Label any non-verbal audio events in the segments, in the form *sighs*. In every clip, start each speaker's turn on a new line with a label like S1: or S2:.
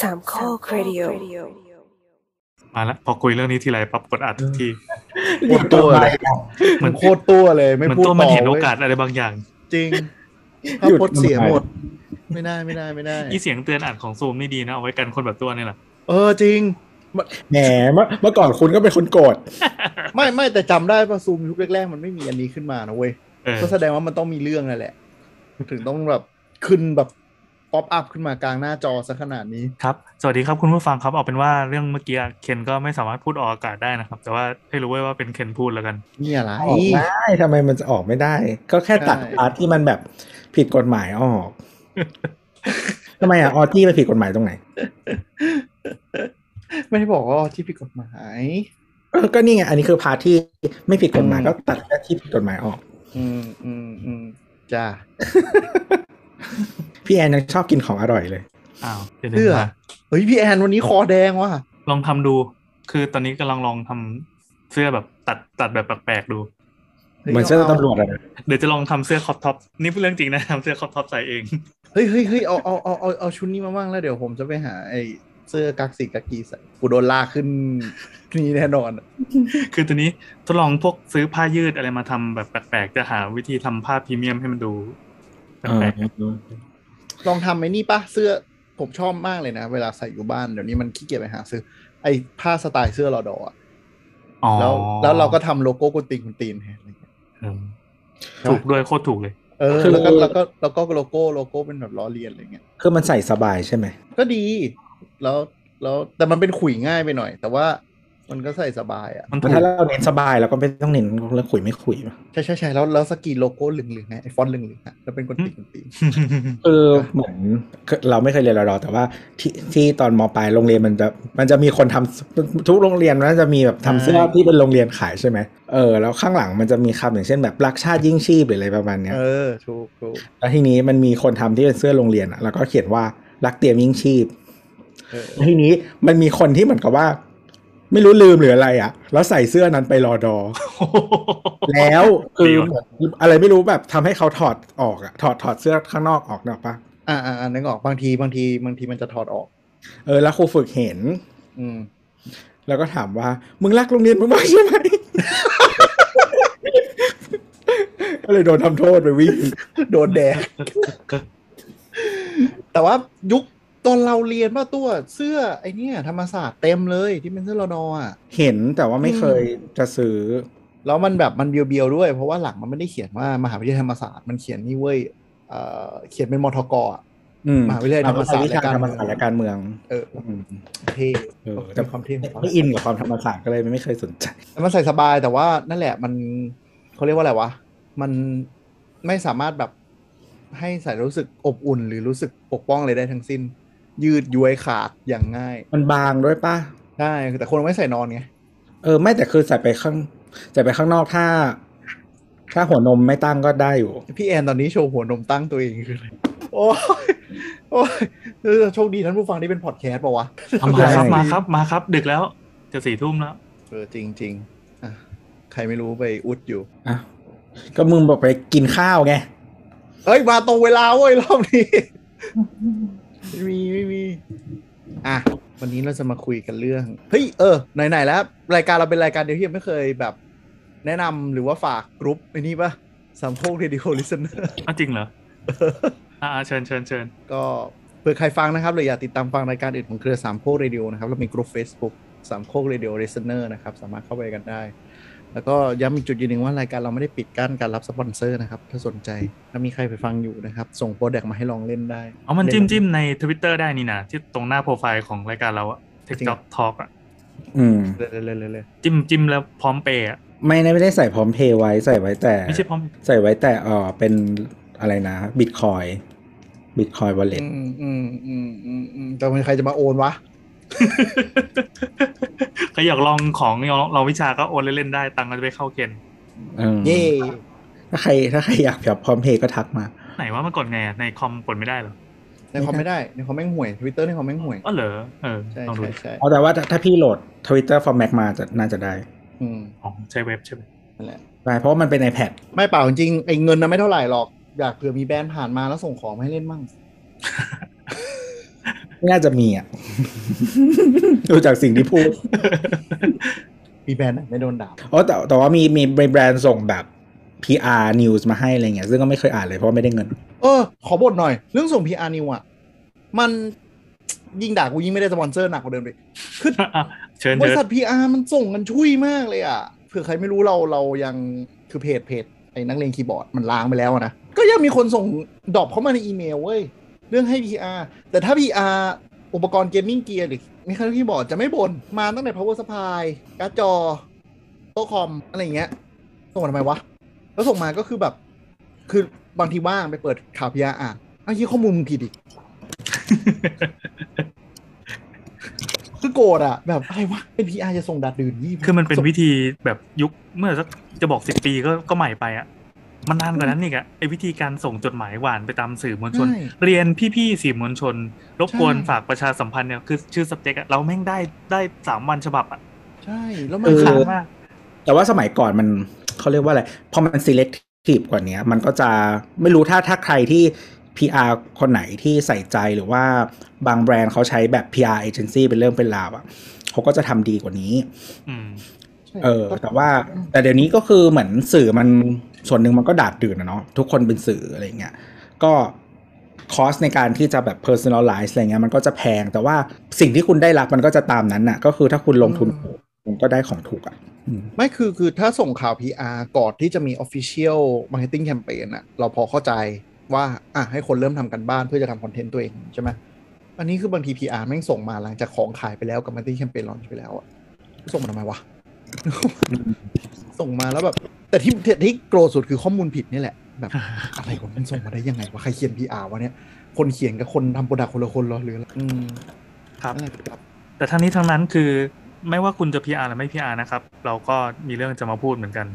S1: สามข้อครดิโอ
S2: มาแล้วพอคุยเรื่องนี้ทีไรปั๊บกดอัดทุกที
S3: *laughs* โคตรตัวเลย
S2: เหมือน
S3: โคตรตัวเลยไม่
S2: เหมือน
S3: พูด
S2: ตัวมันเห็น
S3: ต่
S2: โอ
S3: ว้ย
S2: กาสอะไรบางอย่าง
S3: จริงถ้าพดเสียหมด ไม่ได้ไม่ได้ไม่ได้
S2: อีเสียงเตือนอัดของซูมนี่ดีนะ เอาไว้กันคนแบบตัวนี่แหละ
S3: เออจริง
S4: แหมเมื่อเมื่อก่อนคุณก็เป็นคนโกรธ
S3: ไม่ไม่แต่จำได้ป่ะซูมยุคแรกๆมันไม่มีอันนี้ขึ้นมานะเว้ย
S2: เออ
S3: ก็แสดงว่ามันต้องมีเรื่องนั่นแหละ ถึงต้องแบบขึ้นแบบป๊อปอัพขึ้นมากลางหน้าจอซะขนาดนี้
S2: ครับ สวัสดีครับคุณผู้ฟังครับ เอาเป็นว่าเรื่องเมื่อกี้เคนก็ไม่สามารถพูดออกอากาศได้นะครับ แต่ว่าให้รู้ไว้ว่าเป็นเคนพูดแล้วกัน
S3: นี่อะไร
S4: ออกได้ทำไมมันจะออกไม่ได้ ก็แค่ตัด
S3: ใช่
S4: พาร์ทที่มันแบบผิดกฎหมายอ *laughs* อกทำไมอ่ะออจี้มันผิดกฎหมายตรงไหน
S3: ไม่ได้บอกว่าที่ผิดกฎหมาย
S4: เออก็นี่ไงอันนี้คือพาร์ทที่ไม่ผิดกฎหมาย
S3: อืม
S4: ก็ตัดแค่ที่ผิดกฎหมายออก
S3: อืมอืมอืมจ้า
S4: พี่แอนยังชอบกินของอร่อยเลย
S2: อ้าวเดี๋ยว
S3: เพื่อ
S2: นะ
S3: เฮ้ยพี่แอนวันนี้คอแดงว่ะ
S2: ลองทำดู คือตอนนี้กำลังลองทำเสื้อแบบตัดตัดแบบแปลกๆดู
S4: เหมือนเสื้อตำรวจอะนะ
S2: เดี๋ยวจะลองทำเสื้อคอปท็อปนี่เป็นเรื่องจริงนะทำเสื้อคอปท็อปใส่เอง
S3: เฮ้ยเฮ้ยเฮ้ยเอาเอาเอาเอาเอาชุดนี้มาบ้างแล้วเดี๋ยวผมจะไปหาไอ้เสื้อกักสีกักกีใส่กูโดนลากขึ้นนี่แน่นอน
S2: คือตอนนี้ทดลองพวกซื้อผ้ายืดอะไรมาทำแบบแปลกๆ จะหาวิธีทำผ้าพรีเมียมให้มันดูแปลก
S3: ลองทำไอ้นี่ปะเสื้อผมชอบมากเลยนะ เวลาใส่อยู่บ้านเดี๋ยวนี้มันขี้เกียจไปหาซื้อ ไอ้ผ้าสไตล์เสื้อรอดออะ
S2: ๆอ๋อ
S3: แล้วแล้วเราก็ทำโลโก้กุนตีนกุนตีนแทนอะไรเงี้ย
S2: เออถูกด้วยโคตรถูกเลย
S3: เออแล้วก็แล้วก็แล้วก็โลโก้โลโก้เป็นแบบล้อเลียนอะไรเงี้ย
S4: คือมันใส่สบายใช่ไหม
S3: ก็ดี แล้วแล้วแต่มันเป็นขุยง่ายไปหน่อย แต่ว่ามันก็ใส่สบายอ่ะ
S2: มันถู
S4: แต่
S2: ก
S4: ถ้าเราเน้นสบายเราก็ไม่ต้องเน้นเรื่องคุยไม่คุยป่ะ
S3: ใช่ใช่ใช่แล้วแล้วสกรีนโลโก้เหลืองๆไงไอ้ฟอนต์เหลืองๆอะแล้วเป็นกุนตีนกุนตีน
S4: คือเหมือนเราไม่เคยเรียนรอดอแต่ว่าที่ที่ตอนมปลายโรงเรียนมันจะมันจะมีคนทำทุกโรงเรียนมันจะมีแบบทำเสื้อ
S3: ใช่
S4: ที่เป็นโรงเรียนขายใช่ไหมเออแล้วข้างหลังมันจะมีคำอย่างเช่นแบบรักชาติยิ่งชีพหรืออะไรประมาณเนี้ย
S3: เออถูกถูก
S4: แล้วทีนี้มันมีคนทำที่เป็นเสื้อโรงเรียนอะแล้วก็เขียนว่ารักเตรียมยิ่งชีพ
S3: เออ
S4: แล้วทีนี้มันมีคนที่เหมือนกับว่า ไม่รู้ลืมหรืออะไรอ่ะ แล้วใส่เสื้อนั้นไปรอดอ แล้วคือเหมือนอะไรไม่รู้แบบทำให้เขาถอดออกอะถอดถอดเสื้อข้างนอกออกเนกอะปะ
S3: อ่าอ่าอ่านึกออกบางทีบางทีบางทีมันจะถอดออก
S4: เออแล้วครูฝึกเห็น
S3: อืม *laughs*
S4: แล้วก็ถามว่า มึงรักโรงเรียนมึงมากใช่ไหม *laughs* ก็เลยโดนทำโทษไปวิ่ง
S3: โดนแดก *laughs* แต่ว่ายุคตอนเราเรียนป่ะตัวเสื้อไอเนี่ย ธรรมศาสตร์เต็มเลยที่เป็นเสื้อรอนออ่ะ
S4: เห็นแต่ว่าไม่เคยจะซื้อ
S3: แล้วมันแบบมันเบียวๆด้วย เพราะว่าหลังมันไม่ได้เขียนว่ามหาวิทยาลัยธรรมศาสตร์มันเขียนนี่เว้ยเอ่อเขียนเป็นมทกอ่ะ
S4: อืม
S3: มหาวิทยาลัยธรรมศาสตร์
S4: วิช
S3: และการ
S4: ธรรมศาสตร์และการเมือง
S3: เออ
S4: อืม
S3: เท่
S4: เออแต่
S3: แต่ความเท่ของเขา
S4: ไม่อินกับความธรรมศาสตร์ก็เลยไม่เคยสนใจ
S3: แต่มันใส่สบายแต่ว่านั่นแหละมันเขาเรียกว่าอะไรวะ มันไม่สามารถแบบให้ใส่รู้สึกอบอุ่น หรือรู้สึกปกป้องอะไรได้ทั้งสิ้น ยืดย้วยขาดอย่างง่าย
S4: มันบางด้วยป่ะ
S3: ใช่แต่คนไม่ใส่นอนไง
S4: เออไม่แต่คือใส่ไปข้างใส่ไปข้างนอกถ้า ถ้าหัวนมไม่ตั้งก็ได้อยู่
S3: พี่แอนตอนนี้โชว์หัวนมตั้งตัวเองคืออะไร โอ้ยโอ้ยเออโชคดีท่านผู้ฟังที่เป็นพอดแคสต์ป่าวะ
S2: เอามาครับมาครับมาครับ ดึกแล้วจะสี่ทุ่มแล้ว
S3: เออจริงจริงๆอ่ะใครไม่รู้ไปอุดอยู่
S4: อ่ะก็มึงบอกไปกินข้าวไง
S3: เอ้ย มาตรงเวลาเว้ยรอบนี้ ไม่มีไม่มี อ่ะ วันนี้เราจะมาคุยกันเรื่อง เฮ้ย เออ ไหน ๆ แล้ว รายการเราเป็นรายการเดียวที่ยังไม่เคยแบบ แนะนำหรือว่าฝากกรุ๊ปไอ้นี่ปะสามโคกเรดิโอลิสเนอร์
S2: อ้าวจริ
S3: *laughs*
S2: งเหรอ อ่าเชิญเชิญเชิญ
S3: ก็เผื่อใครฟังนะครับหรืออยากติดตามฟังรายการอื่นของเครือสามโคกเรดิโอนะครับ เรามีกลุ่ม Facebook สามโคกเรดิโอเรสเนอร์นะครับ สามารถเข้าไปกันได้ แล้วก็ย้ำอีกจุดยืนหนึ่งว่ารายการเราไม่ได้ปิดกั้นการรับสปอนเซอร์นะครับ ถ้าสนใจ ถ้ามีใครไปฟังอยู่นะครับ ส่งโปรดักต์มาให้ลองเล่นได้
S2: เอามันจิ้มจิ้มในทวิตเตอร์ได้นี่นะที่ตรงหน้าโปรไฟล์ของรายการเราอะเทคจ็อกทอกอะ
S4: อืม
S3: เลยเลยเลยเลย
S2: จิ้มจิ้มแล้วพร้อมเปย์อะ
S4: ไม่ได้ไม่ได้ใส่พร้อมเพย์ไว้ใส่ไว้แต่
S2: ไม่ใช่พร้อม *laughs*
S4: ใส่ไว้แต่เออเป็นอะไรนะบิตคอยบิตคอยวอลเล็
S3: อืมอืมอืมอืมอืมแต่มีใครจะมาโอนวะ
S2: ก็อยากลองของอยากลองลองวิชาก็โอนเล่นๆได้ตังค์ก็จะไปเข้าเกณฑ์
S3: เย่
S4: ถ้าใครถ้าใครอยากแบบพร้อมเพย์ก็ทักมา
S2: ไหนว่ามันกดไงอะในคอมกดไม่ได้เหรอ
S3: ในคอมไม่ได้ในคอมแม่งห่วยทวิตเตอร์ในคอมแม่งห่วย
S2: อ๋อเหรอเออ
S3: ใช่
S2: ลองดู
S3: ใช่
S2: ดิ
S3: ใช่
S4: เอาแต่ว่าถ้าถ้าพี่โหลดทวิตเตอร์ฟอร์แมมาจะน่าจะได้
S3: อืม
S2: อ๋อใช้เว็บใช่ไหม *laughs*
S3: นั่นแหละ
S4: ได้เพราะว่ามันเป็น iPad
S3: ไม่เปล่าจริงๆไอ้เงินนะไม่เท่าไหร่หรอกอยากเผื่อมีแบรนด์ผ่านมาแล้วส่งของมาให้เล่นมั่ง
S4: ไม่น่าจะมี
S3: *laughs*
S4: อ่ะ ดูจากสิ่งที่พูด
S3: มีแบรนด์ไหนไม่โดนด่า
S4: อ๋อแต่แต่ว่ามีมีมีแบรนด์ส่งแบบ PR news มาให้อะไรเงี้ยซึ่งก็ไม่เคยอ่านเลยเพราะว่าไม่ได้เงิน
S3: เออ ขอบทหน่อย เรื่องส่งพีอาร์นิวอ่ะ มัน ยิ่งด่ากูยิ่งไม่ได้สปอนเซอร์หนักกว่าเดิมเลยคือ
S2: อ่ะเชิญ
S3: บ
S2: เถ
S3: ริษั
S2: อะ
S3: ทพีอาร์มันส่งกันช่วยมากเลยอ่ะเผื่อใครไม่รู้เราเรายังคือเพจเพจไอ้นักเลงคีย์บอร์ดมันล้างไปแล้วอะนะ ก็ยังมีคนส่งดรอปเข้ามาในอีเมลเว้ย เรื่องให้ PR แต่ถ้า PR อุปกรณ์เกมมิ่งเกียร์หรือมีคันคีย์บอร์ดจะไม่บน่นมาตั้งแต่ power supply การ์ดจอ โต๊ะคอม อะไรอย่างเงี้ย ส่งมาทำไมวะ แล้วส่งมาก็คือแบบ คือบางทีว่างไปเปิดข่าว PR อ่านเอ้าวยี่ข้อมูลมึงผิด
S4: *laughs*
S3: อีก คือโกรธอ่ะ แบบอะไรวะเป็น PR จะส่งดัดดื่นยี่
S2: คือมันเป็นวิธีแบบยุคเมื่อสักจะบอกสิบปีก็ก็ใหม่ไปอ่ะ มันนานกว่านั้นอีกอ่ะไอ้วิธีการส่งจดหมายหวานไปตามสื่อมวลชน
S3: ใช่
S2: เรียนพี่ๆสื่อมวลชน รบกวน
S3: ใช่
S2: ฝากประชาสัมพันธ์เนี่ยคือชื่อ subject อะเราแม่งได้ได้สามวันฉบับอะ
S3: ใช่แล้วมั
S2: มัน น
S4: เออ
S2: ขา
S3: ขา
S2: ด
S3: ด
S2: มาก
S4: แต่ว่าสมัยก่อนมัน เขาเรียกว่าอะไร พอมัน selective กว่าเนี้ย มันก็จะไม่รู้ถ้าถ้าใครที่ PR คนไหนที่ใส่ใจหรือว่าบางแบรนด์เขาใช้แบบ PR agency เป็นเรื่องเป็นราวอ่ะเขาก็จะทำดีกว่านี้
S2: อืม *laughs*
S3: ใช่
S4: เออ แต่ว่าแต่เดี๋ยวนี้ก็คือเหมือนสื่อมันส่วนหนึ่งมันก็ดาดดื่นนะเนาะทุกคนเป็นสื่ออะไรเงี้ยก็คอสในการที่จะแบบ personalize อะไรเงี้ยมันก็จะแพง แต่ว่าสิ่งที่คุณได้รับมันก็จะตามนั้นน่ะ ก็คือถ้าคุณลงทุนถูกคุณก็ได้ของถูกอ่ะอืม
S3: ไม่คือคือถ้าส่งข่าว PR ก่อนที่จะมี Official Marketing Campaign อะเราพอเข้าใจว่า อ่ะ ให้คนเริ่มทำกันบ้านเพื่อจะทำคอนเทนต์ตัวเองใช่ไหมอันนี้คือบางที PR แม่งส่งมาหลังจากของขายไปแล้วกับ Marketing Campaign ลอนไปแล้วอะส่งมาทำไมวะ *laughs* ส่งมาแล้วแบบ แต่ที่ที่ที่โกรธสุดคือข้อมูลผิดนี่แหละ
S2: *laughs*
S3: แบบอะไรวะมันส่งมาได้ยังไงวะใครเขียน PR วะเนี่ยคนเขียนกับคนทำโปรดักต์คนละคนเหรอหรืออะไรอืม
S2: ครับ
S3: นั่นแหละครับ
S2: แต่ทั้งนี้ทั้งนั้นคือไม่ว่าคุณจะ PR หรือไม่ PR นะครับ เราก็มีเรื่องจะมาพูดเหมือนกัน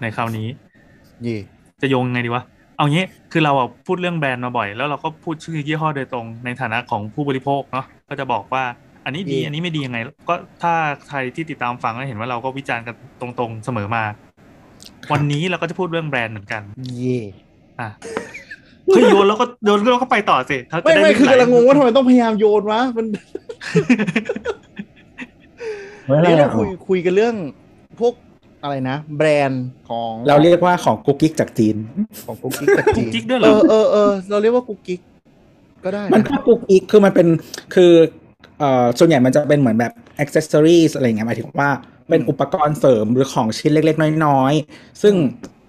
S2: ในคราวนี้
S3: เย่
S2: จะโยงไงดีวะ เอางี้คือเราอะพูดเรื่องแบรนด์มาบ่อย แล้วเราก็พูดชื่อยี่ห้อโดยตรงในฐานะของผู้บริโภคเนาะก็จะบอกว่าอันนี้ดีอันนี้ไม่ดียังไง ก็ถ้าใครที่ติดตามฟังก็เห็นว่าเราก็วิจารณ์กันตรงๆเสมอมา วันนี้เราก็จะพูดเรื่องแบรนด์เหมือนกัน
S3: เย่
S2: อ่ะเฮ้ยโยนแล้วก็โยนแล้วก็ไปต่อสิเขาจะ
S3: ไม่
S2: ด้
S3: ไม่คือกำลังงงว่าทำ
S2: ไห
S3: ไมต้องพยายามโยนวะมัน อันนี้เราคุยคุยกันเรื่องพวกอะไรนะ แบรนด์ของ
S4: เราเรียกว่าของกุ๊กกิ๊กจากจีน
S3: ของกุ๊กกิ๊กจากจีน
S2: กิ๊กด้วยเหร
S3: เอ
S2: อ
S3: อเออเออเราเรียกว่ากุ๊กกิ๊กก็ได้
S4: มัน
S3: นะ
S4: ก็กุ๊กกิ๊กคือมันเป็นคือเอ่อส่วนใหญ่มันจะเป็นเหมือนแบบอ c c e s s o r i e s อะไรเงี้ยหมายถึงว่าเป็นอุปกรณ์เสริมหรือของชิ้นเล็ก ๆ น้อยๆ ซึ่ง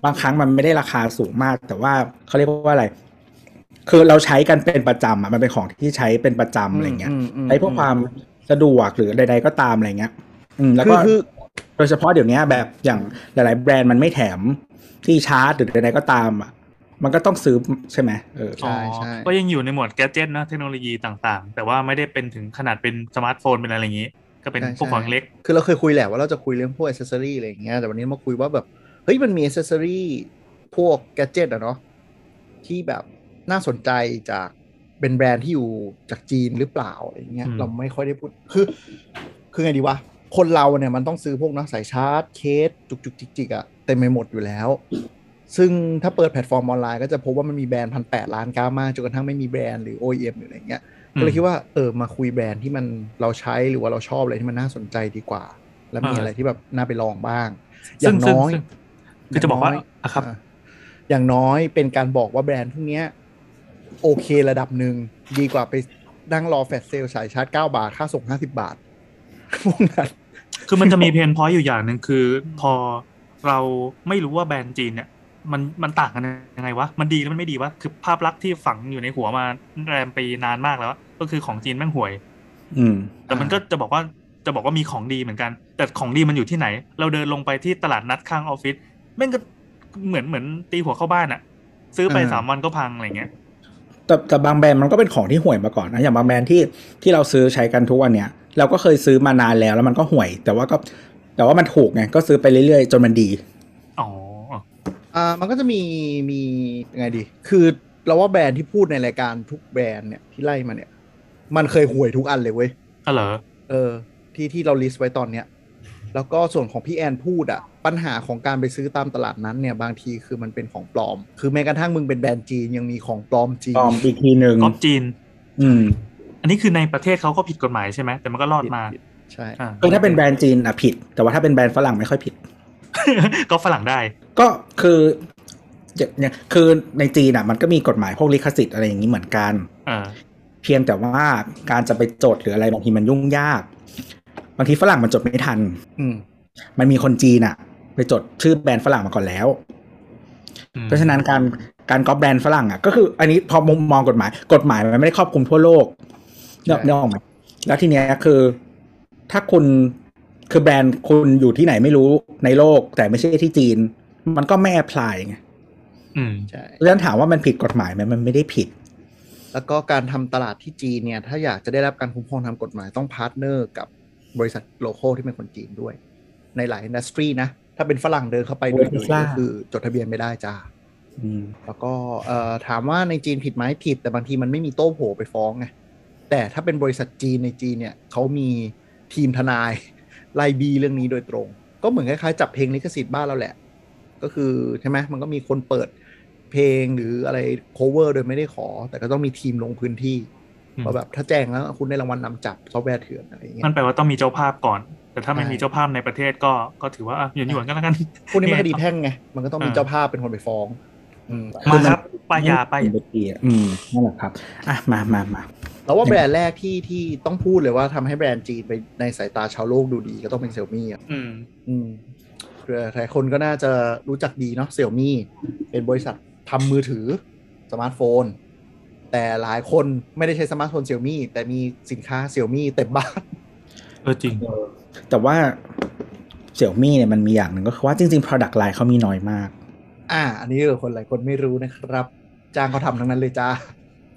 S4: บางครั้งมันไม่ได้ราคาสูงมาก แต่ว่าเขาเรียกว่าอะไร คือเราใช้กันเป็นประจำอ่ะมันเป็นของที่ใช้เป็นประจำอะไรเงี้ย
S3: มม
S4: ใช้เพื่อความสะดวกหรือใด ๆ ก็ตามอะไรเงี้ย อืมแล้ว
S3: คือ
S4: ก็
S3: คือ
S4: โดยเฉพาะเดี๋ยวนี้แบบอย่างหลาย ๆ แบรนด์มันไม่แถมที่ชาร์จหรือใดๆก็ตามอ่ะมันก็ต้องซื้อใช่ไหมเออ
S3: ใช่ใช่
S2: อ๋อก็ยังอยู่ในหมวดแกจ e t เนอะเทคโนโลยีต่างๆ แต่ว่าไม่ได้เป็นถึงขนาดเป็นสมาร์ทโฟนเป็นอะไรอย่างนี้ ก็เป็นพวกของเล็ก
S3: คือเราเคยคุยแหละว่าเราจะคุยเรื่องพวกอ c c e s s o r y อะไรอย่างเงี้ยแต่วันนี้มาคุยว่าแบบ เฮ้ยมันมีอ c c e s s o r y พวกแกจ g e t อะเนาะที่แบบน่าสนใจจากเป็นแบรนด์ที่อยู่จากจีนหรือเปล่าอะไรอย่างเงี้ย
S2: อืม
S3: เราไม่ค่อยได้พูดคือ คือไงดีวะ คนเราเนี่ยมันต้องซื้อพวกเนาะสายชาร์จเคส จุกจุกจิกจิกอะเต็มไปหมดอยู่แล้ว ซึ่งถ้าเปิดแพลตฟอร์มออนไลน์ก็จะพบว่ามันมีแบรนด์พันแปดล้านก้ามากจนกระทั่งไม่มีแบรนด์หรือ OEM หรืออะไรอย่างเงี้ย ก็เลยคิดว่าเออมาคุยแบรนด์ที่มันเราใช้หรือว่าเราชอบอะไรที่มันน่าสนใจดีกว่า และมี
S2: อ่า
S3: อะไรที่แบบน่าไปลองบ้าง อ
S2: ซึ่
S3: ย่าง
S2: ซึ่
S3: น้อย
S2: ซึ่คือจะบอกว่า
S3: ย่งน้ย
S2: อะครับ
S3: อ่าอย่างน้อยเป็นการบอกว่าแบรนด์พวกเนี้ยโอเคระดับหนึ่งดีกว่าไปนั่งรอแฟลชเซลสายชาร์จ 9 บาท ค่าส่ง 50 บาท *laughs* พวกนั้น
S2: คือมันจะมีเพนพอยอยู่อย่างหนึ่งคือ พอเราไม่รู้ว่าแบรนด์จีนเนี่ยมันมันต่างกันยังไงวะ มันดีแล้วมันไม่ดีวะ คือภาพลักษณ์ที่ฝังอยู่ในหัวมาแรมปีนานมากแล้วอะก็คือของจีนแม่งห่วย
S4: อืม
S2: แต่มันก็จะบอกว่าจะบอกว่ามีของดีเหมือนกัน แต่ของดีมันอยู่ที่ไหน เราเดินลงไปที่ตลาดนัดข้างออฟฟิศแม่งก็เหมือนเหมือนตีหัวเข้าบ้านอะซื้อไปสามวันก็พังอะไรเงี้ย
S4: แต่แต่บางแบรนด์มันก็เป็นของที่ห่วยมาก่อนนะอย่างบางแบรนด์ที่ที่เราซื้อใช้กันทุกวันเนี้ยเราก็เคยซื้อมานานแล้วแล้วมันก็ห่วย แต่ว่าก็แต่ว่ามันถูกไงก็ซื้อไปเรื่อยๆ จนมันดี
S2: อ๋อ
S3: อ่ามันก็จะมีมียังไงดี คือเราว่าแบรนด์ที่พูดในรายการทุกแบรนด์เนี่ยที่ไล่มาเนี่ย มันเคยห่วยทุกอันเลยเว้ย
S2: ก็เหรอ
S3: เออที่ที่เราลิสต์ไว้ตอนเนี้ย แล้วก็ส่วนของพี่แอนพูดอะปัญหาของการไปซื้อตามตลาดนั้นเนี่ย บางทีคือมันเป็นของปลอม คือแม้กระทั่งมึงเป็นแบรนด์จีนยังมีของปลอมจีน
S4: ปลอมอีกทีหนึ่ง
S2: ก๊อปจีน
S4: อืม
S2: อันนี้คือในประเทศเขาก็ผิดกฎหมายใช่ไหมแต่มันก็รอดมา
S3: ใช่
S2: อ่า
S4: คือถ้าเป็นแบรนด์จีนอ่ะผิด แต่ว่าถ้าเป็นแบรนด์ฝรั่งไม่ค่อยผิด
S2: *laughs* ก็ฝรั่งได้
S4: ก็คืออย่างคือในจีนอ่ะมันก็มีกฎหมายพวกลิขสิทธิ์อะไรอย่างนี้เหมือนกัน
S2: เออ
S4: เพียงแต่ว่าการจะไปจดหรืออะไรบางทีมันยุ่งยากบางทีฝรั่งมันจดไม่ทัน
S3: อืม
S4: มันมีคนจีนอ่ะ ไปจดชื่อแบรนด์ฝรั่งมาก่อนแล้ว
S2: อืม
S4: เพราะฉะนั้นการการก๊อปแบรนด์ฝรั่งอ่ะก็คืออันนี้พอมุมมองกฎหมาย กฎหมายมันไม่ได้ครอบคลุมทั่วโลกเนอะเนกออกไหมแล้วทีเนี้ยคือ ถ้าคุณคือแบรนด์คุณอยู่ที่ไหนไม่รู้ในโลก แต่ไม่ใช่ที่จีน มันก็ไม่แอพพลายไง
S2: อืม
S3: ใช่
S4: เพราะฉะนั้นถามว่ามันผิดกฎหมายไหมมันไม่ได้ผิด
S3: แล้วก็การทำตลาดที่จีนเนี่ย ถ้าอยากจะได้รับการคุ้มครองทางกฎหมายต้องพาร์ทเนอร์กับบริษัทโลโก้ที่เป็นคนจีนด้วย ในหลายอินดัสทรีนะ ถ้าเป็นฝรั่งเดินเข้าไป
S4: โอ้
S3: ดู
S4: ย
S3: ดู
S4: ซ่า
S3: ก็คือจดทะเบียนไม่ได้จ้า
S4: อืม
S3: แล้วก็เอ่อถามว่าในจีนผิดไหมผิด แต่บางทีมันไม่มีโต้โผไปฟ้องไงแต่ถ้าเป็นบริษัทจีนในจีนเนี่ยเขามีทีมทนาย *laughs* ไล่บีเรื่องนี้โดยตรง ก็เหมือนคล้ายๆจับเพลงลิขสิทธิ์บ้านเราแหละ ก็คือใช่ไหมมันก็มีคนเปิดเพลงหรืออะไร cover โดยไม่ได้ขอ แต่ก็ต้องมีทีมลงพื้นที่
S2: อืม
S3: ว่าแบบถ้าแจ้งแล้วคุณได้รางวัลนำจับซอฟต์แวร์เถื่อนอะไรอย่างเงี้ย
S2: นั่นแปลว่าต้องมีเจ้าภาพก่อน แต่ถ้าไม่
S3: ใช่
S2: มีเจ้าภาพในประเทศก็ก็ถือว่าอ่ะหยวนหยวนๆก็แล้วกัน
S3: พวกนี้มันคดี
S2: เนี่ย
S3: แพ่งไงมันก็ต้องมีเจ้าภาพเป็นคนไปฟ้องอืม
S4: คื
S2: มา
S4: อมัน
S2: ครับป้ายยาป้าย
S4: เป็
S2: ยาน
S4: ไปปีอะอืมนั่นแหละครับ อ่ะมามามา
S3: เราว่าแบรนด์แรกที่ที่ต้องพูดเลยว่าทำให้แบรนด์จีนไปในสายตาชาวโลกดูดีก็ต้องเป็นเซี่ยมี่อ่ะ
S2: อืม
S3: อืมคือหลายคนก็น่าจะรู้จักดีเนาะเซี่ยมี่เป็นบริษัททำมือถือสมาร์ทโฟน แต่หลายคนไม่ได้ใช้สมาร์ทโฟนเซี่ยมี่แต่มีสินค้าเซี่ยมี่เต็มบ้าน *laughs*
S2: เออจริง
S4: แต่ว่าเ i ี o ยวมี่เนี่ยมันมีอย่างหนึ่งก็คือว่าจริง ๆ product line เขามีน้อยมาก
S3: อ่า อันนี้เออคนหลายคนไม่รู้นะครับ จ้างเขาทำทั้งนั้นเลยจ้า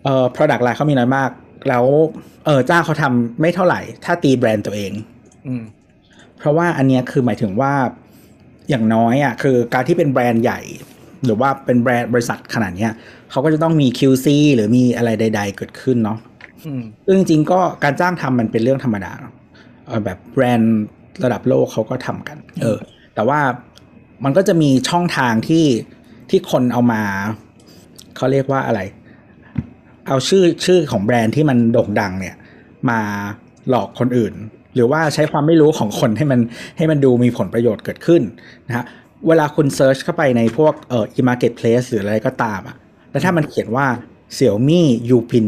S4: เอ่อ product line เขามีน้อยมาก แล้วเออจ้างเขาทำไม่เท่าไหร่ ถ้าตีแบรนด์ตัวเอง
S3: อืม
S4: เพราะว่าอันเนี้ยคือหมายถึงว่าอย่างน้อยอ่ะคือการที่เป็นแบรนด์ใหญ่ หรือว่าเป็นแบรนด์บริษัทขนาดเนี้ยเขาก็จะต้องมี QC หรือมีอะไรใด ๆ เกิดขึ้นเนาะ
S3: อืม
S4: ซึ่งจริงๆก็การจ้างทำมันเป็นเรื่องธรรมดาเนอะเอ่อแบบแบรนด์ระดับโลกเขาก็ทำกัน เออ แต่ว่ามันก็จะมีช่องทางที่ที่คนเอามา เขาเรียกว่าอะไร เอาชื่อชื่อของแบรนด์ที่มันโด่งดังเนี่ย มาหลอกคนอื่น หรือว่าใช้ความไม่รู้ของคนให้มันให้มันดูมีผลประโยชน์เกิดขึ้นนะฮะเวลาคุณเซิร์ชเข้าไปในพวกเอ่อ e-marketplace หรืออะไรก็ตามอะแล้วถ้ามันเขียนว่า Xiaomi U Pin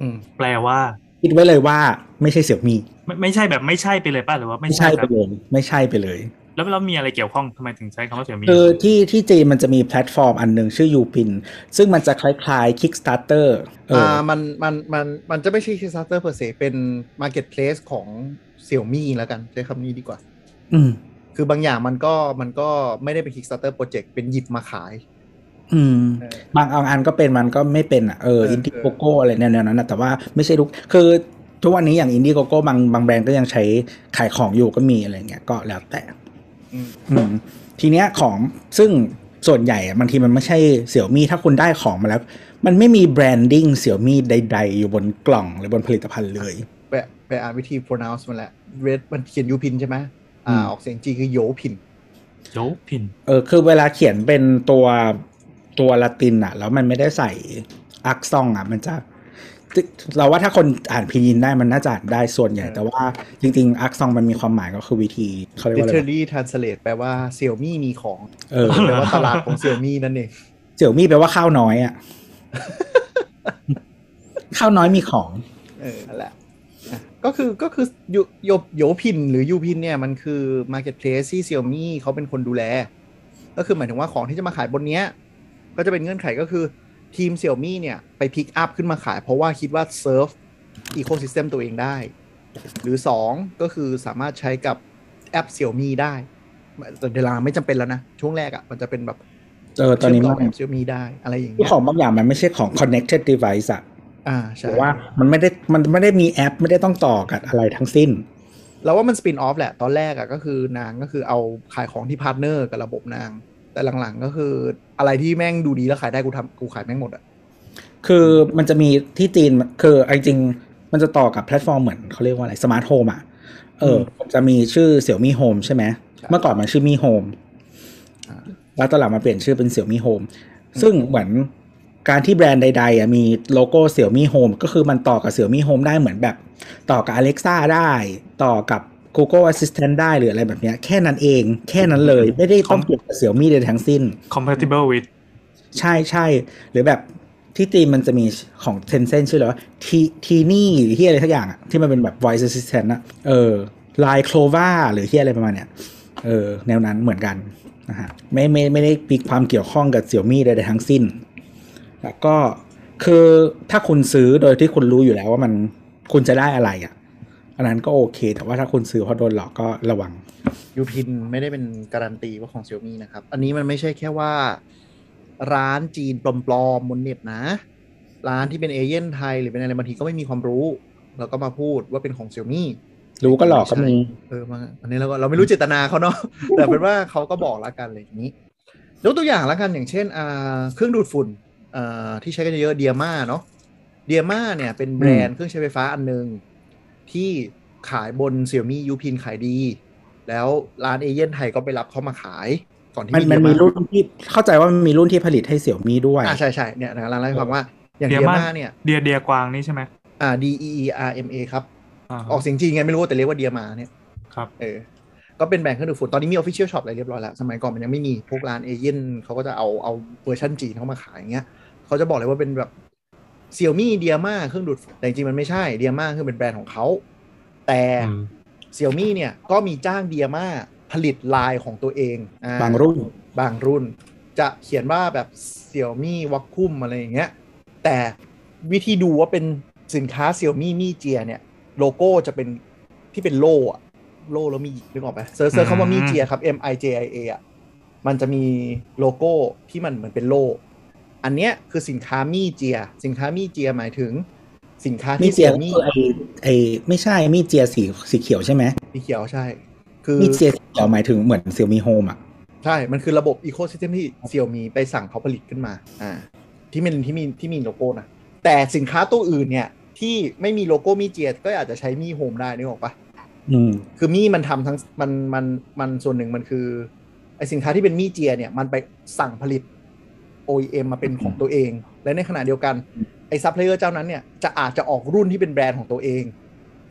S3: อืม
S2: แปลว่า
S4: คิดไว้เลยว่าไม่ใช่เสี่ยวมี
S2: ไม่ไม่ใช่แบบไม่ใช่ไปเลยป่ะหรือว่าไม่
S4: ไม่
S2: ใช่
S4: ใช่
S2: แบ
S4: ไป
S2: บ
S4: เลยไม่ใช่ไปเลย
S2: แล้วแล้วมีอะไรเกี่ยวข้องทำไมถึงใช้คำว่าเสี่ยมี
S4: คือที่ที่จีนมันจะมีแพลตฟอร์มอันหนึ่งชื่อยูพินซึ่งมันจะคล้ายๆ Kickstarter เออ
S3: อ่า
S4: อ
S3: มันมันมันมันจะไม่ใช่ Kickstarter per se เป็น marketplace ของ Xiaomi แล้วกันใช้คำนี้ดีกว่า
S4: อืม
S3: คือบางอย่างมันก็มันก็ไม่ได้เป็น Kickstarter project เป็นหยิบมาขาย
S4: อืม
S3: เออบ
S4: างอันก็เป็นมันก็ไม่เป็นอ่ะเออ
S3: เอออิ
S4: อินดิโกโก้อะไรแนวๆนั้นนะแต่ว่าไม่ใช่ทุกคือทุกวันนี้อย่างอินดิโกโก้บางบางแบรนด์ก็ยังใช้ขายของอยู่ก็มีอะไรเงี้ยก็แล้วแต่
S3: อืม
S4: อืมทีเนี้ยของซึ่งส่วนใหญ่อะบางทีมันไม่ใช่เสี่ยวมี่ถ้าคุณได้ของมาแล้ว มันไม่มีแบรนดิ้งเสี่ยวมี่ใด ๆ อยู่บนกล่องหรือบนผลิตภัณฑ์เลย
S3: ไปไปอ่านวิธี pronounce มันแหละ red มันเขียนยูพินใช่ไหมอ่า
S4: อืม
S3: ออกเสียงจีนคือโยพิน
S2: โยพิน
S4: เออคือเวลาเขียนเป็นตัวตัวละตินอะแล้วมันไม่ได้ใส่อักซองอะมันจะซึ่งเราว่าถ้าคนอ่านพินินได้มันน่าจะอ่านได้ส่วนใหญ่
S3: เออ
S4: แต่ว่าจริง ๆ อักซองมันมีความหมายก็คือวิธีเขาเรียกว่าอะไรวะ
S3: literally translate แปลว่า Xiaomi มีของ
S4: เออ
S3: แปลว่าตลาดของ Xiaomi นั่นเอง
S4: เสี่ยวมี่แปลว่าข้าวน้อยอะ ข้าวน้อยมีของ
S3: เออนั่นแหละอ่ะก็คือก็คือยูโยโยพินหรือยูพินเนี่ยมันคือ Marketplace ที่ Xiaomi เขาเป็นคนดูแล ก็คือหมายถึงว่าของที่จะมาขายบนเนี้ย ก็จะเป็นเงื่อนไขก็คือทีม Xiaomi เนี่ยไปพิกอัพขึ้นมาขาย เพราะว่าคิดว่าเซิร์ฟอีโคซิสเต็มตัวเองได้ หรือ 2 ก็คือสามารถใช้กับแอป Xiaomi ได้ แต่เวลาไม่จำเป็นแล้วนะ ช่วงแรกอะ่ะมันจะเป็นแบบ
S4: เออตอนนี้
S3: เชื่อมต่อกับ
S4: มั
S3: แอ
S4: น
S3: ป Xiaomi ได้อะไรอย่าง
S4: คื
S3: เงี้
S4: อย ของบางอย่างมันไม่ใช่ของ connected device อะ
S3: อ่าใช่
S4: แต่ว่ามันไม่ได้มันไม่ได้มีแอปไม่ได้ต้องต่อกับอะไรทั้งสิ้น
S3: เราว่ามันสปินออฟแหละ ตอนแรกอะก็คือนางก็คือเอาขายของที่พาร์ทเนอร์กับระบบนาง แต่หลังๆก็คืออะไรที่แม่งดูดีแล้วขายได้กูทำกูขายแม่งหมดอะ
S4: คือมันจะมีที่จีนคือเอาจริงๆมันจะต่อกับแพลตฟอร์มเหมือนเขาเรียกว่าอะไรสมาร์ทโฮมอ่ะเออมันจะมีชื่อเสี่ยวมี่โฮมใช่ไหมเมื่อก่อนมันชื่อมี่โฮม
S3: อ่า
S4: แล้วตอนหลังมาเปลี่ยนชื่อเป็นเสี่ยวมี่โฮมซึ่งเหมือน การที่แบรนด์ใดๆอ่ะมีโลโก้เสี่ยวมี่โฮมก็คือมันต่อกับเสี่ยวมี่โฮมได้เหมือนแบบ ต่อกับ Alexa ได้ ต่อกับ Google Assistant ได้หรืออะไรแบบเนี้ยแค่นั้นเอง แค่นั้นเลย ไม่ได้ต้องเกี่ยวกับเสี่ยวมี่ใดทั้งสิ้น
S2: compatible with
S4: ใช่ใช่หรือแบบที่จีนมันจะมีของเซนเซนชื่ออะไรวะทีทีนี่หรือที่อะไรทักอย่างอะที่มันเป็นแบบ voice assistant อะเออไลโคลวาหรือที่อะไรประมาณเนี้ยเออแนวนั้นเหมือนกันนะฮะไม่ไม่ไม่ได้มีความเกี่ยวข้องกับเสี่ยวมี่ใดๆทั้งสิ้น แล้วก็คือถ้าคุณซื้อโดยที่คุณรู้อยู่แล้วว่ามันคุณจะได้อะไรอะอันนั้นก็โอเค แต่ว่าถ้าคุณซื้อเพราะโดนหลอกก็ระวัง
S3: ยูพินไม่ได้เป็นการันตีว่าของเซี่ยมี่นะครับ อันนี้มันไม่ใช่แค่ว่า ร้านจีนปลอมๆบนเน็ตนะ ร้านที่เป็นเอเย่นไทยหรือเป็นอะไรบางทีก็ไม่มีความรู้ แล้วก็มาพูดว่าเป็นของเซี่ยมี่
S4: รู้ก็หลอกก็มี
S3: เออมาอันนี้เราก็เราไม่รู้เจตนาเขาเนาะ *laughs* แต่เป็นว่าเขาก็บอกละกันอะไรอย่างนี้ยกตัวอย่างละกันอย่างเช่นอ่าเครื่องดูดฝุ่นอ่าที่ใช้กันเยอะเดียมาเนาะเดียมาเนี่ยเป็นแบรนด์เครื่องใช้ไฟฟ้าอันหนึ่งที่ขายบนเสี่ยมี่ยูพินขายดี แล้วร้านเอเย่นไทยก็ไปรับเขามาขายก่อนที่
S4: มันมันมี
S3: Diamond
S4: รุ่นที่เข้าใจว่ามันมีรุ่นที่ผลิตให้เสี่ยวมี่ด้วย
S3: อ่าใช่ใช่เนี่ยนะร้านเล่าให้ฟังว่าอย่างเดีย
S2: Diamond
S3: มาเนี่ย
S2: เดียเดียกวางนี่ใช่ไหม
S3: อ่า D E E R M A ครับ
S2: อ่า
S3: ออกเสียงจีนไงไม่รู้แต่เรียกว่าเดียมาเนี่ย
S2: ครับ
S3: เออ ก็เป็นแบรนด์เครื่องดูดฝุ่นตอนนี้มีออฟฟิเชียลช็อปอะไรเรียบร้อยแล้ว สมัยก่อนมันยังไม่มีพวกร้านเอเย่นเขาก็จะเอาเอาเวอร์ชันจีนเข้ามาขายอย่างเงี้ยเขาจะบอกเลยว่าเป็นแบบเซี่ยมี่เดียมาเครื่องดูดฝุ่นแต่จริงๆมันไม่ใช่เดียมาคือเป็นแบรนด์ของเขาแต่
S2: อืม
S3: เซี่ยมี่เนี่ยก็มีจ้างเดียมาผลิตลายของตัวเองอ่
S4: บางรุ่น
S3: บางรุ่นจะเขียนว่าแบบเสี่ยวมี่วักคุมอะไรอย่างเงี้ยแต่วิธีดูว่าเป็นสินค้าเสี่ยวมี่มี่เจียเนี่ย โลโก้จะเป็นที่เป็นโล่อะโล่แล้วมีหยิกนึกออกไหมเซิร์ชเซิร์ชคำว่ามี่เจียครับ M I J I A อะมันจะมีโลโก้ที่มันเหมือนเป็นโล่อันเนี้ยคือสินค้ามี่เจีย สินค้ามี่เจียหมายถึง สินค้า
S4: มี
S3: ที่
S4: เจี
S3: เสี่
S4: ย
S3: ยว
S4: ก็
S3: มี่
S4: คือไอไอไม่ใช่มีเจียสีสีเขียวใช่ไหม
S3: สีเขียวใช่ คือ
S4: มีเจียสีเขียวหมายถึงเหมือนเสี่ยวมีโฮมอ่ะ
S3: ใช่ มันคือระบบอีโค y s ส e m ที่เซี่ยมีไปสั่งเขาผลิตขึ้นมา อ่า ที่มันที่มีที่มีโลโก้นะ แต่สินค้าตัวอื่นเนี่ย ที่ไม่มีโลโก้มีเจียก็อาจจะใช้มีโฮมได้นึกออกปะ
S4: อืม
S3: คือมีมันทำทั้งมันมันมันส่วนหนึ่งมันคือไอสินค้าที่เป็นมีเจียเนี่ย มันไปสั่งผลิต OEM มาเป็นของตัวเอง และในขณะเดียวกันไอซัพพลายเออร์เจ้านั้นเนี่ยจะอาจจะออกรุ่นที่เป็นแบรนด์ของตัวเอง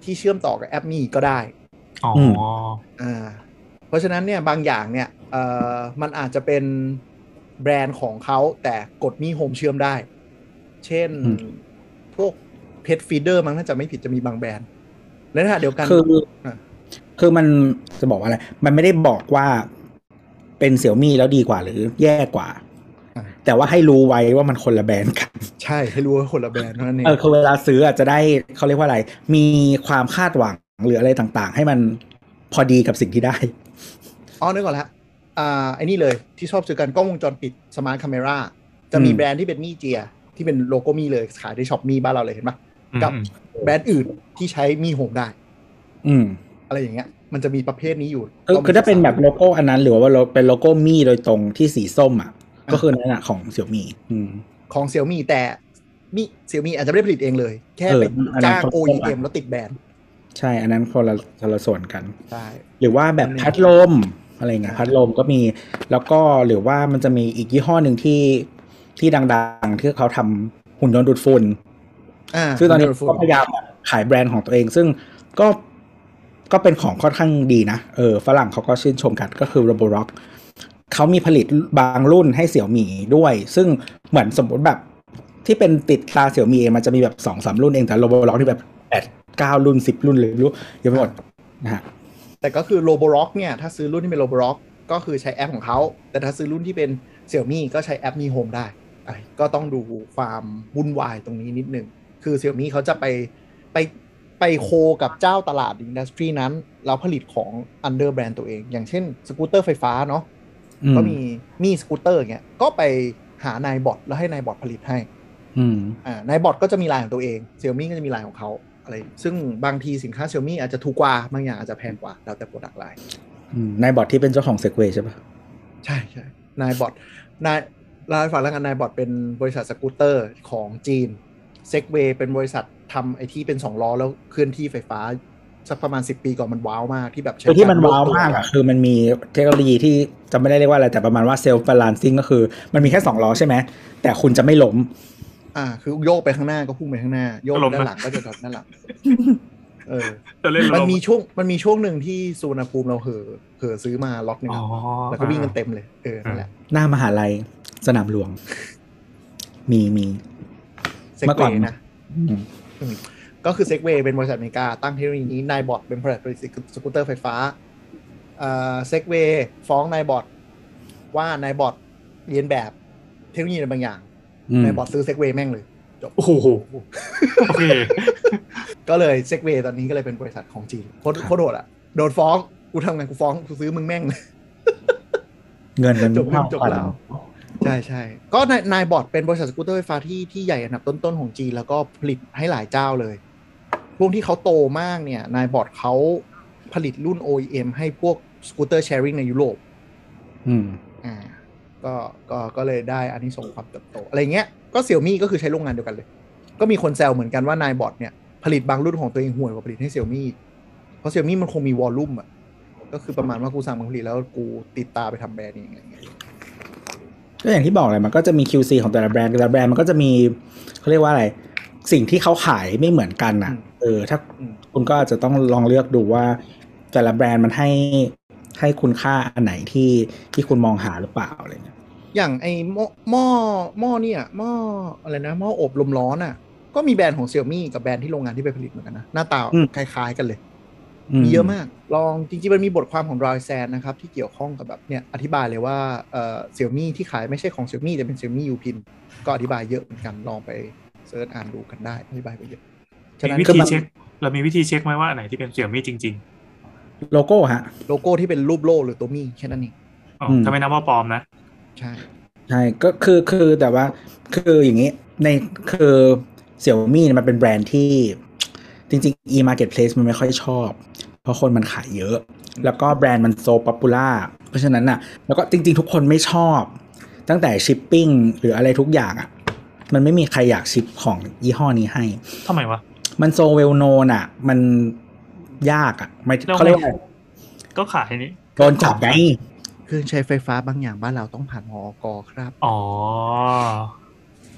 S3: ที่เชื่อมต่อกับแอปมีก็ได้
S2: อ๋อ
S3: อ่าเพราะฉะนั้นเนี่ยบางอย่างเนี่ยเอ่อมันอาจจะเป็นแบรนด์ของเขาแต่กดมีโฮมเชื่อมได้ เช่น
S4: อืม
S3: พวกเพจฟีเดอร์มั้งน่าจะไม่ผิดจะมีบางแบรนด์และในขณะเดียวกัน
S4: คือ
S3: อ่ะ
S4: คือมันจะบอกว่าอะไร มันไม่ได้บอกว่าเป็นเสี่ยวมีแล้วดีกว่าหรือแย่กว่า แต่ว่าให้รู้ไว้ว่ามันคนละแบรนด์กัน
S3: ใช่ให้รู้ว่าคนละแบรนด์เท่านั้นเอง
S4: เออคือเวลาซื้ออาจจะได้เขาเรียกว่าอะไร มีความคาดหวังหรืออะไรต่างๆ ให้มันพอดีกับสิ่งที่ได้
S3: อ๋อนึกก่อนละอ่าไอ้นี่เลยที่ชอบซื้อกันกล้องวงจรปิดสมาร์ทคาเมราจะมี
S4: อืม
S3: แบรนด์ที่เป็นมีเจีย ที่เป็นโลโก้มีเลยขายในช็อปมีบ้านเราเลยเห็นปะ กับ แบรนด์อื่นที่ใช้มีโฮมได้
S4: อืม
S3: อะไรอย่างเงี้ย มันจะมีประเภทนี้อยู่
S4: เออคือถ้าเป็นแบบโลโก้อันนั้น หรือว่าโลเป็นโลโก้มี่โดยตรงที่สีส้มอ่ะ ก็คือนั่นอะของเสี่ยวมี่อืม
S3: ของเซี่ยมี่แต่มีเซี่ยมี่อาจจะไม่ได้ผลิตเองเลย แค่ไป
S4: เอออันนั้น
S3: จ้าง
S4: เขาเข้า
S3: OEM แล้วติดแบรนด์
S4: ใช่ อันนั้นคนละคนละส่วนกัน
S3: ใช่
S4: หรือว่าแบบ
S3: อันนี้
S4: พัดลมอะไรเงี้ย
S3: อ่า
S4: พัดลมก็มี แล้วก็หรือว่ามันจะมีอีกยี่ห้อหนึ่งที่ที่ดังๆ ที่เขาทำหุ่นยนต์ดูดฝุ่น
S3: อ่า
S4: ซึ่งตอนนี้
S3: ฝุ่
S4: ก็พยายามขายแบรนด์ของตัวเอง ซึ่งก็ก็เป็นของค่อนข้างดีนะเออฝรั่งเขาก็ชื่นชมกันก็คือ r o b o r o c เขามีผลิตบางรุ่นให้เสี่ยวมีด้วย ซึ่งเหมือนสมมติแบบที่เป็นติดตาเสี่ยวมีเองมันจะมีแบบสองสามรุ่นเองแต่ r o b o r o c ที่แบบแปดเก้ารุ่นสิบรุ่นเลยไม่รู้เยอะไปหมดนะฮะ
S3: แต่ก็คือโลโบล็อกเนี่ย ถ้าซื้อรุ่นที่เป็นโลโบล็อกก็คือใช้แอปของเขา แต่ถ้าซื้อรุ่นที่เป็นเซี่ยมี่ก็ใช้แอปมีโฮมได้อ่ะก็ต้องดูความวุ่นวายตรงนี้นิดนึง คือเซี่ยมี่เขาจะไปไปไปโคกับเจ้าตลาดอินดัสทรีนั้น แล้วผลิตของอันเดอร์แบรนด์ตัวเอง อย่างเช่นสกูตเตอร์ไฟฟ้าเนาะ
S4: อื
S3: ก็มีมีสกูตเตอร์อย่างเงี้ยก็ไปหานายบอทแล้วให้นายบอทผลิตให้
S4: อืม
S3: อ่านายบอทก็จะมีลายของตัวเองเซี่ยมี่ก็จะมีลายของเขาอะไรซึ่งบางทีสินค้าเซี่ยมี่อาจจะถูกกว่า บางอย่างอาจจะแพงกว่า แล้วแต่โปรดักต์ไลน์
S4: อืมนายบอทที่เป็นเจ้าของเซกเวใช่ปะ
S3: ใช่ใช่นายบอทนายเราให้ฟังแล้วกันนายบอทเป็นบริษัทสกูตเตอร์ของจีนเซ็กเวเป็นบริษัททำไอที่เป็นสองล้อแล้วเคลื่อนที่ไฟฟ้า สักประมาณสิบปีก่อนมันว้าวมากที่แบบใช้
S4: คือที่มัน
S3: กรร
S4: ว้าว
S3: บตั
S4: มากอะคือมันมีเทคโนโลยีที่จะไม่ได้เรียกว่าอะไรแต่ประมาณว่าเซลฟ์บาลานซิ่งก็คือ มันมีแค่สองล้อใช่ไหมแต่คุณจะไม่ล้ม
S3: อ่าคือโยกไปข้างหน้าก็พุ่งไปข้างหน้า โยกไป
S2: อารมณ์
S3: ด้านหลังก็จะดรอปด้านห
S4: *laughs*
S3: ลัง เออ
S2: จะเล่น
S3: มัน
S2: ลง
S3: มีช่วงมันมีช่วงหนึ่งที่สุวรรณภูมิเราเหอเหอซื้อมาล็อตหนึ่ง
S2: อ๋อ
S3: อะแล้วก็วิ่งกันเต็มเลยเออนั่นแหละ
S4: หน้ามหาลัยสนามหลวง มีมี
S3: เซ็ก
S4: เมื่อ
S3: เว
S4: ก่อน
S3: ย์นะ
S4: อืม
S3: ก็คือเซ็กเวย์เป็นบริษัทอเมริกา ตั้งเทคโนโลยีนี้นายบอดเป็นบริษัทผลิตสกูตเตอร์ไฟฟ้าเอ่อเซ็กเวย์ฟ้องนายบอดว่านายบอดเรียนแบบเทคโนโลยีอะไรบางอย่าง
S4: อืม
S3: นายบอดซื้อเซ็กเวย์แม่งเลย
S2: โอ้โหโอเค
S3: *laughs* ก็เลยเซ็กเวย์ตอนนี้ก็เลยเป็นบริษัทของจีนโคตรโคตรโดดอ่ะโดนฟ้องกูทำงานกูฟ้องกูซื้อมึงแม่งเลย
S4: เงินมัน
S3: จบเรื่องจบ
S4: ฝัน
S3: แล้ว ใช่ใช่ก็นายนายบอดเป็นบริษัทสกูตเตอร์ไฟฟ้าที่ที่ใหญ่อันดับต้น ๆ ของจีน แล้วก็ผลิตให้หลายเจ้าเลย พวกที่เขาโตมากเนี่ยนายบอดเขาผลิตรุ่น OEM ให้พวกสกูตเตอร์แชร์ริงในยุโรป
S4: อืม
S3: อ่าก็ก็ก็เลยได้อันนี้ส่งส์ความเติบโต อะไรเงี้ยก็เสี่ยวมี่ก็คือใช้โรงงานเดียวกันเลย ก็มีคนแซวเหมือนกันว่านายบอดเนี่ยผลิตบางรุ่นของตัวเองห่วยกว่าผลิตให้เสี่ยวมี่เพราะเสี่ยวมี่มันคงมีวอลลุ่มอ่ะก็คือประมาณว่ากูสั่งมึงผลิตแล้วกูติดตาไปทำแบรนด์เองอะไรเงี้ย
S4: ก็อย่างที่บอกเลยมันก็จะมี QC ของแต่ละแบรนด์แต่ละแบรนด์มันก็จะมีเขาเรียกว่าอะไร สิ่งที่เขาขายไม่เหมือนกันน่ะ เออ ถ้า
S3: อืม
S4: คุณก็อาจจะต้องลองเลือกดูว่า แต่ละแบรนด์มันให้ให้คุณค่าอันไหนที่ที่คุณมองหาหรือเปล่าอะไรเงี้ย
S3: อย่างไอ้หม้อหม้อหม้อเนี่ยหม้ออะไรนะหม้ออบลมร้อนอ่ะ ก็มีแบรนด์ของเซี่ยมี่กับแบรนด์ที่โรงงานที่ไปผลิตเหมือนกันนะ หน้าตาคล้ายๆกันเลย มีเยอะมาก ลองจริงๆ มันมีบทความของ r ร y แซนนะครับ ที่เกี่ยวข้องกับแบบเนี่ยอธิบายเลยว่าเอ่อเซี่ยมี่ที่ขายไม่ใช่ของเซี่ยมี่แต่เป็นเซี่ยมี่ยูพินก็อธิบายเยอะเหมือนกันลองไปเซิร์ชอ่านดูกันได้อธิบายไปเยอะฉะนั้น
S2: มีวิ
S3: คือ
S2: ธี
S3: มัน
S2: เช็ค เรามีวิธีเช็คไหมว่าอันไหนที่เป็นเสี่ยมี่จริง
S4: โลโก้ฮะ
S3: โลโก้ที่เป็นรูปโล่หรือตัวมี่แค่นั้นเอง
S2: ๆอ๋ออ
S4: ม
S2: ถ้าไม่นับว่าปลอมนะ
S3: ใช่
S4: ใช่ก็คือคือแต่ว่าคืออย่างนี้ในคือเสี่ยมี่ยมันเป็นแบรนด์ที่จริงๆ e-marketplace มันไม่ค่อยชอบ เพราะคนมันขายเยอะ แล้วก็แบรนด์มันโซป๊อปปูล่าเพราะฉะนั้นน่ะ แล้วก็จริง ๆ ทุกคนไม่ชอบ ตั้งแต่ชิปปิ้งหรืออะไรทุกอย่างอ่ะ มันไม่มีใครอยากชิปของยี่ห้อนี้ให้
S2: ทำไมวะ
S4: มันโซเวลโนน่ะ มันยากอ่ะไม่
S2: แล้ว
S4: เขาเรียกว่า
S2: ก็ขายอันนี้
S4: โดนจับไง
S3: เครื่องใช้ไฟฟ้าบางอย่างบ้านเราต้องผ่านมอกครับ
S2: อ๋อ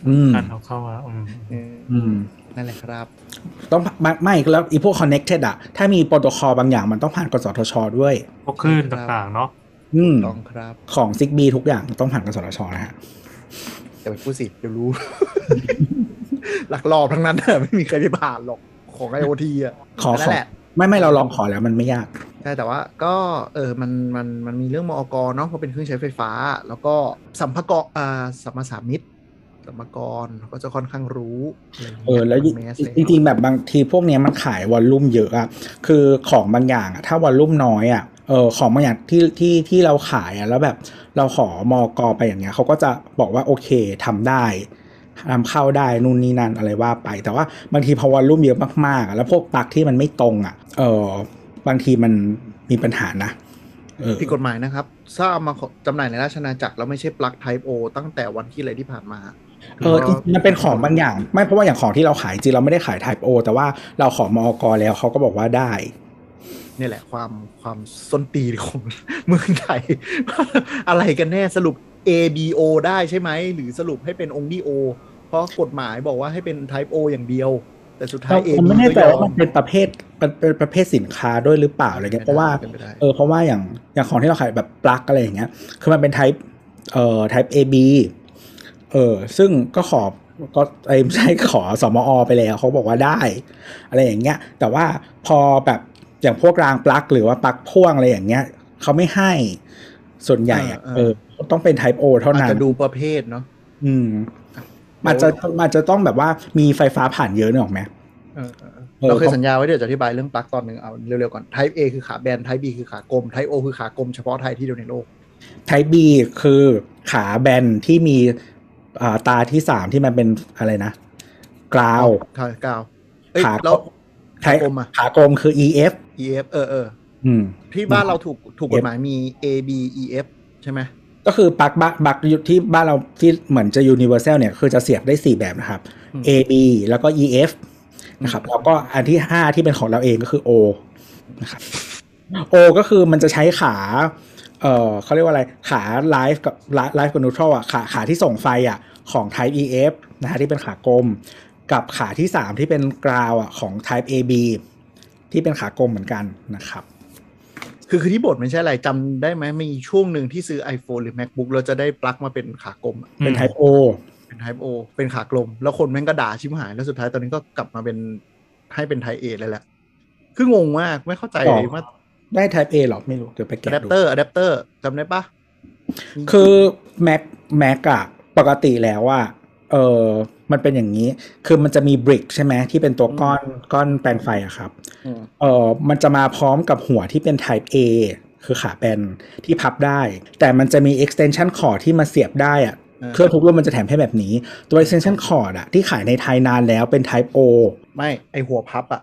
S4: อืม
S2: อันเอาเข้ามาอืม
S3: เออ
S4: อืม
S3: นั่นแหละครับ
S4: ต้องไม่ไม่แล้วอีพวก connected อะถ้ามีโปรโตคอลบางอย่างมันต้องผ่านกสทช ด้วย
S2: พวกคลื่นต่างๆ เนาะ
S4: อืม
S3: ต้องครับ
S4: ของซิกบีทุกอย่างต้องผ่านกสทช นะฮะ
S3: แต่าไปพูดสิเดี๋ยวรู้ *laughs* หลักรอบทั้งนั้นน่ *laughs* ะไม่มีใครไปผ่านหรอกของไอโอทีอ่ะ
S4: ขอ
S3: นั่น
S4: ขอ
S3: แหละ
S4: ไม่ไม่เราลองขอแล้วมันไม่ยาก
S3: ใช่แต่ว่าก็เออมันมันมันมีเรื่องมอกเนาะเพราะเป็นเครื่องใช้ไฟฟ้า แล้วก็สัมภากระอ่าสัมมาสามิตรสัมภากรก็จะค่อนข้างรู้ะไรย่างงี้
S4: เอ
S3: ย
S4: อแล้ว
S3: มส
S4: จริงๆแบบบางทีพวกเนี้ยมันขายวอลลุ่มเยอะอะคือของบางอย่างอะถ้าวอลลุ่มน้อยอะเออของบางอย่างที่ที่ที่เราขายอะแล้วแบบเราขอมอกอไปอย่างเงี้ยเขาก็จะบอกว่าโอเคทำได้นำเข้าได้นู่นนี่นั่นอะไรว่าไป แต่ว่าบางทีพอวอลลุ่มเยอะมากๆอะแล้วพวกปลักที่มันไม่ตรงอะเออบางทีมันมีปัญหานะเออ
S3: ผิดกฎหมายนะครับถ้าเอามาจำหน่ายในราชนาจักรแล้วไม่ใช่ปลั๊ก Type O ตั้งแต่วันที่อะไรที่ผ่านมา
S4: เออจริงๆมันเป็นของบางอย่าง ไม่เพราะว่าอย่างของที่เราขายจริงเราไม่ได้ขาย Type O แต่ว่าเราขอมอกอแล้วเขาก็บอกว่าได้
S3: เนี่ยแหละความความส้นตีนของ *laughs* เมืองไทย อะไรกันแน่สรุป A B O ได้ใช่ไหม หรือสรุปให้เป็นองค์ดีโอ เพราะกฎหมายบอกว่าให้เป็น Type O อย่างเดียว แต่สุดท้าย A
S4: ผม
S3: B
S4: ไม่แน่ใจ
S3: ก็ยอ
S4: ว่ามันเป็นประเภทมันเป็นประเภทสินค้าด้วยหรือเปล่าอะไรเงี้ยเพราะว่า
S3: ป็นไปได้
S4: เออเพราะว่าอย่างอย่างของที่เราขายแบบปลั๊กอะไรอย่างเงี้ยคือมันเป็น type เอ่อ type AB เออซึ่งก็ขอก็ไอ้ยไม่ใช่ขอสมอไปแล้วเขาบอกว่าได้ อะไรอย่างเงี้ยแต่ว่าพอแบบอย่างพวกรางปลั๊กหรือว่าปลั๊กพ่วงอะไรอย่างเงี้ยเขาไม่ให้ส่วนใหญ่อะเออต้องเป็น type O เท่า
S3: อาจ
S4: นั้น
S3: จะดูประเภทเนาะ
S4: อืมอาจจะอาจจะต้องแบบว่ามีไฟฟ้าผ่านเยอะเนกออกไหม
S3: เออเออเออ
S4: เออ
S3: เราเคยสัญญาไว้เดี๋ยวจะอธิบายเรื่องปลั๊กตอนหนึ่งเอาเร็วๆก่อน Type A คือขาแบน Type B คือขากลม Type O คือขากลมเฉพาะไทยที่เดียวในโลก
S4: Type B คือขาแบนที่มีอ่าตาที่สามที่มันเป็นอะไรนะ กราว
S3: ขากาวเอ้ย
S4: ขา
S3: แล้ว
S4: ขาก
S3: กลมอะ
S4: ขากลมคือ EF
S3: E F เออเออ
S4: อืม
S3: ที่บ้านเราถูกถูกกฎหมายมี A B E F ใช่ไหม
S4: ก็คือปลั๊กบักบักที่บ้านเราที่เหมือนจะ universal เนี่ย คือจะเสียบได้ 4 แบบนะครับ
S3: อืม
S4: A B แล้วก็ E F นะครับ แล้วก็อันที่ 5 ที่เป็นของเราเองก็คือ O นะครับโอก็คือมันจะใช้ขา เออเขาเรียกว่าอะไร ขาไลฟ์กับไลฟ์กับนูทรัลอ่ะ ขาขาที่ส่งไฟอ่ะ ของ type ef นะฮะที่เป็นขากลม กับขาที่ 3 ที่เป็นกราวอ่ะ ของ type ab ที่เป็นขากลมเหมือนกันนะครับ
S3: คือคือที่บทมันใช่อะไรจำได้ไหมมีช่วงหนึ่งที่ซื้อ iPhone หรือ macbook เราจะได้ปลั๊กมาเป็นขากลมอะ
S4: เป็น
S2: อืม
S4: type o
S3: เป็น type o เป็นขากลม แล้วคนแม่งก็ด่าชิบหาย แล้วสุดท้ายตอนนี้ก็กลับมาเป็นให้เป็น type a เลยแหละ คืองงมากไม่เข้าใจเลยว่า
S4: ได้ type a หรอ ไม่รู้ เดี๋ยวไป
S3: อะ
S4: แกะ
S3: แดป
S4: ดู
S3: เตอร์อะแดปเตอร์จำได้ปะ
S4: คือ Mac Mac อะปกติแล้วอะเออมันเป็นอย่างนี้ คือมันจะมีบริกใช่ไหมที่เป็นตัวก้อนก้อนแปลงไฟอะครับ
S3: อืม
S4: เออมันจะมาพร้อมกับหัวที่เป็น Type A คือขาแปนที่พับได้ แต่มันจะมี extension cord ที่มาเสียบได้อะเครื่องทุกรุ่นมันจะแถมให้แบบนี้ ตัว extension cord อะที่ขายในไทยนานแล้วเป็น Type O
S3: ไม่ไอหัวพับอะ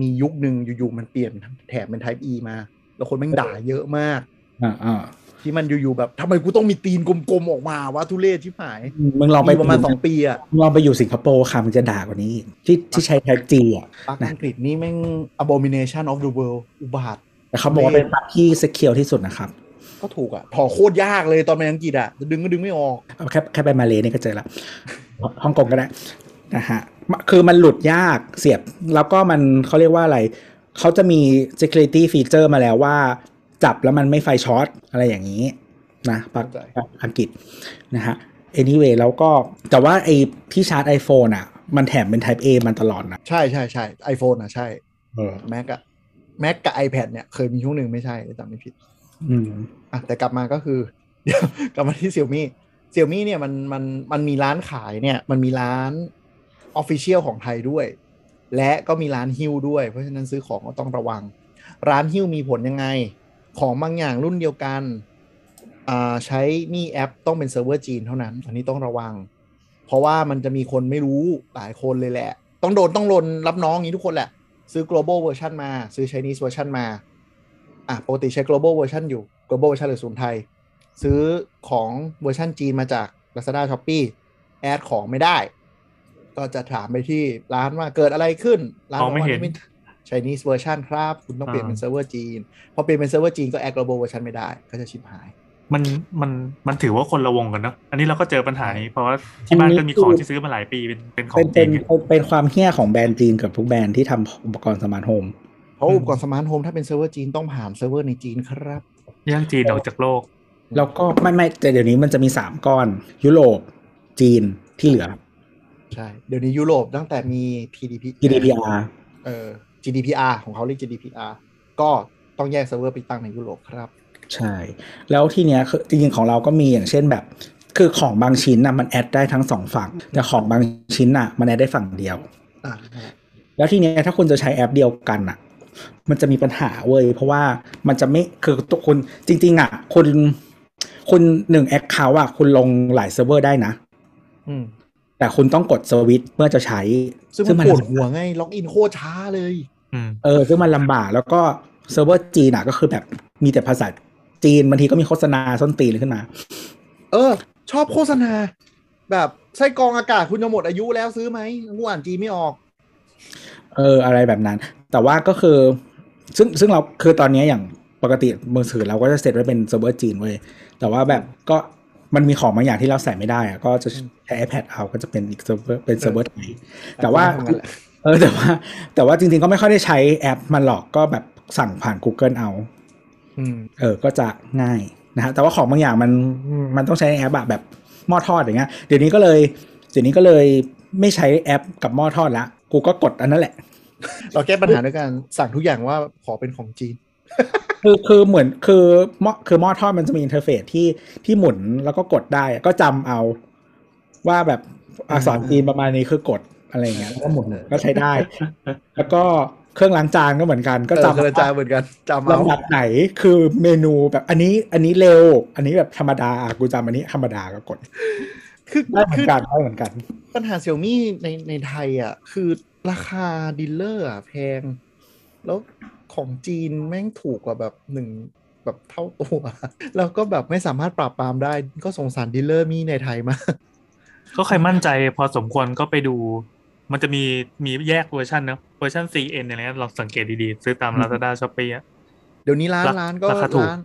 S3: มียุคหนึ่งอยู่ๆมันเปลี่ยนแถมเป็น type e มา แล้วคนแม่งด่าเยอะมาก
S4: อ่าอ่า
S3: ที่มันอยู่ๆแบบทำไมกูต้องมีตีนกลมๆออกมาวะทุเรศชิบหาย
S4: มึงลองไป
S3: มีประมาณสองปีอะ
S4: มึงลองไปอยู่สิงคโปร์ค่ะมึงจะด่ากว่านี้อีกที่ที่ใช้ Type G อะ
S3: ปลักอังกฤษนี่แม่ง abomination of the world อุบาท
S4: แต่เขาบอกว่าเป็นปลั๊กที่เซเคียวที่สุดนะครับ
S3: ก็ถูกอะถอดโคตรยากเลยตอนไปอังกฤษอะจะดึงก็ดึงไม่ออก
S4: เอาแค่แค่ไปมาเลเนี่ยก็เจอละ *laughs* ฮ่องกงก็ได้นะฮะมาคือมันหลุดยากเสียบ แล้วก็มันเขาเรียกว่าอะไร เขาจะมี security feature มาแล้วว่า จับแล้วมันไม่ไฟช็อตอะไรอย่างนี้ นะปลัก
S3: เข้าใจ
S4: ปลักอังกฤษนะฮะ anyway แล้วก็แต่ว่าไอ้ที่ชาร์จ iPhone อ่ะ มันแถมเป็น Type A มันตลอดนะ
S3: ใช่ใช่ใช่ไอโฟนอะใช่
S4: เออ
S3: แม็กอะแม็กกับ iPad เนี่ยเคยมีช่วงหนึ่งไม่ใช่จำไม่ผิด
S4: อืม
S3: อ่ะแต่กลับมาก็คือ *laughs* เดี๋ยวกลับมาที่เซี่ยมี่เซี่ยมี่เนี่ยมันมันมันมีร้านขายเนี่ย มันมีร้านออฟฟิเชียลของไทยด้วย และก็มีร้านฮิ้วด้วย เพราะฉะนั้นซื้อของก็ต้องระวัง ร้านฮิ้วมีผลยังไง ของบางอย่างรุ่นเดียวกันอ่าใช้นี่แอปต้องเป็นเซิร์ฟเวอร์จีนเท่านั้น อันนี้ต้องระวัง เพราะว่ามันจะมีคนไม่รู้หลายคนเลยแหละ ต้องโดนต้องลนรับน้องอย่างนี้ทุกคนแหละ ซื้อ global version มา ซื้อ Chinese version มา อ่ะ ปกติใช้ global version อยู่ global version หรือศูนย์ไทย ซื้อของเวอร์ชันจีนมาจาก Lazada Shopee แอดของไม่ได้ ก็จะถามไปที่ร้านว่าเกิดอะไรขึ้น ร้าน
S2: มองไม่เห็น
S3: ใ i น e s e version ครับ คุณต้องเปลี่ยนเป็นเซิร์ฟเวอร์จีน พอเปลี่ยนเป็นเซิร์ฟเวอร์จีนก็แอด global version ไม่ได้ ก็จะชิบหาย
S2: มันมันมันถือว่าคนละวงกันเนาะอันนี้เราก็เจอปัญหานี้ เพราะว่าที่บ้านก็มีของที่ซื้อมาหลายปีเป็นเป็นของ
S4: เป็น
S2: จริ
S4: เป็
S2: ง
S4: นเป็นความเฮี้ยของแบรนด์จีนเกับทุกแบรนด์ที่ทำอุปกรณ์สมาร์ทโฮม
S3: เพราะอุปกรณ์สมาร์ทโฮมถ้าเป็นเซิร์ฟเวอร์จีนต้องผ่านเซิร์ฟเวอร์ในจีนครับ
S2: แย่งจีนออกจากโลก
S4: แล้วก็ไม่ไม่แต่เดี๋ยวนี้มันจะมีสามก้อน ยุโรปจีนที่เหลือ
S3: ใช่ เดี๋ยวนี้ยุโรปตั้งแต่มี PDP
S4: GDPR
S3: เออ GDPR ของเขาเรียก GDPR ก็ต้องแยกเซิร์ฟเวอร์ไปตั้งในยุโรปครับ
S4: ใช่ แล้วทีเนี้ยคือจริงๆของเราก็มีอย่างเช่นแบบ คือของบางชิ้นนะมันแอดได้ทั้งสองฝั่ง แต่ของบางชิ้นน่ะ มันแอดได้ฝั่งเดียว
S3: อ่า
S4: แล้วทีเนี้ยถ้าคุณจะใช้แอปเดียวกันอ่ะ มันจะมีปัญหาเว้ยเพราะว่ามันจะไม่คือตัวคุณจริง ๆ อ่ะ คุณคุณหนึ่งแอคเคาท์อ่ะคุณลงหลายเซิร์ฟเวอร์ได้นะ
S3: อืม
S4: แต่คุณต้องกดสวิตช์เมื่อจะใช้
S3: ซึ่งมันปวดหัวไง ล็อกอินโคตรช้าเลย
S2: อืม
S4: เออซึ่งมันลำบากแล้วก็เซิร์ฟเวอร์จีนอ่ะก็คือแบบมีแต่ภาษาจีนบางทีก็มีโฆษณาส้นตีนขึ้นมา
S3: เออ ชอบโฆษณา แบบไส้กรองอากาศคุณจะหมดอายุแล้วซื้อไหมกูอ่านจีนไม่ออก
S4: เอออะไรแบบนั้น แต่ว่าก็คือ ซึ่งซึ่งเราคือตอนเนี้ยอย่างปกติมือถือเราก็จะเซตไว้เป็นเซิร์ฟเวอร์จีนเว้ยแต่ว่าแบบก็มันมีของบางอย่างที่เราใส่ไม่ได้อะก็จะใช้ iPad เอาก็จะเป็นอีกเซิร์ฟเวอร์เป็นเซิร์ฟเวอร์ไทยแต่ว่า
S3: แต่ก็ไม่ทำกันแหละ
S4: เออแต่ว่า แต่ว่าจริงๆก็ไม่ค่อยได้ใช้แอปมันหรอกก็แบบสั่งผ่าน Google เอา
S3: อืม
S4: เออ ก็จะง่ายนะฮะ แต่ว่าของบางอย่างมัน มันต้องใช้ในแอปอะแบบหม้อทอดอย่างเงี้ย เดี๋ยวนี้ก็เลย เดี๋ยวนี้ก็เลยไม่ใช้แอปกับหม้อทอดละ กูก็กดอันนั้นแหละ
S3: เราแก้ปัญหาด้วยการสั่งทุกอย่างว่าขอเป็นของจีน
S4: คือ คือเหมือน คือหม้อ คือหม้อทอดมันจะมีอินเทอร์เฟซที่ ที่หมุนแล้วก็กดได้อะก็จำเอาว่าแบบอักษรจีนประมาณนี้คือกดอะไรอย่างเงี้ยแล้วก็หมุน ก็ใช้ได้ แล้วก็เครื่องล้างจานก็เหมือนกัน ก็
S3: ก็จำ
S4: จำ
S3: กระจายเหมือนกันจำเอา
S4: ลำดับไหนคือเมนูแบบอันนี้อันนี้เร็ว อันนี้แบบธรรมดาอ่ะกูจำอันนี้ธรรมดาก็กด
S3: คือ
S4: ได้เหมือ
S3: คื
S4: น
S3: อ
S4: กันได้เหมือนกัน
S3: ปัญหาเซี่ยมี่ในในไทยอ่ะ คือราคาดีลเลอร์อ่ะแพง แล้วของจีนแม่งถูกกว่าแบบหนึ่งแบบเท่าตัว *laughs* แล้วก็แบบไม่สามารถปราบปรามได้ ก็สงสารดีลเลอร์มีในไทยมาก *laughs*
S2: ก็ใครมั่นใจพอสมควรก็ไปดู มันจะมีมีแยกเวอร์ชันเนอะเวอร์ชัน CN อะไรเงี้ยลองสังเกตดีๆ ซื้อตาม Lazada Shopee อะ
S3: เดี๋ยวนี้ร้าน
S2: ราคา
S3: ร้านก็
S2: ราคาถูก
S3: ร้าน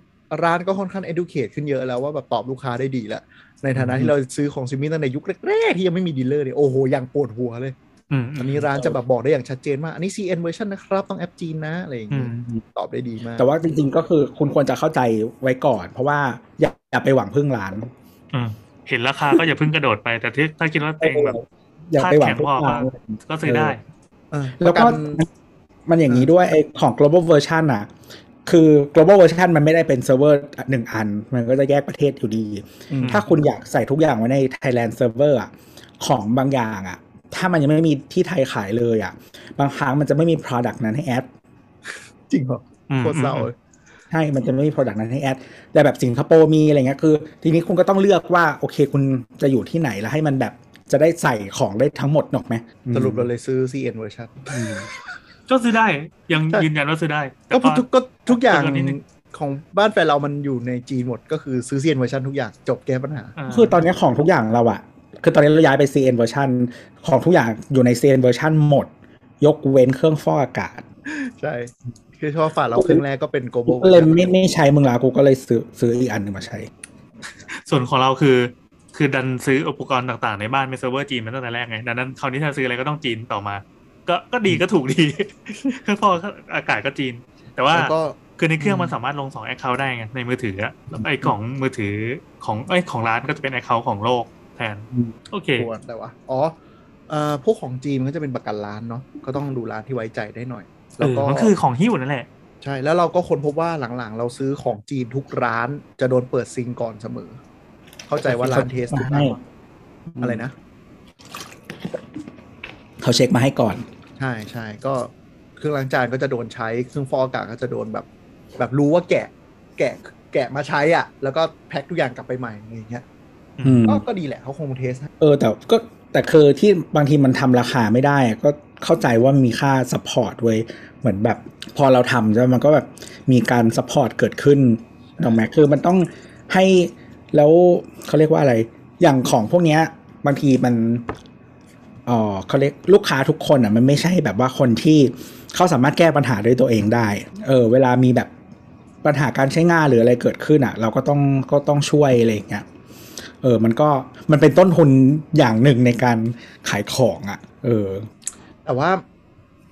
S3: ร้านก็ค่อนข้าง educate ขึ้นเยอะแล้วว่าแบบตอบลูกค้าได้ดีแล้วในฐานะที่เราซื้อของซิมมี่ตั้งแต่ยุคแรกๆ ที่ยังไม่มีดีลเลอร์เนี่ยโอ้โหอย่างปวดหัวเลย
S2: อืม
S3: อันนี้ร้านจะแบบบอกได้อย่างชัดเจนว่าอันนี้ CN version นะครับต้องแอปจีนนะอะไรอย่าง
S2: อื
S3: เงี้
S2: ม
S3: ยตอบได้ดีมาก
S4: แต่ว่าจริงๆก็คือคุณควรจะเข้าใจไว้ก่อน เพราะว่าอย่าอย่าไปหวังพึ่งร้าน
S2: อืมเห็นราคาก็อย่าเพิ่งกระโดดไป แต่ที่ถ้าคิดว่าตัวเองแบบ
S4: อย่าไปหวังพึ่งร้าน
S2: ก็ซื้อได้
S3: เออ
S4: แล้ว
S3: ป
S4: ก็
S3: ระน
S4: มันอย่างนี้ด้วยไอของ global version อ่ะ คือ global version มันไม่ได้เป็นเซิร์ฟเวอร์หนึ่งอัน มันก็จะแยกประเทศอยู่ดี
S3: อืม
S4: ถ้าคุณอยากใส่ทุกอย่างไว้ใน Thailand server อ่ะ ของบางอย่างอ่ะ ถ้ามันยังไม่มีที่ไทยขายเลยอ่ะ บางครั้งมันจะไม่มี product นั้นให้แอด
S3: จริงเหรอ
S2: อืม
S3: โคตรเศร้าเลย
S4: ใช่ มันจะไม่มี Product นั้นให้แอด แต่แบบสิงคโปร์มีอะไรเงี้ย คือ ทีนี้คุณก็ต้องเลือกว่า โอเค คุณจะอยู่ที่ไหนแล้วให้มันแบบจะได้ใส่ของได้ทั้งหมดหนอกไหม
S3: สรุปเราเลยซื้อ CN version
S2: ก็ซื้อได้ยัง
S3: ใช่
S2: ยืนยันว่าซื้อได้แต่
S3: ก็
S2: ก็
S3: ทุกก็ทุกอย่าง
S2: ก็นิดนึง
S3: ของบ้านแฟนเรามันอยู่ในจีนหมดก็คือซื้อ CN version ทุกอย่างจบแก้ปัญหา
S2: อ่า
S4: คือตอนนี้ของทุกอย่างเราอะคือตอนนี้เราย้ายไป CN version ของทุกอย่างอยู่ใน CN version หมด ยกเว้นเครื่องฟอกอากาศ
S3: ใช่คือชอบฝาเราเครื่องแรกก็เป็น global
S4: ก็เลยไม่ไม่ใช้มึงละกูก็เลยซื้อซื้ออีกอันหนึ่งมาใช้
S2: ส่วนของเราคือ คือดันซื้ออุปกรณ์ต่างๆ ในบ้านเป็นเซิร์ฟเวอร์จีนมาตั้งแต่แรกไงดังนั้นคราวนี้ถ้าซื้ออะไรก็ต้องจีนต่อมา ก็ก็ดีก็ถูกดี *laughs* เครื่องฟอกอากาศก็จีน แต่ว่า
S3: แล้วก็
S2: คือในเครื่อง
S3: อืม
S2: มันสามารถลงสองแอคเคาท์ได้ไงในมือถืออะแล้วไอ้ของมือถือของไอ้ยของร้านก็จะเป็นแอคเคาท์ของโลกแทน
S4: อืม
S2: โอเค
S3: ควรแต่ว่าอ๋อเอ่อพวกของจีนมันก็จะเป็นประกันร้านเนาะก็ต้องดูร้านที่ไว้ใจได้หน่อย
S2: เอ
S3: แล้ว
S2: อ
S3: ก็
S2: มันคือของฮิ้วนั่นแหละ
S3: ใช่แล้วเราก็ค้นพบว่าหลังๆ เราซื้อของจีนทุกร้านจะโดนเปิดซิงก่อนเสมอ เข้าใจว่าร้านเทสทุกร้านอะไรนะ
S4: เขาเช็คมาให้ก่อน
S3: ใช่ใช่ก็เครื่องล้างจานก็จะโดนใช้เครื่องฟอกอากาศก็จะโดนแบบ แบบรู้ว่าแกะ แกะแกะมาใช้อ่ะ แล้วก็แพ็คทุกอย่างกลับไปใหม่อะไรอย่างเงี้ย
S4: อืม
S3: ก็ก็ดีแหละเขาคงเทสให้
S4: เออแต่ก็แต่คือที่บางทีมันทำราคาไม่ได้อะก็เข้าใจว่ามีค่าสปอร์ตเว้ยเหมือนแบบพอเราทำใช่ไหมมันก็แบบมีการสปอร์ตเกิดขึ้นนอกไหมคือมันต้องให้แล้วเขาเรียกว่าอะไร อย่างของพวกเนี้ย บางทีมันเออเขาเรียกลูกค้าทุกคนอ่ะมันไม่ใช่แบบว่าคนที่เขาสามารถแก้ปัญหาด้วยตัวเองได้ เออ เวลามีแบบปัญหาการใช้งานหรืออะไรเกิดขึ้นอ่ะ เราก็ต้องก็ต้องช่วยอะไรอย่างเงี้ย เออ มันก็มันเป็นต้นทุนอย่างหนึ่งในการขายของอะ่ะ เออ
S3: แต่ว่า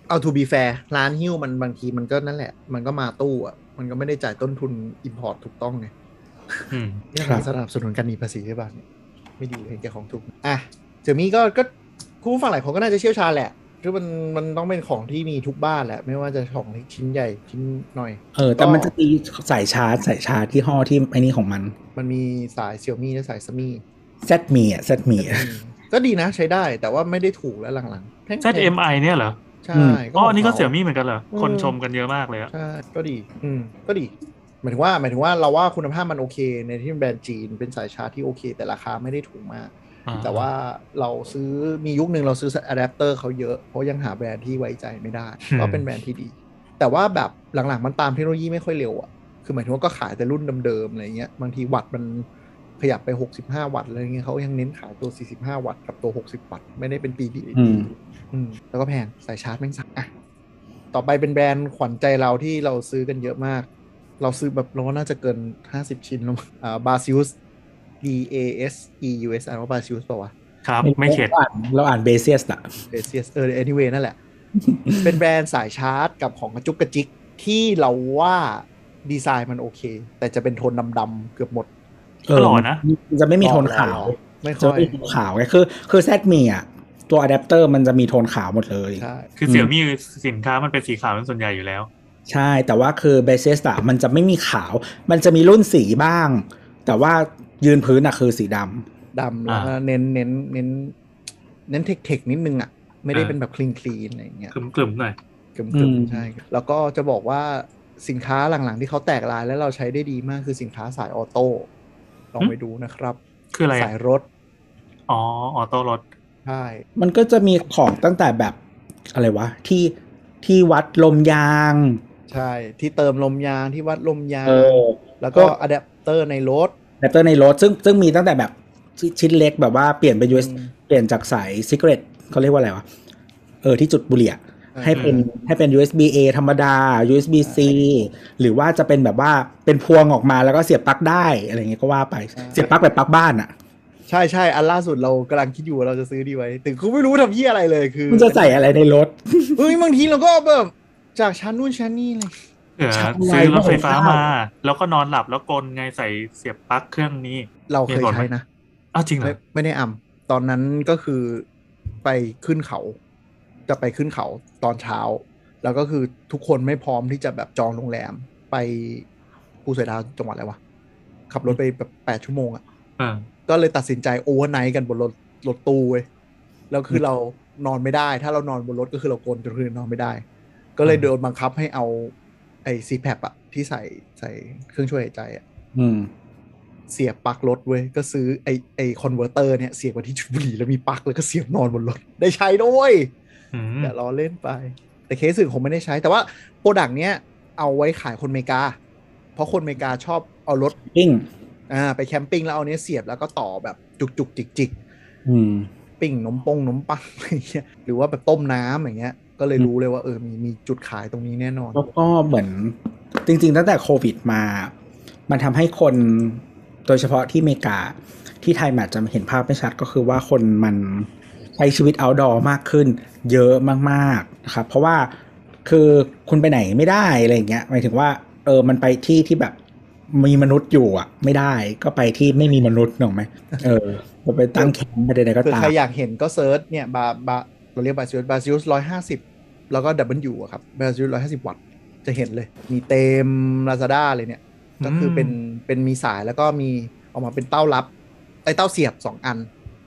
S3: เอา to be fair ร้านหิ้วมันบางทีมันก็นั่นแหละ มันก็มาตู้อ่ะ มันก็ไม่ได้จ่ายต้นทุน import ถูกต้องไง
S2: อืม
S3: เนี่ย
S4: ครับ
S3: มันสนับสนุนการมีภาษีใช่ป่ะเนี่ยไม่ดีเลยแกของถูกอ่ะเจมี่ก็ก็คุณผู้ฟังหลายคนก็น่าจะเชี่ยวชาญแหละคือมันมันต้องเป็นของที่มีทุกบ้านแหละ ไม่ว่าจะของเล็กชิ้นใหญ่ชิ้นหน่อย
S4: เออ แต่มันจะมีสายชาร์จสายชาร์จที่ห้อที่ไอ้นี่ของมัน
S3: มันมีสายเซี่ยมี่และสายซัมมี่
S4: z ซดมีอ่ะ z ซดมี
S3: ก็ดีนะใช้ได้แต่ว่าไม่ได้ถูกแล้วหลังๆแพงๆ
S2: ZMI เนี่ยเหรอ
S3: ใช่
S4: อืม
S2: อ๋ออันนี้ก็
S3: ขงขา
S2: เสี่ยมี่เหมือนกันเหรอ
S3: อืม
S2: คนชมกันเยอะมากเลยอะ
S3: ใช่ก็ดี อืมก็ดี หมายถึงว่าหมายถึงว่าเราว่าคุณภาพมันโอเค ในที่เป็นแบรนด์จีนเป็นสายชาร์จที่โอเค แต่ราคาไม่ได้ถูกมาก
S2: อ่
S3: แต่ว่าเราซื้อมียุคหนึ่งเราซื้ออะแดปเตอร์เขาเยอะ เพราะยังหาแบรนด์ที่ไว้ใจไม่ได้ ก็เป็นแบรนด์ที่ดี แต่ว่าแบบหลังๆมันตามเทคโนโลยีไม่ค่อยเร็วอะคือหมายถึงว่าก็ขายแต่รุ่นเดิมๆอะไรเงี้ยบางทีวัตต์มันขยับไป 65 วัตต์อะไรเงี้ยเขายังเน้นขายตัว 45 วัตต์กับตัว 60 วัตต์ไม่ได้เป็นปีดี
S4: อืม
S3: อืมแล้วก็แพงสายชาร์จแม่งสักอ่ะต่อไปเป็นแบรนด์ขวัญใจเราที่เราซื้อกันเยอะมาก เราซื้อแบบเราว่าน่าจะเกิน 50 ชิ้นแล้วมั้งอ่าบาซิอุส B A S E U S อ่านว่าบาซิอุสป่าวะ
S2: ครับ ไม่เข็ด
S4: ราอ่านเราอ่านเบเซียสอะ
S3: เบสเยสเออ anyway นั่นแหละ *laughs* เป็นแบรนด์สายชาร์จกับของกระจุกกระจิก ที่เราว่าดีไซน์มันโอเค แต่จะเป็นโทนดำๆเกือบหมด
S4: เออ
S2: ก็หล่อนะ
S4: มันจะไม่มีโทนขาว
S3: ไม่
S4: จะ
S3: ค่อย
S4: ไม่มีโทนขาวไงคือคือแซดมีอ่ะ ตัวอะแดปเตอร์มันจะมีโทนขาวหมดเลย
S3: ใช่
S2: คือเสี่ยมี่สินค้ามันเป็นสีขาวเป็นส่วนใหญ่อยู่แล้ว
S4: ใช่ แต่ว่าคือเบเซียสอะมันจะไม่มีขาว มันจะมีรุ่นสีบ้าง แต่ว่ายืนพื้นอะคือสีดำ
S3: ดำแล้วก็
S2: อ่า
S3: เน้นเน้นเน้นเน้นเทคเทคนิดนึงอ่ะ ไม่ได้เป็นแบบคลีนคลีนอะไรอย่างเงี้ย
S2: กลุ่มๆหน่อย
S3: กึ่
S4: อื
S3: ม
S4: ม
S3: ๆใช่ครับแล้วก็จะบอกว่าสินค้าหลังๆ ที่เขาแตกลายแล้วเราใช้ได้ดีมากคือสินค้าสายออโต้ลองไปดูนะครับ
S2: คืออะไรอะ
S3: สายรถ
S2: อ๋อออโต้รถ
S3: ใช่
S4: มันก็จะมีของตั้งแต่แบบอะไรวะ ที่ที่วัดลมยาง
S3: ใช่ที่เติมลมยางที่วัดลมยาง
S4: เออ
S3: แล้วก็
S4: ก็
S3: อะแดปเตอร์ในรถ
S4: แอปเตอร์ในรถซึ่งซึ่งมีตั้งแต่แบบชิชิ้นเล็กแบบว่าเปลี่ยนเป็น US
S3: อืม
S4: เปลี่ยนจากสายซิกเรตเขาเรียกว่าอะไรวะ เออที่จุดบุหรี่อะให้เป็นให้เป็น USB A ธรรมดา USB C หรือว่าจะเป็นแบบว่าเป็นพวงออกมาแล้วก็เสียบปลั๊กได้อะไรเงี้ยก็ว่าไปเสียบปลั๊กแบบปลั๊กบ้านอ่ะ
S3: ใช่ใช่อันล่าสุดเรากำลังคิดอยู่ว่าเราจะซื้อดีไว้แต่กูไม่รู้ทำยี่อะไรเลยคือ
S4: มันจะใส่อะไรในรถ
S3: เอ้ยบางทีเราก็แบบจากชั้นนู่นชั้นนี่เลย
S2: เออ
S4: ใช่
S2: ซื้อรถไฟฟ้ามา แล้วก็นอนหลับแล้วกลนไงใส่เสียบปลั๊กเครื่องนี้
S3: เราเคยใช้นะ
S2: อ้าวจริงเหร
S3: ไม่
S2: อ
S3: ไม่ได้อ่ำตอนนั้นก็คือไปขึ้นเขา จะไปขึ้นเขาตอนเช้า แล้วก็คือทุกคนไม่พร้อมที่จะแบบจองโรงแรม ไปภูสอยดาวจังหวัดอะไรวะขับรถไปแบบแปดชั่วโมงอะ
S2: เออ
S3: ก็เลยตัดสินใจโอเวอร์ไนท์กันบนรถรถตู้เว้ยแล้วคือเรานอนไม่ได้ ถ้าเรานอนบนรถก็คือเรากลนจนคืนนอนไม่ได้ ก็เลย
S2: อืม
S3: โดนบังคับให้เอาไอ้ซีแพอะที่ใส่ใส่เครื่องช่วยหายใจอะ
S4: อืม
S3: เสียบปลั๊กรถเว้ยก็ซื้อไอ้ไอ้คอนเวอร์เตอร์เนี่ยเสียบไว้ที่จุดบุหรี่แล้วมีปลั๊กแล้วก็เสียบนอนบนรถ ได้ใช้ด้วย
S2: อืม
S3: อย่าล้อเล่นไป แต่เคสอื่นผมไม่ได้ใช้ แต่ว่าโปรดักต์เนี้ยเอาไว้ขายคนอเมริกา เพราะคนอเมริกาชอบเอารถ
S4: ปิ้ง
S3: อ่าไปแคมปิ้งแล้วเอาเนี้ยเสียบแล้วก็ต่อแบบจุกจุกจิกจิกๆ
S4: อืม
S3: ปิ้งนมปงนมปัง *laughs* อะไรเงี้ยหรือว่าแบบต้มน้ำอย่างเงี้ย ก็เลยรู้เลยว่าเออมีมีจุดขายตรงนี้แน่นอน
S4: แล้วก็เหมือนจริงๆ ตั้งแต่โควิดมา มันทำให้คนโดยเฉพาะที่อเมริกา ที่ไทยมันอาจจะเห็นภาพไม่ชัดก็คือว่าคนมันใช้ชีวิต outdoor มากขึ้น เยอะมากๆนะครับ เพราะว่าคือคุณไปไหนไม่ได้อะไรอย่างเงี้ยหมายถึงว่า เออมันไปที่ที่แบบมีมนุษย์อยู่อ่ะ ไม่ได้ก็ไปที่ไม่มีมนุษย์หนกออกไหมเออไปตั้งแคมป์ไปใดๆก็
S3: คือ
S4: ตาม
S3: ใครอยากเห็นก็เซิร์ชเนี่ยบาบาเราเรียกบาซิลบาซิลร้อยห้าสิบแล้วก็ดับเบิลยูครับบาซิลร้อยห้าสิบวัตต์จะเห็นเลย มีเต็มลาซาด้าเลยเนี่ย ก็คือเป็นเป็นมีสายแล้วก็มีออกมาเป็นเต้ารับไอยเต้าเสียบ 2 อัน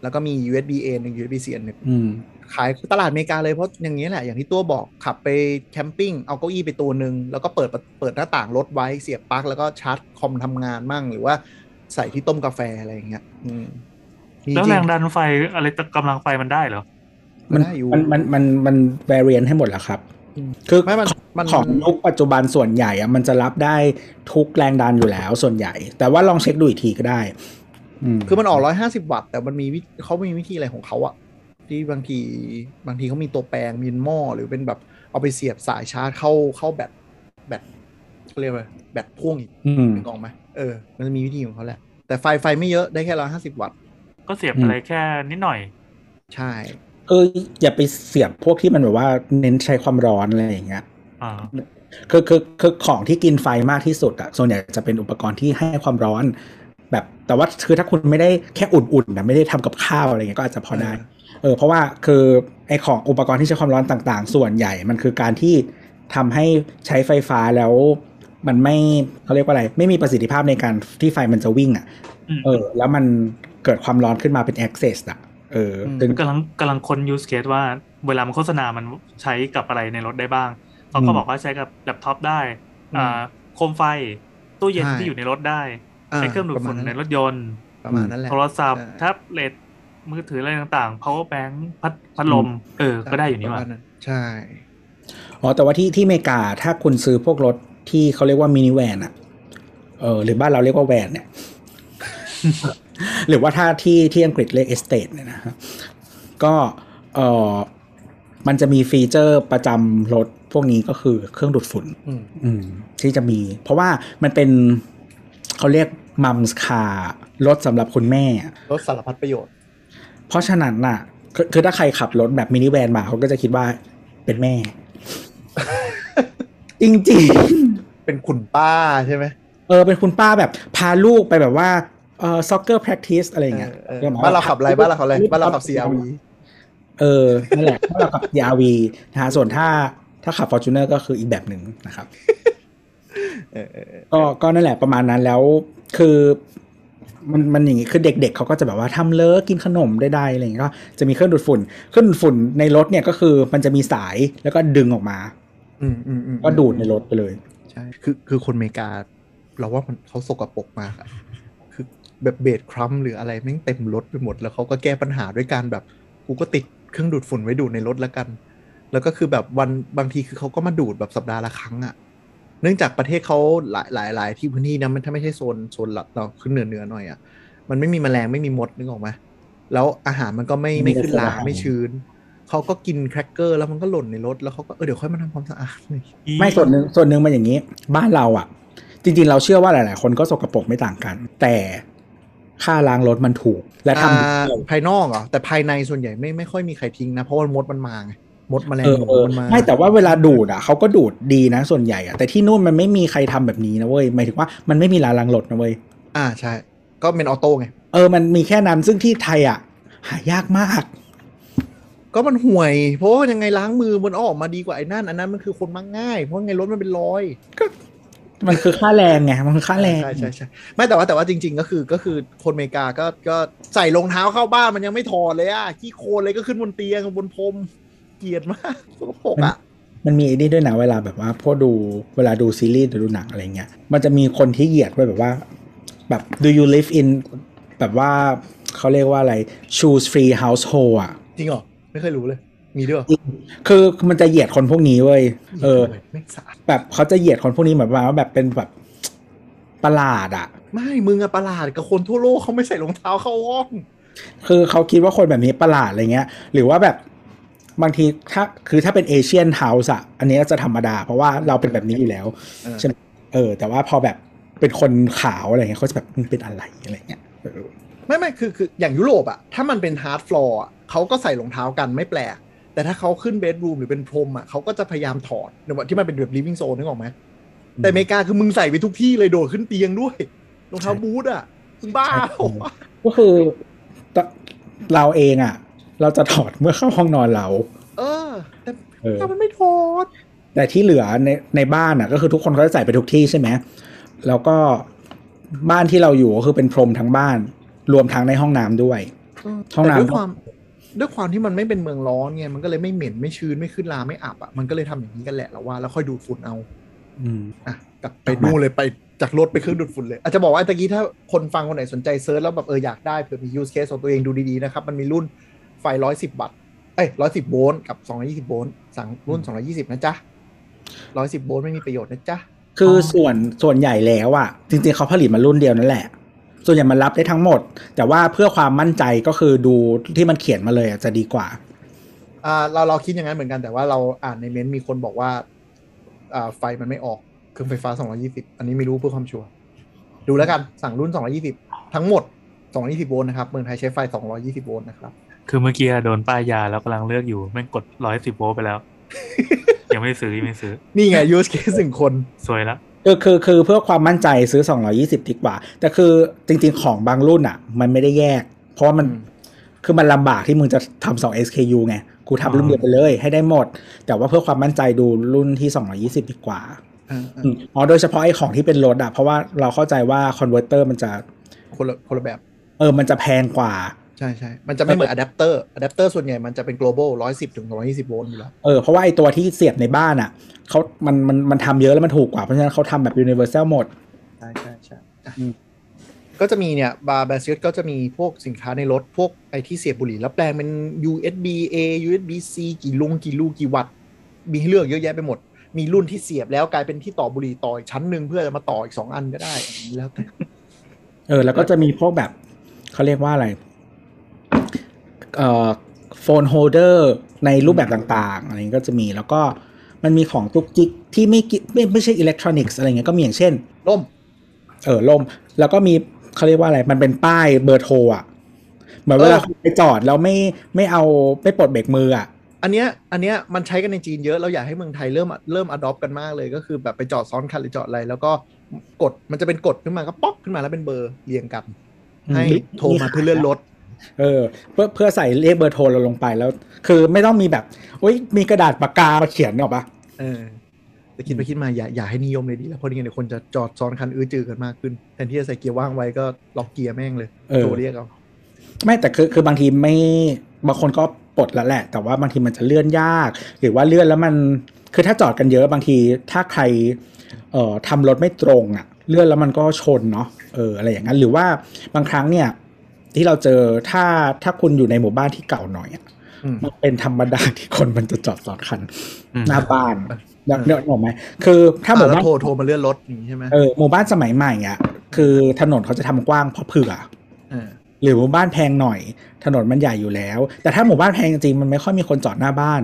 S3: แล้วก็มี USB A หนึ่ง USB C อันหนึ่ง
S4: อืม
S3: ขายตลาดอเมริกาเลยเพราะอย่างนี้แหละอย่างที่ตัวบอกขับไปแคมปิ้งเอาเก้าอี้ไปตัวหนึ่งแล้วก็เปิดประเปิดหน้าต่างรถไว้เสียบปลั๊กแล้วก็ชาร์จคอมทำงานมั่ง หรือว่าใส่ที่ต้มกาแฟอะไรอย่างเงี้ยอืมมี
S2: แล้ว
S3: จริ
S2: แรง งดันไฟอะไรกำลังไฟมันได้เหรอ
S3: ก็
S4: มัน
S3: ได้อยู่
S4: มันมันมันมัน a r i a n t ให้หมดแล้วครับ
S3: อืม
S4: คือ
S3: ไม่มัน
S4: ของ
S3: มัน
S4: ของยุคปัจจุบันส่วนใหญ่อะมันจะรับได้ทุกแรงดันอยู่แล้วส่วนใหญ่ แต่ว่าลองเช็คดูอีกทีก็ได้
S3: คือมันออกร้อยห้าสิบวัตต์แต่มันมีวิเขามีวิธีอะไรของเขาอะที่บางทีบางทีเขามีตัวแปลงมีหม้อหรือเป็นแบบเอาไปเสียบสายชาร์จเข้าเข้าแบตแบตเขาเรียกว่าอะไรแบตพ่วงอีก
S4: อืม
S3: นึกออกไหมเออมันจะมีวิธีของเขาแหละแต่ไฟไฟไม่เยอะได้แค่ร้อยห้าสิบวัตต์
S2: ก็เสียบ
S4: อืม
S2: อะไรแค่นิดหน่อย
S3: ใช่
S4: คืออย่าไปเสียบพวกที่มันแบบว่าเน้นใช้ความร้อนอะไรอย่างเงี้ย
S2: อ่า
S4: คือคือคือของที่กินไฟมากที่สุดอะส่วนใหญ่จะเป็นอุปกรณ์ที่ให้ความร้อน แบบแต่ว่าคือถ้าคุณไม่ได้แค่อุ่นๆนะไม่ได้ทำกับข้าวอะไรเงี้ยก็อาจจะพอได้ เออเพราะว่าคือไอของอุปกรณ์ที่ใช้ความร้อนต่างๆ ส่วนใหญ่มันคือการที่ทำให้ใช้ไฟฟ้าแล้วมันไม่เขาเรียกว่าอะไร ไม่มีประสิทธิภาพในการที่ไฟมันจะวิ่งอะ่ะ
S2: อืม
S4: เออ แล้วมันเกิดความร้อนขึ้นมาเป็น access อ่ะเออซึ่ง
S2: กำลังกำลังค้น use case ว่าเวลามันโฆษณามันใช้กับอะไรในรถได้บ้างเขาก็
S4: อืม
S2: บอกว่าใช้กับแล็ปท็อปได้ อ่าโคมไฟ ตู้เย็นที่อยู่ในรถได้ ใช้เครื่องดูดฝุ่นในรถยนต์
S3: ประมาณนั้นแหละ
S2: โทรศัพท์
S3: ใช่
S2: แท็บเล็ตมือถืออะไรต่างๆ power bank พัดพัดลม เออ ก็ได้อยู่นี่ห
S3: ป
S2: ว่า
S3: ระมณใช่
S4: อ๋อแต่ว่าที่ที่อเมริกาถ้าคุณซื้อพวกรถที่เขาเรียกว่ามินิแวนอะเออหรือบ้านเราเรียกว่าแวนเนี่ย *laughs* หรือว่าถ้าที่ที่อังกฤษเรียกเอสเต e เนี่ยนะฮะก็เออมันจะมีฟีเจอร์ประจำรถพวกนี้ก็คือเครื่องดูดฝุ่น
S3: อืม
S4: อืมที่จะมี เพราะว่ามันเป็นเขาเรียกมัมส์คารถสำหรับคุณแม่
S3: รถสารพัดประโยชน์
S4: เพราะฉะนั้นน่ะคือคือถ้าใครขับรถแบบมินิแวนมาเขาก็จะคิดว่าเป็นแม่ *laughs* จริง
S3: เป็นขุนป้าใช่ไหม
S4: ๆ เออเป็นคุณป้าแบบพาลูกไปแบบว่าเออซ็อกเกอร์ practice อะไรอย่างเงี้ย
S3: เออ
S4: รียกม
S3: บ้านเราขับอะไรบ้านเราขับอะไรบ้านเราขับ CRV
S4: เออนั่นแหละบ้านเราขับ CRV นะฮะส่วนถ้าถ้าขับ Fortuner ก็คืออีกแบบหนึ่งนะครับ
S3: เออเออเออ
S4: ก็ก็นั่นแหละประมาณนั้นแล้วคือมันมันอย่างงี้คือเด็กๆเขาก็จะแบบว่าทำเลอะกินขนมได้ๆอะไรอย่างเงี้ยก็จะมีเครื่องดูดฝุ่น เครื่องดูดฝุ่นในรถเนี่ยก็คือมันจะมีสายแล้วก็ดึงออกมา
S3: อืมอืมอืม
S4: ก็ดูดในรถไปเลย
S3: ใช่คือคือคนอเมริกา เราว่ามันเขาสกปรกมากอะคือแบบเบดครัมหรืออะไรแม่งเต็มรถไปหมด แล้วเขาก็แก้ปัญหาด้วยการแบบกูก็ติดเครื่องดูดฝุ่นไว้ดูดในรถแล้วกัน แล้วก็คือแบบวันบางทีคือเขาก็มาดูดแบบสัปดาห์ละครั้งอะเนื่องจากประเทศเขาหลายหลายหลายที่พื้นที่นะมันถ้าไม่ใช่โซนโซนหลักเราขึ้นเหนือเหนือหน่อยอะมันไม่มีแมลงไม่มีมดนึกออกไหมแล้วอาหารมันก็ไม่
S4: ไม่
S3: ไม่
S4: ได้
S3: ขึ้นรา
S4: สบาย
S3: ไม่ชื้น เขาก็กินแครกเกอร์แล้วมันก็หล่นในรถแล้วเขาก็เออเดี๋ยวค่อยมาทำความสะอาด *laughs* เลย
S4: ไม่ส่วนหนึ่งส่วนหนึ่งมันอย่างนี้ บ้านเราอะ่ะ จริง ๆ เราเชื่อว่าหลาย ๆ คนก็สกปรกไม่ต่างกัน แต่ค่าล้างรถมันถูก และท
S3: อ่าภายนอกเหรอแต่ภายในส่วนใหญ่ไม่ไม่ค่อยมีใครทิ้งนะ เพราะว่ามดมันมาไงมดแมลง
S4: ำเออ
S3: หนู
S4: เออ
S3: มันมา
S4: ไม่แต่ว่าเวลาดูดอะ่ะเขาก็ดูดดีนะ ส่วนใหญ่อะ่ะแต่ที่นู่นมันไม่มีใครทำแบบนี้นะเว้ยหมายถึงว่ามันไม่มีร้านล้างรถนะเว้ย
S3: อ่าใช่ ก็เป็นออโต้ไง
S4: เออมันมีแค่นั้นซึ่งที่ไทยอะ่ะ หายากมาก
S3: ก็มันห่วย เพราะว่ายังไงล้างมือมันออกมาดีกว่าไอ้นั่นอันนั้นมันคือคนมักง่าย เพราะไงรถมันเป็นรอย
S4: มันคือค่าแรงไงมันคือค่าแรง
S3: ใช่ใช่ใช่ไม่แต่ว่าแต่ว่าจริง ๆ ก็คือก็คือคนอเมริกาก็ก็ใส่รองเท้าเข้าบ้านมันยังไม่ถอดเลยอ่ะขี้โคลนเลยก็ขึ้นบนเตียงบนพรมเกลียดมากสกปรกอ่ะ
S4: มันมีไอ้นี่ด้วยนะเวลาแบบว่าพวกดูเวลาดูซีรีส์หรือดูหนังอะไรเงี้ย มันจะมีคนที่เหยียดไว้แบบว่า แบบ do you live in แบบว่าเขาเรียกว่าอะไร shoes free household อ่ะ
S3: จริงเหรอไม่เคยรู้เลย มีด้วยเหรอ
S4: คือมันจะเหยียดคนพวกนี้เว้ยเออ
S3: ไม่งสะอาด
S4: แบบเขาจะเหยียดคนพวกนี้แบบว่าแบบเป็นแบบประหลาดอ่ะ
S3: ไม่มึงอะประหลาดกับคนทั่วโลกเขาไม่ใส่รองเท้าเข้าห้อง
S4: คือเขาคิดว่าคนแบบนี้ประหลาดอะไรเงี้ย หรือว่าแบบบางทีถ้าคือถ้าเป็นเอเชียนเฮาส์อ่ะอันนี้ก็จะธรรมดา เพราะว่าเราเป็นแบบนี้อยู่แล้ว
S3: เออ
S4: ใช่ไหมเออ แต่ว่าพอแบบเป็นคนขาวอะไรเงี้ยเขาจะแบบมันเป็นอะไรอะไรเงี้ยเออ
S3: ไม่ไม่คือคืออย่างยุโรปอะถ้ามันเป็นฮาร์ดฟลอร์อะเขาก็ใส่รองเท้ากันไม่แปลก แต่ถ้าเขาขึ้นเบดรูมหรือเป็นพรมอะเขาก็จะพยายามถอดในวันที่มันเป็นแบบลิฟวิ่งโซนนึกออกไหมแต่อเมริกาคือมึงใส่ไปทุกที่เลยโดดขึ้นเตียงด้วยรองเท้าบูทอะมึงบ้าเหรอวะ
S4: ก็คือตเราเองอ่ะ เราจะถอดเมื่อเข้าห้องนอนเรา
S3: เออ แต่
S4: เออ
S3: ถ้ามันไม่ถอด
S4: แต่ที่เหลือในในบ้านอ่ะ ก็คือทุกคนก็จะใส่ไปทุกที่ใช่ไหมแล้วก็บ้านที่เราอยู่ก็คือเป็นพรมทั้งบ้าน รวมทั้งในห้องน้ำด้วย
S3: เออ
S4: ห้อง
S3: แต่
S4: น้ำ
S3: ด้วยความด้วยความที่มันไม่เป็นเมืองร้อนไงมันก็เลยไม่เหม็นไม่ชื้นไม่ขึ้นลาไม่อับอะมันก็เลยทำอย่างนี้กันแหละแล้วว่าแล้วค่อยดูดฝุ่นเอา
S4: อืม
S3: อ่ะกลับไปนู่นเลยไปจากรถไปเครื่องดูดฝุ่นเลย อาจจะบอกว่าตะกี้ถ้าคนฟังคนไหนสนใจเซิร์ชแล้วแบบเอออยากได้เผื่อมี use case ของตัวเองดูดีๆนะครับ มันมีรุ่นไฟ 110 วัตต์เอ้ย 110 โวลต์กับ 220 โวลต์สั่งรุ่น 220 นะจ๊ะ 110 โวลต์ไม่มีประโยชน์นะจ๊ะ
S4: คืออส่วนส่วนใหญ่แล้วอะจริงๆเขาผลิตมารุ่นเดียวนั่นแหละ ส่วนใหญ่มันรับได้ทั้งหมด แต่ว่าเพื่อความมั่นใจก็คือดูที่มันเขียนมาเลยอะจะดีกว่า
S3: อ่าเราเราคิดอย่างนั้นเหมือนกันแต่ว่าเราอ่านในเม้นต์มีคนบอกว่าอ่าไฟมันไม่ออกเครื่องไฟฟ้า 220 อันนี้ไม่รู้เพื่อความชัวร์ดูแล้วกันสั่งรุ่น 220 ทั้งหมด 220 โวลต์นะครับเมืองไทยใช้ไฟ 220 โวลต์นะครับ
S2: คือเมื่อกี้โดนป้ายยาแล้วกำลังเลือกอยู่แม่งกดร้อยสิบโวลต์ไปแล้ว *laughs* ยังไม่ซื้อยังไม่ซื้อ
S3: นี่ไง use case หนึ่งคน
S2: สวยแล้ว
S4: คือคือคือเพื่อความมั่นใจซื้อ 220 ดีกว่า แต่คือจริงๆของบางรุ่นอะมันไม่ได้แยก เพราะว่ามัน
S3: อืม
S4: คือมันลำบากที่มึงจะทำ2 SKU ไงกูทำรุ่นเดียวไปเลย ให้ได้หมด แต่ว่าเพื่อความมั่นใจดูรุ่นที่ 220 ดีกว่า
S3: อ่าๆ
S4: อืมอ๋อโดยเฉพาะไอ้ของที่เป็นรถอะเพราะว่าเราเข้าใจว่าคอนเวอร์เตอร์มันจะ
S3: คนละคนละแบบ
S4: เออมันจะแพงกว่า
S3: ใช่ใช่มันจะไม่เหมือนอะแดปเตอร์อะแดปเตอร์ส่วนใหญ่มันจะเป็น global 110 ถึง 120 โวลต์อยู่แล้ว
S4: เออเพราะว่าไอตัวที่เสียบในบ้านอ่ะเขามันมันมันทำเยอะแล้วมันถูกกว่า เพราะฉะนั้นเขาทำแบบ universal หมด
S3: ใช่ใช่ใช่ะ
S4: อืม
S3: ก็จะมีเนี่ยบาร์แบสเก็จะมีพวกสินค้าในรถ พวกไอที่เสียบบุหรี่แล้วแปลงเป็น USB A USB C กี่ลงกี่ลูกกี่วัตต์มีให้เลือกเยอะแยะไปหมด มีรุ่นที่เสียบแล้วกลายเป็นที่ต่อบุหรี่ต่ออีกชั้นหนึ่งเพื่อจะมาต่ออีกสองอันก็ได้อันนี้แล้วแต่
S4: เออแล้วก็จะมีพวกแบบเขาเรียกว่าอะไรเอ่อโฟนโฮเดอร์ในรูปแบบต่างๆอะไรเงี้ยก็จะมีแล้วก็มันมีของตุกจิกที่ไม่กิไม่ไม่ใช่อิเล็กทรอนิกส์อะไรเงี้ยก็มีอย่างเช่น
S3: ล่ม
S4: เออล่มแล้วก็มีเขาเรียกว่าอะไร มันเป็นป้ายเบอร์โทรอ่ะเหมือนเวลาคุณไปจอดแล้วไม่ไม่เอาไม่ปลดเบรกมืออ่ะ
S3: อันเนี้ยอันเนี้ยมันใช้กันในจีนเยอะเราอยากให้เมืองไทยเริ่มเริ่ม adopt กันมากเลยก็คือแบบไปจอดซ้อนคันหรือจอดอะไร แล้วก็กดมันจะเป็นกดขึ้นมาก็ป๊อกขึ้นมาแล้วเป็นเบอร์เรียงกัน ให้โทรมาเพื่อเลื่อนรถ
S4: เออเพื่อเพื่อใส่เลขเบอร์โทรเราลงไปแล้ว คือไม่ต้องมีแบบอุ้ยมีกระดาษปากกามาเขียนออกปะ
S3: เออแต่คิดไปคิดมาอย่าอย่าให้นิยมเลยดีแล้วเพราะนี่ไงเดี๋ยวคนจะจอดซ้อนคันอื้อจือกันมากขึ้นแทนที่จะใส่เกียร์ว่างไว้ก็ล็อกเกียร์แม่งเลย
S4: เออ
S3: โทรเรียกเอา
S4: ไม่แต่คือคือบางทีไม่บางคนก็ปลดแล้วแหละ แต่ว่าบางทีมันจะเลื่อนยาก หรือว่าเลื่อนแล้วมันคือถ้าจอดกันเยอะบางทีถ้าใครเอ่อทำรถไม่ตรงอ่ะ เลื่อนแล้วมันก็ชนเนาะเอออะไรอย่างนั้นหรือว่าบางครั้งเนี่ย ที่เราเจอถ้าถ้าคุณอยู่ในหมู่บ้านที่เก่าหน่อยอะ
S3: อืม
S4: มันเป็นธรรมดา *laughs* ที่คนมันจะจอดสอดคัน
S2: อืม
S4: หน้าบ้าน
S3: เออ
S4: เนื้อออกไหมคือถ้าห
S3: อ่ะ
S4: มู่
S3: แล้ว
S4: บ้าน
S3: โทรโทรมาเลื่อนรถอย่างนี้ใช่ไหม
S4: เออหมู่บ้านสมัยใหม่อ่ะ คือถนนเขาจะทำกว้างเพราะเผื่อ
S3: เออ
S4: หรือหมู่บ้านแพงหน่อย ถนนมันใหญ่อยู่แล้ว แต่ถ้าหมู่บ้านแพงจริงๆมันไม่ค่อยมีคนจอดหน้าบ้าน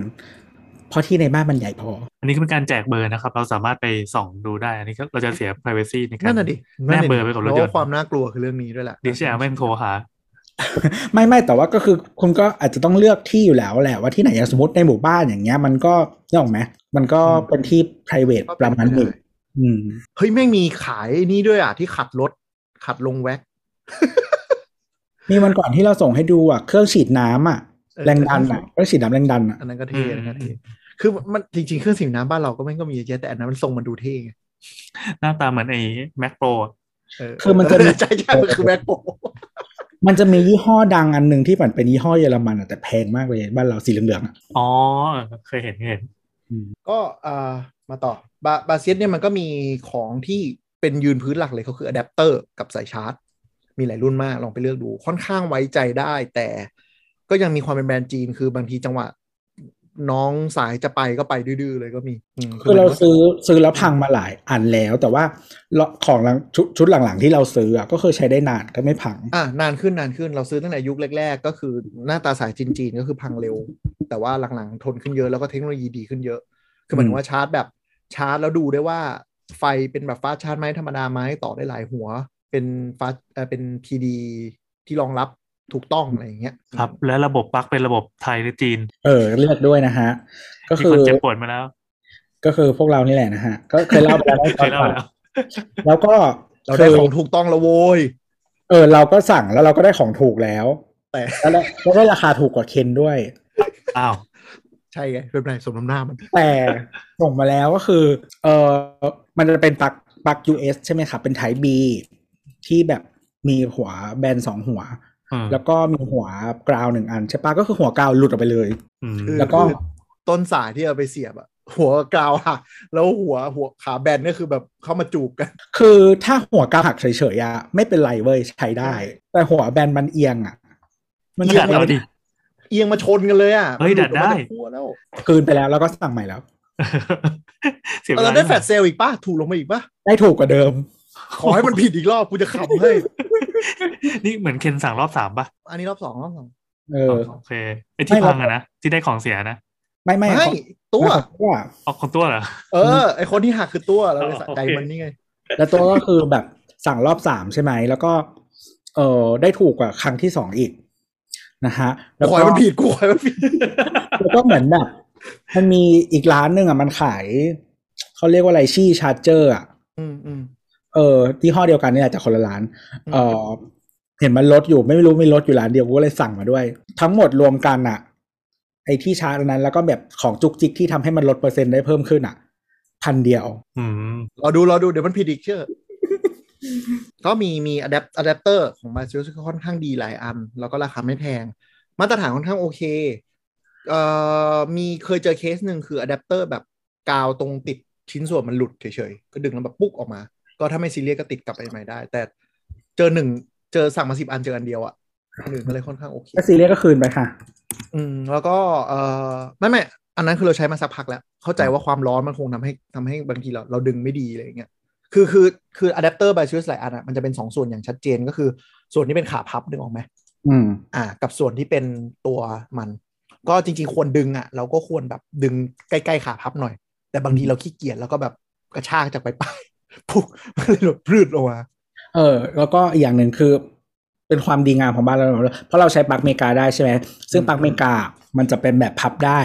S4: เพราะที่ในบ้านมันใหญ่พอ
S2: อันนี้ก็เป็นการแจกเบอร์นะครับ เราสามารถไปส่องดูได้อันนี้ก็เราจะเสีย privacy ในการ
S3: นั่นน่ะดิ
S2: แนบเบอร์ไปกับรถยนต์
S3: เพาะว่าความน่ากลัวคือเรื่องนี้ด้วยแหละ
S2: ดิฉันแม่งโทรหา
S4: ไม่ไม่แต่ว่าก็คือคุณก็อาจจะต้องเลือกที่อยู่แล้วแหละว่าที่ไหนอย่างสมมติในหมู่บ้านอย่างเงี้ย มันก็นึกออกไหมมันก็เป็นที่ p r i v a t ประมาณหนึ่งอืม
S3: เฮ้ยแม่งมีขายไอ้นี่ด้วยอ่ะที่ขัดรถ ขัดลงแว็ก
S4: มีวันก่อนที่เราส่งให้ดูอ่ะเครื่องฉีดน้ำอ่ะ
S3: เออ
S4: แรงดันอ่ะเครื่องฉีดน้ำแรงดันอ่ะ
S3: อันนั้นก็เท่
S2: อืม
S3: อันนั้นก็เท่คือมันจริงๆเครื่องสีน้ำบ้านเราก็แม่งก็มีเยอะแยะแต่อันนั้นมันทรงมันดูเท่ไง
S2: หน้าตาเหมือนไอ้ Mac Pro อะ
S3: เ
S4: คือมันจะมี
S3: ใช่ *laughs* ใช่มันคือแม็กโป
S4: มันจะมียี่ห้อดังอันหนึ่งที่เหมือนเป็นยี่ห้อเยอรมันอ่ะแต่แพงมากเลยบ้านเราสีเหลืองๆอ่ะ
S2: อ๋อเคยเห็นเคยเห็น
S3: ก็อ่ามาต่อบาบาเซียสเนี่ยมันก็มีของที่เป็นยืนพื้นหลักเลยเขาคืออะแดปเตอร์กับสายชาร์จ มีหลายรุ่นมากลองไปเลือกดูค่อนข้างไว้ใจได้ แต่ก็ยังมีความเป็นแบรนด์จีน คือบางทีจังหวะ น้องสายจะไปก็ไปดื้อๆเลยก็มีม
S4: คือเรา
S3: มันก็
S4: ซื้อซื้อแล้วพังมาหลายอันแล้ว แต่ว่าเราของหลังชุดชุดหลังๆที่เราซื้ออ่ะก็คือใช้ได้นานก็ไม่พัง
S3: อ่ะนานขึ้นนานขึ้นเราซื้อตั้งแต่ยุคแรก ๆ ก็คือหน้าตาสายจีนๆก็คือพังเร็ว แต่ว่าหลังๆทนขึ้นเยอะแล้วก็เทคโนโลยีดีขึ้นเยอะ คือหมายถึงว่าชาร์จแบบชาร์จแล้วดูได้ว่าไฟเป็นแบบฟ้าสต์ชาร์จไหมธรรมดาไหมต่อได้หลายหัว เป็นฟ้าเออเป็นพีดีที่รองรับถูกต้องอะไรอย่างเงี้ย
S2: ครับ และระบบปลั๊กเป็นระบบไทยหรือจีน
S4: เออเลือกด้วยนะฮะ ก็
S2: มี
S4: คื
S2: ค
S4: อ
S2: นเจ็บปวดมาแล้ว
S4: ก็คือพวกเรานี่แหละนะฮะ ก็เคยเล่าไปแล้ว
S2: เคยเล่า
S4: ตอน
S2: แล้ว
S4: แล้วก็
S3: เราได้ของถูกต้องและโว้ย
S4: เออเราก็สั่งแล้วเราก็ได้ของถูกแล้ว
S3: แต่
S4: แล้วได้แล้วได้ราคาถูกกว่าเคนด้วย
S2: อ้าว
S3: ใช่ไงเป็นไรสมน้ำหน้ามัน
S4: แต่ส่งมาแล้วก็คือเออมันจะเป็นปลักปลัก US ใช่ไหมครับ เป็น Type B ที่แบบมีหัวแบนสองหัว
S2: อืม
S4: แล้วก็มีหัวกราวหนึ่งอันใช่ปะก็คือหัวกราวหลุดออกไปเลย
S2: อืม
S3: คือ
S4: แล้วก็
S3: คือต้นสายที่เอาไปเสียบอะหัวกราวหักแล้วหัวหัวขาแบนก็คือแบบเข้ามาจูบกัน
S4: คือถ้าหัวกราวหักเฉยๆอะไม่เป็นไรเว้ยใช้ได้ แต่หัวแบนมันเอียงอะมัน
S2: ก็ดัดเอาดิ
S3: เอียงมาชนกันเลยอะ
S2: เฮ้ย
S3: มันหลุออกมา
S2: ดัดได้
S3: จากหัวแล้ว
S4: คืนไปแล้วแล้วก็สั่งใหม่แล้ว
S2: *laughs* เสียเว
S3: เอ
S2: ลา
S3: อเราได้แฟด *laughs* เซลอีกป่ะถูกลงมาอีกป่ะ
S4: ได้ถูกกว่าเดิม
S3: ขอให้มันผิดอีกรอบกูจะขำให้
S2: นี่เหมือนเคนสั่งรอบสามป่ะ
S3: อันนี้รอบสองรอบสอง
S4: เออ
S2: โอเคไอ้ที่
S4: ไม่หรอก
S2: พังอะนะที่ได้ของเสียนะ
S4: ไม่ไม่
S3: ไม่
S4: ของ
S3: ตัว
S4: ของตัว
S2: เอาของตัวเหรอ
S3: เออ ไอคนที่หักคือตัวเราเลยสะใจ
S2: โอเค
S3: มันนี่ไง
S4: แล้วตัวก็คือแบบสั่งรอบสามใช่ไหม แล้วก็ เออได้ถูกกว่าครั้งที่สองอีกนะฮะ แล้ว
S3: ข
S4: ก็
S3: อให้มันผิดกูขอให้มันผิด
S4: แล้วก็เหมือนแบบมันมีอีกร้านหนึ่งอ่ะมันขาย เขาเรียกว่าอะไรชี่ชาร์เจอร์อ่ะ
S3: อืมอืม
S4: เออที่ห้อเดียวกันนี่แหละแต่คนละร้าน
S3: อืม
S4: เออเห็นมันลดอยู่ไม่รู้ไม่ลดอยู่ร้านเดียวกูก็เลยสั่งมาด้วย ทั้งหมดรวมกันอะไอ้ที่ชาร์จอันนั้น แล้วก็แบบของจุกจิกที่ทำให้มันลดเปอร์เซ็นต์ได้เพิ่มขึ้นอะพันเดียว
S2: อืม
S3: รอดูรอดูเดี๋ยวมันผิดอีกเชื่อ ก็มีมีอะแดปอะแดปเตอร์ของมาซิลก็ค่อนข้างดีหลายอัน แล้วก็ราคาไม่แพง มาตรฐานค่อนข้างโอเค เอ่อมีเคยเจอเคสหนึ่งคืออะแดปเตอร์แบบกาวตรงติดชิ้นส่วนมันหลุดเฉยๆ ก็ดึงแล้วแบบปุ๊กออกมา ก็ถ้าไม่ซีเรียสก็ติดกลับไปใหม่ได้ แต่เจอหนึ่งเจอสั่งมาสิบอันเจออันเดียวอะหนึ่งก็เลยค่อนข้างโอเค
S4: ก็ซีเรียสก็คืนไปค่ะ
S3: อืมแล้วก็เอ่อไม่ไม่อันนั้นคือเราใช้มาสักพักแล้ว เข้าใจว่าความร้อนมันคงทำให้ทำให้บางทีเราเราดึงไม่ดีอะไรอย่างเงี้ยคือคือคืออะแดปเตอร์บายชิวสหลายอันอ่ะมันจะเป็นสองส่วนอย่างชัดเจนก็คือ ส่วนที่เป็นขาพับนึกออกไหม
S4: อืม
S3: อ่า กับส่วนที่เป็นตัวมัน ก็จริง ๆ ควรดึงอ่ะ เราก็ควรแบบดึงใกล้ๆขาพับหน่อย แต่บางทีเราขี้เกียจแล้วก็แบบกระชากจากไปลายๆ *laughs* ปุ๊บมันเลยหลุดพรืดออกมา
S4: เออ แล้วก็อีกอย่างหนึ่งคือ เป็นความดีงามของบ้านเราเพราะเราใช้ปลั๊กเมกาได้ใช่ไหมซึ่งปลั๊กเมกามันจะเป็นแบบพับได้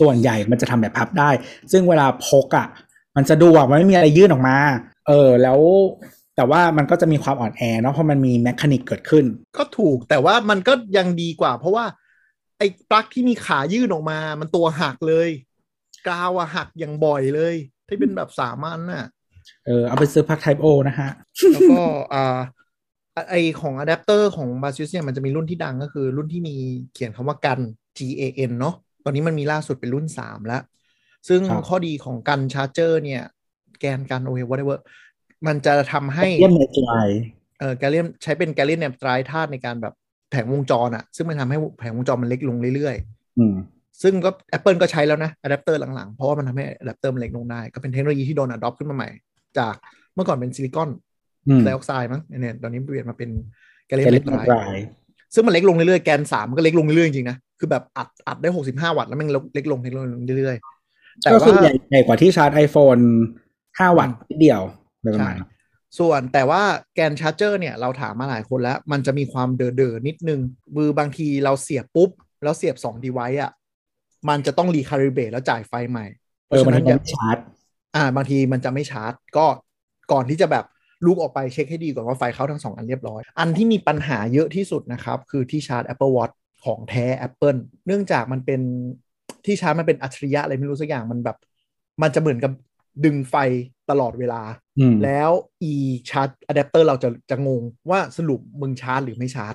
S4: ส่วนใหญ่มันจะทำแบบพับได้ ซึ่งเวลาพกอะ่ะ มันจะดูอ่ะมันไม่มีอะไรยื่นออกมา เออ แล้วแต่ว่ามันก็จะมีความอ่อนแอเนาะเพราะมันมีแมคานิกเกิดขึ้น
S3: ก็ถูกแต่ว่ามันก็ยังดีกว่า เพราะว่าไอ้ปลั๊กที่มีขายื่นออกมา มันตัวหักเลย กาวอะหักอย่างบ่อยเลย ที่เป็นแบบสามัญน่ะ
S4: เออเอาไปซื้อพักไทป์โอนะฮะ
S3: แล้วก็อ่าไอของอะแดปเตอร์ของบาซิสเนี่ยมันจะมีรุ่นที่ดังก็คือรุ่นที่มีเขียนคำว่ากัน G A N เนาะตอนนี้มันมีล่าสุดเป็นรุ่น 3 แล้ว ซึ่ง
S4: ครับ
S3: ข้อดีของกันชาร์เจอร์เนี่ย แกนกันโอเค whatever มันจะทำให้
S4: เยี่ยมเลยจาย
S3: เอ่อแกลเลียมใช้เป็นแกลเลียมแนบไตรายธาตุในการแบบแผงวงจรอะซึ่งมันทำให้แผงวงจรมันเล็กลงเรื่อย
S4: อืม
S3: ๆ ซึ่งก็ Apple ก็ใช้แล้วนะอะแดปเตอร์หลังๆ เพราะว่ามันทำให้อะแดปเตอร์มันเล็กลงได้ ก็เป็นเทคโนโลยีที่โดนอดอปขึ้นมาใหม่ จากเมื่อก่อนเป็นซิลิคอน
S4: อืม
S3: ไดออกไซด์มั้งเนี่ยตอนนี้เปลี่ยนมาเป็น แกเล็ก
S4: เล็
S3: เล็
S4: ก
S3: ก
S4: หลาก
S3: ร้าย
S4: หลาย
S3: ซึ่งมันเล็กลงเรื่อยๆ แกนสามก็เล็กลงเรื่อยๆ จริงๆนะ คือแบบอัดอัดได้หกสิบห้าวัตต์แล้วแมันเล็กลงเล็กลงเรื่อยๆ แต่
S4: ก็คือ
S3: ว่า
S4: ใหญ่ใหญ่กว่าที่ชาร์จ iPhone 5 วัตต์นิดเดียวโดยประมาณ
S3: ใช่ ส่วนแต่ว่าแกนชาร์จเจอร์เนี่ย เราถามมาหลายคนแล้ว มันจะมีความเดอเดอๆนิดนึงคือบางทีเราเสียบปุ๊บ แล้วเสียบสองดีไวอ่ะ มันจะต้องรีคาลิเบตแล้วจ่ายไฟใหม่
S4: เออมัน
S3: เพราะฉะนั้น
S4: ทำให้ชาร์จ
S3: อ่าบางทีมันจะไม่ชาร์จ ก็ก่อนที่จะแบบลูกออกไปเช็คให้ดีก่อนว่าไฟเข้าทั้งสองอันเรียบร้อย อันที่มีปัญหาเยอะที่สุดนะครับ คือที่ชาร์จ Apple Watch ของแท้ Apple เนื่องจากมันเป็นที่ชาร์จมันเป็นอัจฉริยะอะไรไม่รู้สักอย่างมันแบบ มันจะเหมือนกับดึงไฟตลอดเวลา
S4: อืม
S3: แล้วอีชาร์จอะแดปเตอร์เราจะจะงงว่าสรุปมึงชาร์จหรือไม่ชาร์จ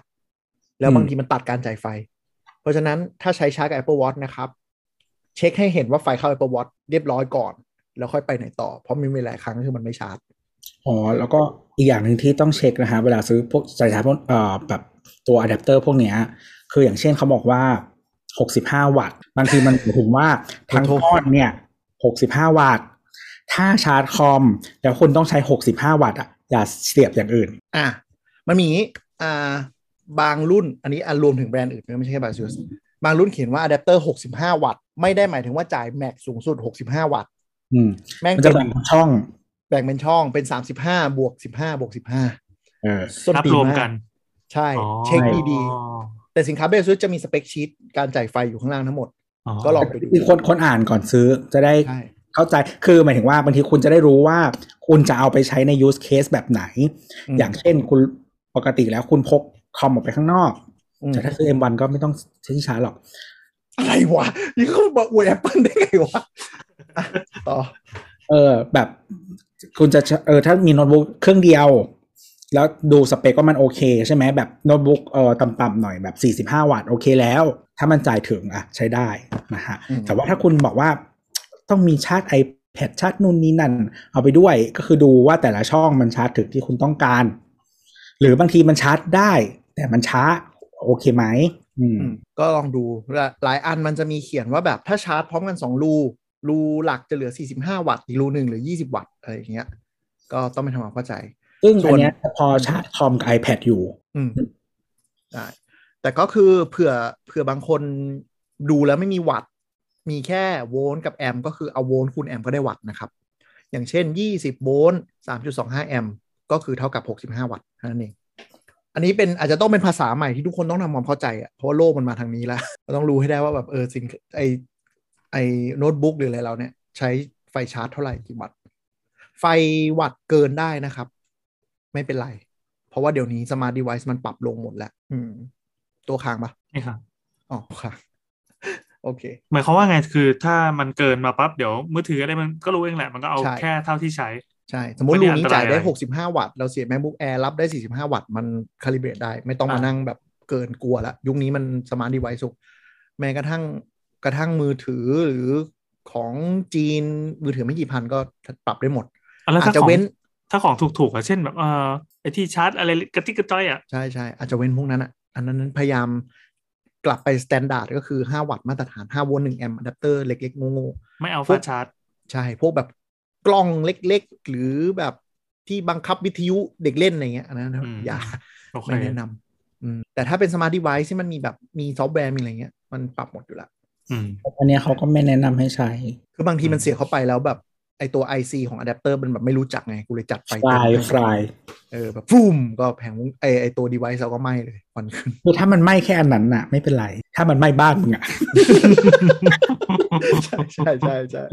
S3: แล้วบางทีมันตัดการจ่ายไฟ เพราะฉะนั้นถ้าใช้ชาร์จกับ Apple Watch นะครับ เช็คให้เห็นว่าไฟเข้า Apple Watch เรียบร้อยก่อน แล้วค่อยไปไหนต่อ เพราะมีหลายครั้งคือมันไม่ชาร์จ
S4: อ๋อแล้วก็อีกอย่างหนึ่งที่ต้องเช็คนะฮะเวลาซื้อพวกสายชาร์จพวกเอ่อแบบตัวอะแดปเตอร์พวกเนี้ย คืออย่างเช่นเขาบอกว่า 65 วัตต์บางทีมันหมายถึงว่า ทั้ง
S3: โทษ
S4: ก้อนเนี่ย 65 วัตต์ ถ้าชาร์จคอม แล้วคุณต้องใช้ 65 วัตต์อ่ะอย่าเสียบอย่างอื่น
S3: อ่ะมันมีอย่างงี้อ่าบางรุ่นอันนี้อันรวมถึงแบรนด์อื่นด้วยไม่ใช่แค่บาซูสบางรุ่นเขียนว่าอะแดปเตอร์ 65 วัตต์ไม่ได้หมายถึงว่าจ่ายแม็กสูงสุด 65 วัตต์
S4: อืม
S3: แม่ง
S4: มัน
S3: เป็
S4: จะ
S3: น
S4: แบ่งช่อง
S3: แบ่งเป็นช่องเป็น 35บวก15บวก15
S4: เออ
S3: ส้น
S2: นับ
S3: ตีน
S2: รวม
S3: มา
S2: กัน
S3: ใช่
S2: อ๋อ
S3: เช็คดี
S2: อ๋อ
S3: ๆ แต่สินค้าเบสซจะมีสเปคชีตการจ่ายไฟอยู่ข้างล่างทั้งหมด
S2: อ๋อ
S3: ก็ลองไปดู
S4: คือคนคนอ่านก่อนซื้อจะได้
S3: ใช่
S4: เข้าใจคือหมายถึงว่าบางทีคุณจะได้รู้ว่า คุณจะเอาไปใช้ใน use case แบบไหน
S3: อืม
S4: อย่างเช่นคุณปกติแล้วคุณพกคอมออกไปข้างนอก
S3: อืม
S4: แต่ถ้าซื้อ M1 ก็ไม่ต้องใช้ที่ชาร์จหรอก
S3: อะไรวะนี่เขาบอกอวยแอปเปิลได้ไงวะอ่ะต่อ
S4: เออ แบบ คุณจะเออถ้ามีโน้ตบุ๊กเครื่องเดียว แล้วดูสเปคก็มันโอเคใช่ไหมแบบโน้ตบุ๊กเออต่ำๆหน่อยแบบ 45 วัตต์โอเคแล้ว ถ้ามันจ่ายถึงอ่ะใช้ได้นะฮะ
S3: อืม
S4: แต่ว่าถ้าคุณบอกว่าต้องมีชาร์จ iPad ชาร์จนู่นนี่นั่น เอาไปด้วยก็คือดูว่าแต่ละช่องมันชาร์จถึงที่คุณต้องการ หรือบางทีมันชาร์จได้ แต่มันช้าโอเคไหมอืม
S3: อืมก็ลองดูและหลายอันมันจะมีเขียนว่าแบบถ้าชาร์จพร้อมกัน 2 รู รูหลักจะเหลือ 45 วัตต์อีกรูหนึ่งเหรือ 20 วัตต์อะไรอย่างเงี้ย ก็ต้องไปทำความเข้าใจ
S4: ซึ่ง
S3: ส่
S4: อั
S3: วน
S4: นเนี้ยพอชาร์จคอมกับ iPad อยู่
S3: อืมได้แต่ก็คือเผื่อเผื่อบางคนดูแล้วไม่มีวัตต์มีแค่โวลต์กับแอมป์ก็คือเอาโวลต์คูณแอมป์ก็ได้วัตต์นะครับ อย่างเช่น 20 โวลต์3.25 แอมป์ก็คือเท่ากับ 65 วัตต์เท่านั้นเอง อันนี้เป็นอาจจะต้องเป็นภาษาใหม่ที่ทุกคนต้องทำความเข้าใจอ่ะเพราะว่าโลกมันมาทางนี้แล้ว *laughs* เราต้องรู้ให้ได้ว่าแบบเออสิ่งไอไอโน้ตบุ๊กหรืออะไรเราเนี่ย ใช้ไฟชาร์จเท่าไหร่กี่วัตต์ไฟวัตต์เกินได้นะครับ ไม่เป็นไร เพราะว่าเดี๋ยวนี้สมาร์ทเดเวิ์มันปรับลงหมดแล้ว อืม ตัวค้างปะ
S2: นี่ค่ะ
S3: อ๋อค้าง *laughs* โอเค
S2: หมายความว่าไงคือถ้ามันเกินมาปั๊บเดี๋ยวมือถืออะไรมันก็รู้เองแหละมันก็เอา
S3: ใช่
S2: แค่เท่าที่ใช้
S3: ใช่ สมมติ
S2: ไม่
S3: รู
S2: ได้
S3: นี้
S2: อันตราย
S3: จ่ายได้
S2: อะไร
S3: 65 วัตต์ เราเสีย MacBook Air รับได้ 45 วัตต์ มันคาลิเบรตได้ ไม่ต้องมา
S2: อ่ะ
S3: นั่งแบบเกินกลัวละ ยุคนี้มันสมาร์ทเดเวิ์สุกแม้กระทั่งกระทั่งมือถือหรือของจีนมือถือไม่กี่พันก็ปรับได้หมด
S2: อ่ะแล้ว
S3: อา
S2: ถ้า
S3: จจะ
S2: ของ
S3: เว้น
S2: ถ้าของถูกๆอ่ะเช่นแบบเออไอที่ชาร์จอะไรกระติกกระจ้อยอ่ะ
S3: ใช่ใช่อาจจะเว้นพวกนั้นอ่ะ อันนั้นนั้นพยายามกลับไปสแตนดาร์ดก็คือ 5 วัตต์มาตรฐาน 5 โวลต์1แอมป์อะแดปเตอร์เล็กๆโง่ๆ
S2: ไม่เอา
S3: พว
S2: ฟาก ชาร์จ
S3: ใช่ พวกแบบกล้องเล็กๆ หรือแบบที่บังคับวิทยุเด็กเล่นอะไรเงี้ยอันนั้น
S2: อืม
S3: อย่า
S2: โอเค
S3: ไม่แนะนำอืมแต่ถ้าเป็นสมาร์ท e v ไว e ์ที่มันมีแบบมีซอฟต์แวร์มีอะไรเงี้ย มันปรับหมดอยู่ละ
S2: อืม
S4: อันเนี้ยเขาก็ไม่แนะนำให้ใช้
S3: คือบางทีมั
S2: อืม
S3: นเสียเข้าไปแล้วแบบ ไอตัว IC ของอะแดปเตอร์มันแบบไม่รู้จักไง กูเลยจัดไฟ
S4: ฟลาย
S3: เต็ม
S4: ฟลาย
S3: เออแบบฟุ้มก็แผงไอไอตัว device เราก็ไหม้เลย *laughs* ควันขึ้น
S4: คือถ้ามันไหม้แค่อันนั้นน่ะ ไม่เป็นไร ถ้ามันไหม้บ้านมึงอ่ะ
S3: ใช่ใช่ใช่ใช่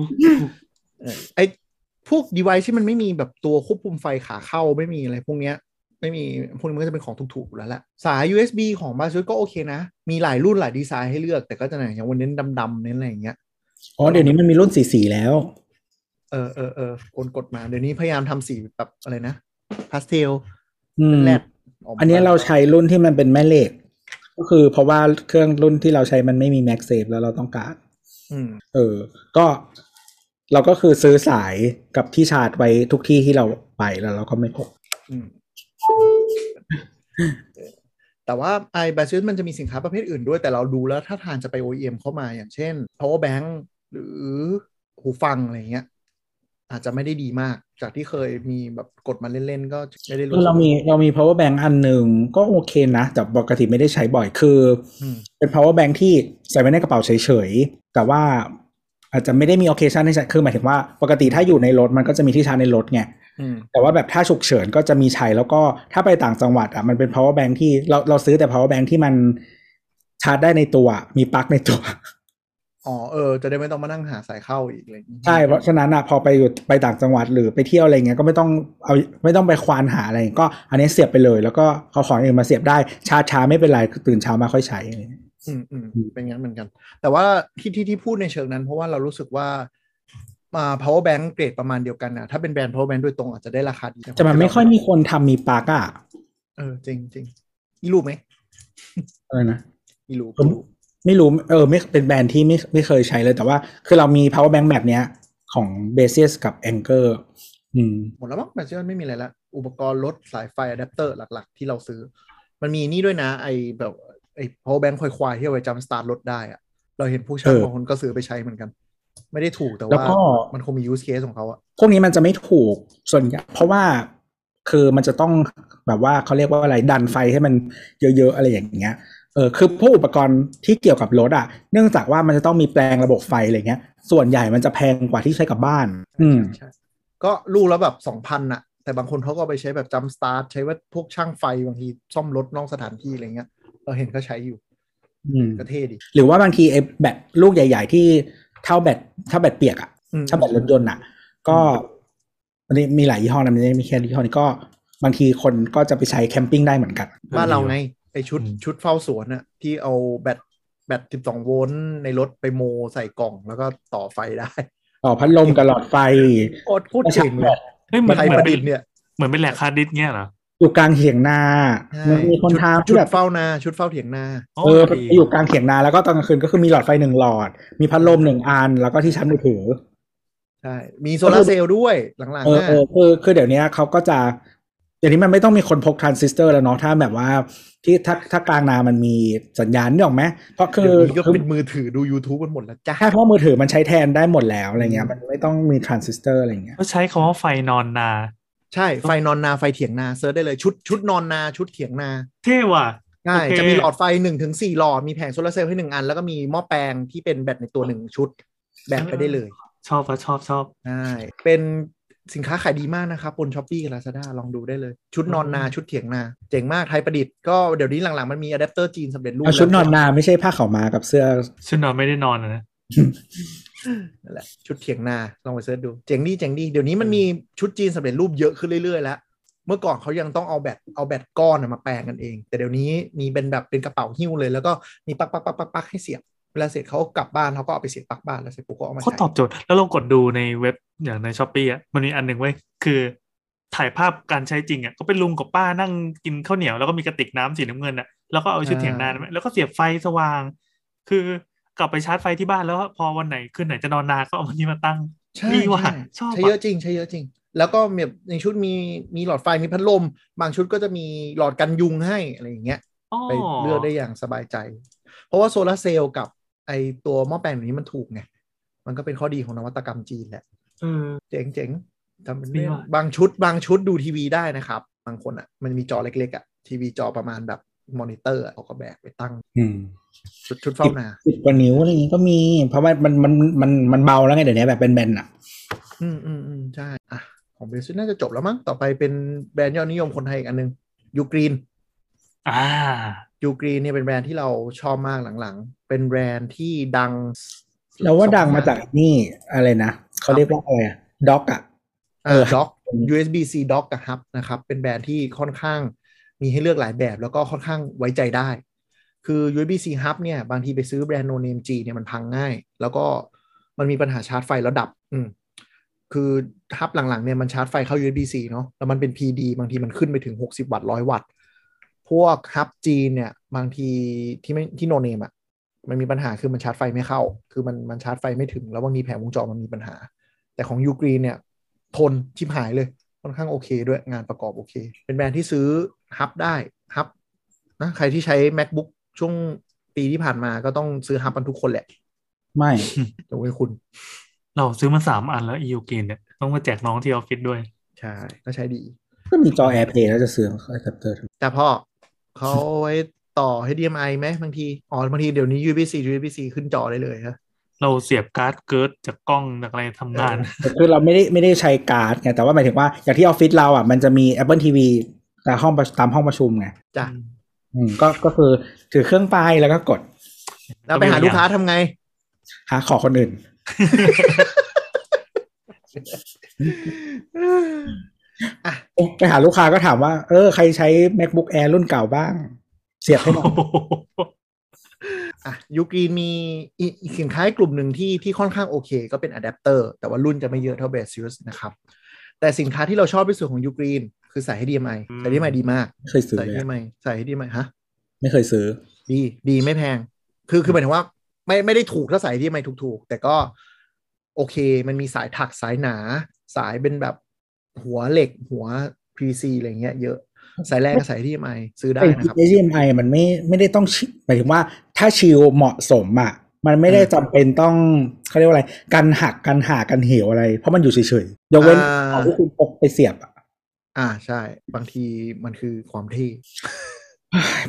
S3: เออไอพวก device ที่มันไม่มีแบบตัวควบคุมไฟขาเข้าไม่มีอะไรพวกเนี้ย ไม่มีพวกนี้มันก็จะเป็นของถูกๆอยู่แล้วแหละสาย USB ของบาซูก็โอเคนะ มีหลายรุ่นหลายดีไซน์ให้เลือกแต่ก็จะไหนอย่างวันนี้ดำๆเน้นอะไรอย่างเงี้ย
S4: อ๋อเดี๋ยวนี้มันมีรุ่นสีสีแล้ว
S3: เออเออเออคนกดมา เดี๋ยวนี้พยายามทำสีแบบอะไรนะพาสเทล
S4: อืม
S3: แรดกม
S4: อันเนี้ยเราใช้รุ่นที่มันเป็นแม่เหล็ก ก็คือเพราะว่าเครื่องรุ่นที่เราใช้มันไม่มีแม็กเซฟแล้วเราต้องการ
S3: อืม
S4: เออ ก็เราก็คือซื้อสายกับที่ชาร์จไว้ทุกที่ที่เราไปแล้วเราก็ไม่พก
S3: อืมเออ *laughs* แต่ว่าไอ้บาซูมันจะมีสินค้าประเภทอื่นด้วยแต่เราดูแล้วถ้าทางจะไป OEM เข้ามาอย่างเช่น power bank หรือหูฟังอะไรอย่างเงี้ย อาจจะไม่ได้ดีมาก จากที่เคยมีแบบกดมาเล่นๆก็ไม่ได้รู้
S4: คือเรามีเรามี power bank อันหนึ่งก็โอเคนะ แต่ปกติไม่ได้ใช้บ่อยคือ
S3: อืม
S4: เป็น power bank ที่ใส่ไว้ในกระเป๋าเฉยๆ แต่ว่าอาจจะไม่ได้มี occasion ให้ใช้คือหมายถึงว่า ปกติถ้าอยู่ในรถมันก็จะมีที่ชาร์จในรถไง
S3: อืม
S4: แต่ว่าแบบถ้าฉุกเฉินก็จะมีใช้แล้วก็ถ้าไปต่างจังหวัดอ่ะมันเป็น power bank ที่เราเราซื้อแต่ power bank ที่มันชาร์จได้ในตัวมีปลั๊กในตัว
S3: อ๋อเออ จะได้ไม่ต้องมานั่งหาสายเข้าอีกอะไรอย่างงี้
S4: ใช่เพราะฉะนั้นอ่ะพอไปอยู่ไปต่างจังหวัดหรือไปเที่ยวอะไรเงี้ยก็ไม่ต้องเอาไม่ต้องไปควานหาอะไรก็อันนี้เสียบไปเลย แล้วก็เอาของอื่นมาเสียบได้ชาร์จช้าไม่เป็นไรตื่นเช้ามาค่อยใช้อะไรเงี้ย
S3: อืมอืมเป็นงั้นเหมือนกัน แต่ว่าที่ที่ที่พูดในเชิงนั้น เพราะว่าเรารู้สึกว่ามา power bank เกรดประมาณเดียวกันนะถ้าเป็นแบรนด์ power bank โดยตรงอาจจะได้ราคาดี
S4: แต่มันไม่ค่อยมีคนทำมีปลั๊กอ่ะ
S3: เออจริงจริงอีรูปไหม
S4: อะไรนะ
S3: อีรูป
S4: ผม ไม่รู้เออไม่เป็นแบรนด์ที่ไม่ไม่เคยใช้เลยแต่ว่าคือเรามี power bank แบบเนี้ยของ b a s i s กับ Anchor อืม
S3: หมดแล้วมั้งแบตเตอรี่ไม่มีอะไรละ อุปกรณ์รถสายไฟอะแดปเตอร์หลัก ๆ ที่เราซื้อ มันมีนี่ด้วยนะ ไอแบบไอ power bank ควายๆที่เอาไว้จำสตาร์ทรถได้อะเราเห็นผู้ใช้
S4: เออ
S3: บางคนก็ซื้อไปใช้เหมือนกัน ไม่ได้ถูกแต่
S4: แล้ว
S3: ว่า
S4: ก็
S3: มันคงมี use case ของเขาอะ
S4: พวกนี้มันจะไม่ถูกส่วนใหญ่เพราะว่าคือมันจะต้องแบบว่าเขาเรียกว่าอะไรดันไฟให้มันเยอะ ๆ อะไรอย่างเงี้ยเออคือพวกอุปกรณ์ที่เกี่ยวกับรถอ่ะ เนื่องจากว่ามันจะต้องมีแปลงระบบไฟอะไรเงี้ย ส่วนใหญ่มันจะแพงกว่าที่ใช้กับบ้าน อืม
S3: ใช่ใช่ก็ลูกแล้วแบบสองพันอะแต่บางคนเขาก็เอาไปใช้แบบจำสตาร์ทใช้ว่าพวกช่างไฟบางทีซ่อมรถนอกสถานที่อะไรเงี้ย เราเห็นเขาใช้อยู่
S4: อืม
S3: ก็เท่ดี
S4: หรือว่าบางทีไอ้แบตลูกใหญ่ ๆ ที่เท่าแบตเท่าแบตเปียกอ่ะ
S3: อืม
S4: ถ้าแบตรถยนต์อ่ะ ก็อันนี้มีหลายยี่ห้อนะมันไม่ได้มีแค่ยี่ห้อนี้ก็ บางทีคนก็จะไปใช้แคมปิ้งได้เหมือนกัน
S3: บ้านเราไงไอชุด
S2: อืม
S3: ชุดเฝ้าสวนอะที่เอาแบตแบตสิบสองโวลต์ในรถไปโมใส่กล่องแล้วก็ต่อไฟได้
S4: ต่อพัดลมกับหลอดไฟ
S3: โคตรพูดเก่งเล
S4: แบ
S3: ย
S4: ต
S2: เฮ้ยเหมือน
S3: ไทย
S2: เหมื
S3: ป
S2: อน
S3: ระ
S2: เป็
S3: ดิ
S2: น
S3: ษฐ์เนี่ย
S2: เหมือนเป็นแหลกคาร์ดิสเนี่ยเหรอ
S4: อยู่กลางเถียงนามันมีคน
S3: ใช่
S4: ทำ
S3: ชุด
S4: แบบ
S3: เฝ้านาชุดเฝ้าเถียงนา
S2: โอ้
S4: เออ
S2: ดี
S4: อยู่กลางเถียงนาแล้วก็ตอนกลางคืนก็คือมีหลอดไฟหนึ่งหลอด มีพัดลมหนึ่งอัน แล้วก็ที่ชั้นมือถือ
S3: ใช่ มีโซลาร์เซลล์ด้วยหลัง
S4: เอ
S3: ๆ
S4: อ
S3: นะ
S4: เออคือคือเดี๋ยวเนี้ยเขาก็จะเดี๋ยวนี้มันไม่ต้องมีคนพกทรานซิสเตอร์แล้วเนาะถ้าแบบว่าที่ถ้าถ้ากลางนามันมีสัญญาณนี่หรอกไหมเพราะคื
S3: เดี๋ยว
S4: อ
S3: นี้ก็
S4: คือ
S3: เป็นมือถือดู YouTube กันหมดแล้วจ้า
S4: ใช่เพราะมือถือมันใช้แทนได้หมดแล้วอะไรเงี้ยมันไม่ต้องมีทรานซิสเตอร์อะไรเงี้ย
S2: ก็ใช้คำว่าไฟนอนนา
S3: ใช่ ไฟนอนนาไฟเถียงนาเซิร์ชได้เลยชุดชุดนอนนาชุดเถียงนา
S2: เท่ว่ะ
S3: ง่าย
S2: โอเค
S3: จะมีหลอดไฟ1นถึงสหลอด มีแผงโซลาร์เซลล์ให้หนึ่งอัน แล้วก็มีหม้อแปลงที่เป็นแบตในตัวหนึ่งชุด แบตไปได้เลย
S2: ชอบปะชอบชอบ
S3: ใช่เป็นสินค้าขายดีมากนะครับบนช้อปปี้กับลาซาด้าลองดูได้เลย ชุดนอนนาชุดเถียงนา เจ๋งมากไทยประดิษฐ์ก็เดี๋ยวนี้หลังๆมันมีอะแดปเตอร์จีนสำเร็จรูป
S4: เอาชุดน
S3: แล้
S4: อ
S3: วน
S4: นาไม่ใช่ผ้าขาวมากับเสื้อ
S2: ชุดนอนไม่ได้นอนอะนะ
S3: นั่นแหละชุดเถียงนาลองไปเซิร์ชดูเจ๋งดีเจ๋งดีเดี๋ยวนี้มันมีชุดจีนสำเร็จรูปเยอะขึ้นเรื่อยๆแล้วเมื่อก่อนเขายังต้องเอาแบตเอาแบตก้อนน่ะมาแปลงกันเอง แต่เดี๋ยวนี้มีเป็นแบบเป็นกระเป๋าหิ้วเลย แล้วก็มีปักปักปักปักปักให้เสียบเวลาเสร็จเขากลับบ้านเขาก็เอาไปเสียบปลักบ้านแล้วเสร็จปุ๊บก็เอามา
S2: เขา
S3: ใช้
S2: ตอบโจทย์แล้วเรากดดูในเว็บอย่างในช้อปปี้อ่ะมันมีอันหนึ่งไว้ยคือ ถ่ายภาพการใช้จริงอ่ะก็เป็นลุงกับป้านั่งกินข้าวเหนียวแล้วก็มีกระติกน้ำสีน้ำเงินอ่ะแล้วก็เอาชุดเถียงนาแล้วก็เสียบไฟสว่าง คือกลับไปชาร์จไฟที่บ้านแล้วพอวันไหนคืนไหนจะนอนนาก็เอามันนี้มาตั้ง
S3: ใช่
S2: ดีว่ะช
S3: ใช่
S2: อบ
S3: ใช้
S2: ว่ะ
S3: เยอะจริงใช้เยอะจริง แล้วก็แบบในชุดมีมีหลอดไฟมีพัดลม บางชุดก็จะมีหลอดกันยุงให้อะไรอย่างเงี้ย
S2: อ้อ
S3: ไปเลือกได้อย่างสบายใจ เพราะว่าโซลาร์เซลล์กับไอตัวหม้อแปลงแบบนี้มันถูกไง มันก็เป็นข้อดีของนวัตกรรมจีนแหละ
S2: เออ
S3: เจ๋งเจ๋งทำเป็น
S2: ดี
S3: เรื่อง
S2: ว่ะ
S3: บางชุดบางชุดดูทีวีได้นะครับ บางคนอ่ะ มันมีจอเล็กๆอ่ะ ทีวีจอประมาณแบบมอนิเตอร์อะเขาก็แบกไปตั้ง
S4: อืม
S3: ชุดชุดเฝ้านา
S4: สิบกว่านิ้วอะไรเงี้ยก็มี เพราะว่ามันมันมันมันเบาแล้วไงเดี๋ยวนี้แบบแบนๆอ่ะ
S3: อืมอืมอืมใช่ อ่ะ ของเบสน่าจะจบแล้วมั้ง ต่อไปเป็นแบรนด์ยอดนิยมคนไทยอีกอันนึงยูกรีน
S2: อ่า
S3: ยูกรีนเนี่ยเป็นแบรนด์ที่เราชอบมากหลังๆ เป็นแบรนด์ที่ดัง
S4: เราว่าดังมาจากนี่อะไรนะเขาเรียกว่าอะไรด็อกอ่ะ เออ
S3: ด็อก USB C dock กับ hub นะครับ เป็นแบรนด์ที่ค่อนข้างมีให้เลือกหลายแบบแล้วก็ค่อนข้างไว้ใจได้ คือ USB C hub เนี่ย บางทีไปซื้อแบรนด์โนเนมจีนเนี่ย มันพังง่าย แล้วก็มันมีปัญหาชาร์จไฟแล้วดับ อืมคือฮับหลังๆเนี่ยมันชาร์จไฟเข้า USB C เนาะแล้วมันเป็น PD บางทีมันขึ้นไปถึง 60 วัตต์100 วัตต์ พวกฮับจีนเนี่ย บางทีที่ไม่ที่โนเนมอ่ะมันมีปัญหาคือมันชาร์จไฟไม่เข้า คือมันมันชาร์จไฟไม่ถึง แล้วบางทีแผงวงจรมันมีปัญหา แต่ของยูกรีนเนี่ย ทนชิบหายเลย ค่อนข้างโอเคด้วยงานประกอบโอเค เป็นแบรนด์ที่ซื้อฮับได้ฮับนะใครที่ใช้ macbook ช่วงปีที่ผ่านมาก็ต้องซื้อฮับกันทุกคนแหละ
S4: ไม่
S3: ยกเว้นคุณ
S2: เราซื้อมาสามอันแล้วอีโอกินเนี่ยต้องมาแจกน้องที่ออฟฟิศด้วย
S3: ใช่ก็ใช้ดี
S4: ก็มีจอ AirPlay แล้วจะซื้อแอดแทปเตอร์
S3: แต่พ่อเขาเอาไว้ต่อ HDMI ไหมบางที อ๋อ บางทีเดี๋ยวนี้ USB-C USB-C ขึ้นจอได้เลยฮะ
S2: เราเสียบการ์ดเกิร์ดจากกล้องจากอะไรทำงาน
S4: คือเราไม่ได้ไม่ได้ใช้การ์ดไงแต่ว่าหมายถึงว่าอย่างที่ออฟฟิศเราอ่ะมันจะมี Apple TV แต่ห้องประตามห้องประชุมไง
S3: จ้ะ
S4: อืมก็ก็คือถือเครื่องไปแล้วก็กด
S3: แล้วไปหาลูกค้าทำไง
S4: หาขอคนอื่น ไปหาลูกค้าก็ถามว่า เออ ใครใช้ macbook air รุ่นเก่าบ้าง เสียบให้หน่อย
S3: อ่ะยูกรีนมีอีกอีกสินค้าอีกกลุ่มหนึ่งที่ที่ค่อนข้างโอเค ก็เป็นอะแดปเตอร์แต่ว่ารุ่นจะไม่เยอะเท่าเบสซิสนะครับ แต่สินค้าที่เราชอบที่สุดของยูกรีนคือสาย HDMI
S2: อืม
S3: สาย HDMI ดีมาก
S4: ไม่เคยซื้อ
S3: สาย
S4: เลยอะ
S3: HDMI สาย HDMI ฮะ
S4: ไม่เคยซื้อ
S3: ดีดีไม่แพง คือคือหมายถึงว่า ไม่ไม่ได้ถูกถ้าสายที่ไม่ถูกๆ แต่ก็โอเค มันมีสายถักสายหนา สายเป็นแบบหัวเหล็กหัว PC อะไรเงี้ยเยอะ สายแรงกับสายที่ไม่ซื้อได้
S4: แต่
S3: นะครับ
S4: HDMI มันไม่ไม่ได้ต้องชิหมายถึงว่าถ้าชิลเหมาะสมอ่ะ มันไม่ได้จำเป็นต้องเขาเรียกว่าอะไร กันหักกันหากันเหวอะไร เพราะมันอยู่เฉยๆยกเว้น
S3: อ่า
S4: เอาที่คุณพกไปเสียบอะ *sighs*
S3: อ่าใช่ บางทีมันคือความเที่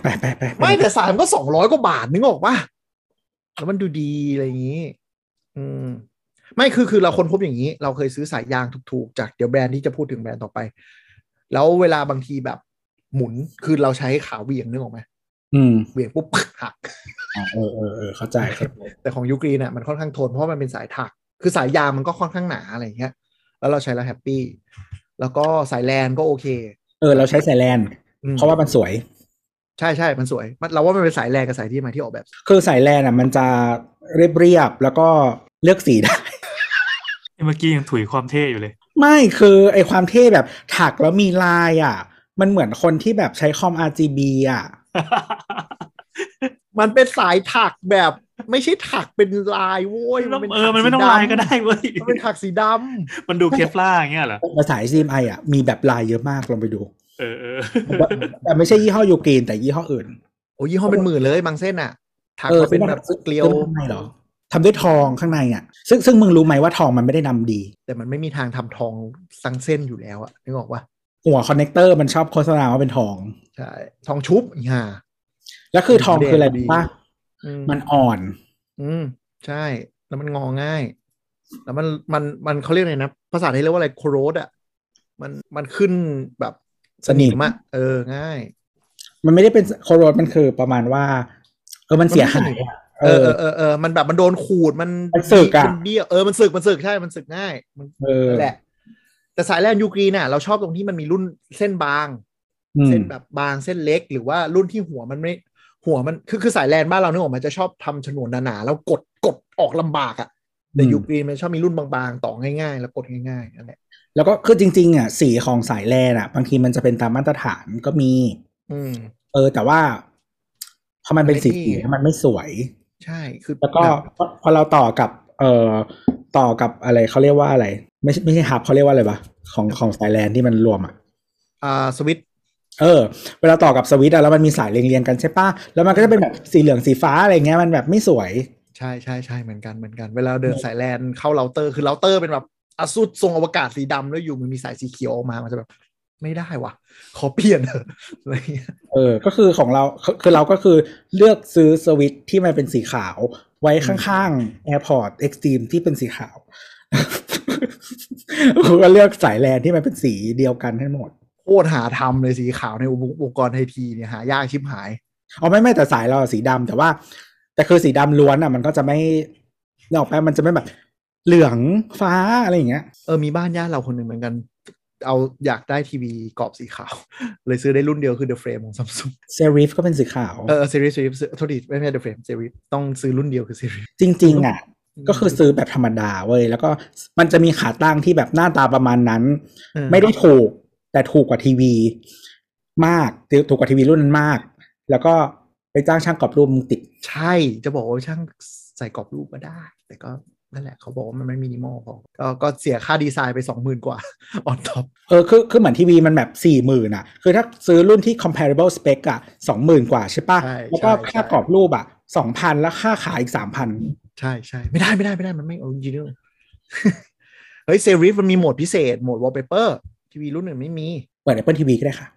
S4: ไปไปไปไป
S3: ไม่แต่สายมันก็สองร้อยกว่าบาทนึกออกปะแล้วมันดูดีอะไรอย่างนี้ อืม ไม่คือคือเราคนพบอย่างนี้ เราเคยซื้อสายยางถูกๆ จากเดี๋ยวแบรนด์ที่จะพูดถึงแบรนด์ต่อไป แล้วเวลาบางทีแบบหมุนคือเราใช้ขาเหวี่ยงนึกออกไหม
S4: อืม
S3: เหวี่ยงปุ๊บ *laughs* ปักหัก
S4: อ่าเออเออเออเข้าใจเข้าใจ
S3: แต่ของยูกรีนอ่ะมันค่อนข้างทนเพราะมันเป็นสายถัก คือสายยางมันก็ค่อนข้างหนาอะไรอย่างเงี้ย แล้วเราใช้แล้วแฮปปี้ แล้วก็สายแลนก็โอเค
S4: เออ เราใช้สายแลน
S3: อืม
S4: เพราะว่ามันสวย
S3: ใช่ใช่มันสวยมันเราว่ามันเป็นสายแลนกับสายที่มาที่ออกแบบ
S4: คือสายแลนอ่ะ มันจะเรียบเรียบๆแล้วก็เลือกสีได้ *laughs*
S2: เมื่อกี้ยังถุยความเท่อยู่เลย
S4: ไม่คือไอความเท่แบบถักแล้วมีลายอ่ะ มันเหมือนคนที่แบบใช้คอม RGB อ่ะ
S3: มันเป็นสายถักแบบ ไม่ใช่ถักเป็นลายโว้ย
S2: ไม่ต้อง
S3: ป็
S2: เออ
S3: ถั
S2: มันไม่ต้อง
S3: สีดำ
S2: ลายก็ได้เว้ย
S3: มันเป็นถักสีดำ
S2: มันดูเคฟล่าอย่างเงี้ยเหรอ
S4: ภาษา HDMI อ่ะ มีแบบลายเยอะมากลองไปดู
S2: เออเออ
S4: แต่ไม่ใช่ยี่ห้อยูกรีนแต่ยี่ห้ออื่น
S3: โอ้ยยี่ห้อเป็นหมื่นเลยบางเส้นอ่ะ ถัก
S4: เออ
S3: มาเป็นแบบเกลียว
S4: ซื้อมาทำไมเหรอทำด้วยทองข้างในอ่ะ ซึ่งซึ่งมึงรู้ไหมว่าทองมันไม่ได้นำดี
S3: แต่มันไม่มีทางทำทองสังเส้นอยู่แล้วอะนึกออกว่า
S4: หัวคอนเนคเตอร์มันชอบโฆษณาว่าเป็นทอง
S3: ใช่ทองชุบอีห่า
S4: แล้วคือทอง
S3: ไม่ได้
S4: คืออะไร
S3: ดี
S4: ป่ะ
S3: อืม
S4: มันอ่อน
S3: อืมใช่ แล้วมันงอง่าย แล้วมันมันมันเขาเรียกอะไรนะ ภาษาไทยเรียกว่าอะไรโคโรดอ่ะมันมันขึ้นแบบสนิมอะเออง่าย
S4: มันไม่ได้เป็นโคโรดมันคือประมาณว่า เออมันเสียหายอะ
S3: เอ
S4: เอ
S3: อ
S4: อ
S3: เออเออเออมันแบบมันโดนขูดมัน
S4: มันสึกอะ
S3: มันเบี้ยวเออมันสึกมันสึกใช่ มันสึกง่ายมัน
S4: เออ
S3: นั่นแหละ แต่สายแลนยูกรีน่ะเราชอบตรงที่มันมีรุ่นเส้นบาง
S4: อืม
S3: เส้นแบบบางเส้นเล็ก หรือว่ารุ่นที่หัวมันไม่ หัวมันคือคือสายแลนบ้านเราเนื้ออกมันจะชอบทำฉนวนหนาๆแล้วกดกดออกลำบากอะแต่ยูกรีนมันชอบมีรุ่นบางๆ ต่อง่ายๆ แล้วกดง่ายๆนั่นแหละ
S4: แล้วก็คือจริง ๆ อ่ะ สีของสายแลนอ่ะ บางทีมันจะเป็นตามมาตรฐานก็มี
S3: อืม
S4: เออ แต่ว่าพอมันเป็นสี
S3: มันไม่
S4: สี
S3: เท่
S4: มันไม่สวย
S3: ใช่คือ
S4: แล้วก็
S3: บบ
S4: พอพอเราต่อกับ เอ่อต่อกับอะไรเขาเรียกว่าอะไร ไม่ใช่ไม่ใช่ฮับเขาเรียกว่าอะไรวะของของสายแลนที่มันรวมอ่ะ
S3: อ่าสวิตช์
S4: เออ เวลาต่อกับสวิตช์อะแล้วมันมีสายเรียงๆกันใช่ปะแล้วมันก็จะเป็นแบบสีเหลืองสีฟ้าอะไรเงี้ยมันแบบไม่สวย
S3: ใช่ใช่ใช่เหมือนกันเหมือนกัน เวลาเดินสายแลนเข้าเราเตอร์คือเราเตอร์เป็นแบบอสุดทรงอวกาศสีดำแล้วอยู่มันมีสายสีเขียวออกมามันจะแบบไม่ได้ว่ะ ขอเปลี่ยนเถอะอะไรอย่างเงี้ย
S4: เออ ก็คือของเราคือคือเราก็คือเลือกซื้อสวิตช์ที่มันเป็นสีขาว ไว้ข้างๆ AirPort Extreme ที่เป็นสีขาว *laughs* ผมก็เลือกสายแลนที่มันเป็นสีเดียวกันทั้งหมด
S3: โคตรหาทำเลยสีขาวในอุปกรณ์ไอทีเนี่ยหายากชิบหาย
S4: อ๋อไม่ไม่แต่สายเราอะสีดำแต่ว่า แต่คือสีดำล้วนอ่ะ มันก็จะไม่นกออกไปะมันจะไม่แบบ เหลืองฟ้าอะไรอย่างเงี้ย
S3: เออมีบ้านญาติเราคนหนึ่งเหมือนกัน เอาอยากได้ทีวีกรอบสีขาว *laughs* เลยซื้อได้รุ่นเดียวคือ The Frame ของ Samsung
S4: เซริฟก็เป็นสีขาว
S3: เออ Series Series ซื้อโทษทีไม่ใช่ The Frame Series ต้องซื้อรุ่นเดียวคือ Series
S4: จริง ๆ อ่ะ ก็คือซื้อแบบธรรมดาเว้ย แล้วก็มันจะมีขาตั้งที่แบบหน้าตาประมาณนั้น
S3: เออ
S4: ไม่ได้ถูก แต่ถูกกว่าทีวี มากถูกกว่าทีวีรุ่นนั้นมาก แล้วก็ไปจ้างช่างกรอบรูปมึงติด
S3: ใช่จะบอกว่าช่างใส่กรอบรูปก็ได้ แต่ก็นั่นแหละเขาบอกว่ามันไม่มินิมอลพอก็ก็เสียค่าดีไซน์ไปสองหมื่นกว่า *laughs* ออนท็อป
S4: เออคือคือเหมือนทีวีมันแบบสี่หมื่นอ่ะ คือถ้าซื้อรุ่นที่ comparable spec อ่ะสองหมื่นกว่าใช่ปะแล้วก็ค่ากรอบรูปอ่ะสองพันแล้วค่าขายอีกสามพัน
S3: ใช่ใช่ไม่ได้ไม่ได้ไม่ได้มันไม่เอาจริง *laughs* เฮ้ยเซรีฟมันมีโหมดพิเศษโหมดวอลเปเปอร์ทีวีรุ่นอื่นไม่มี
S4: เปิด Apple TV ก็ได้ค่ะ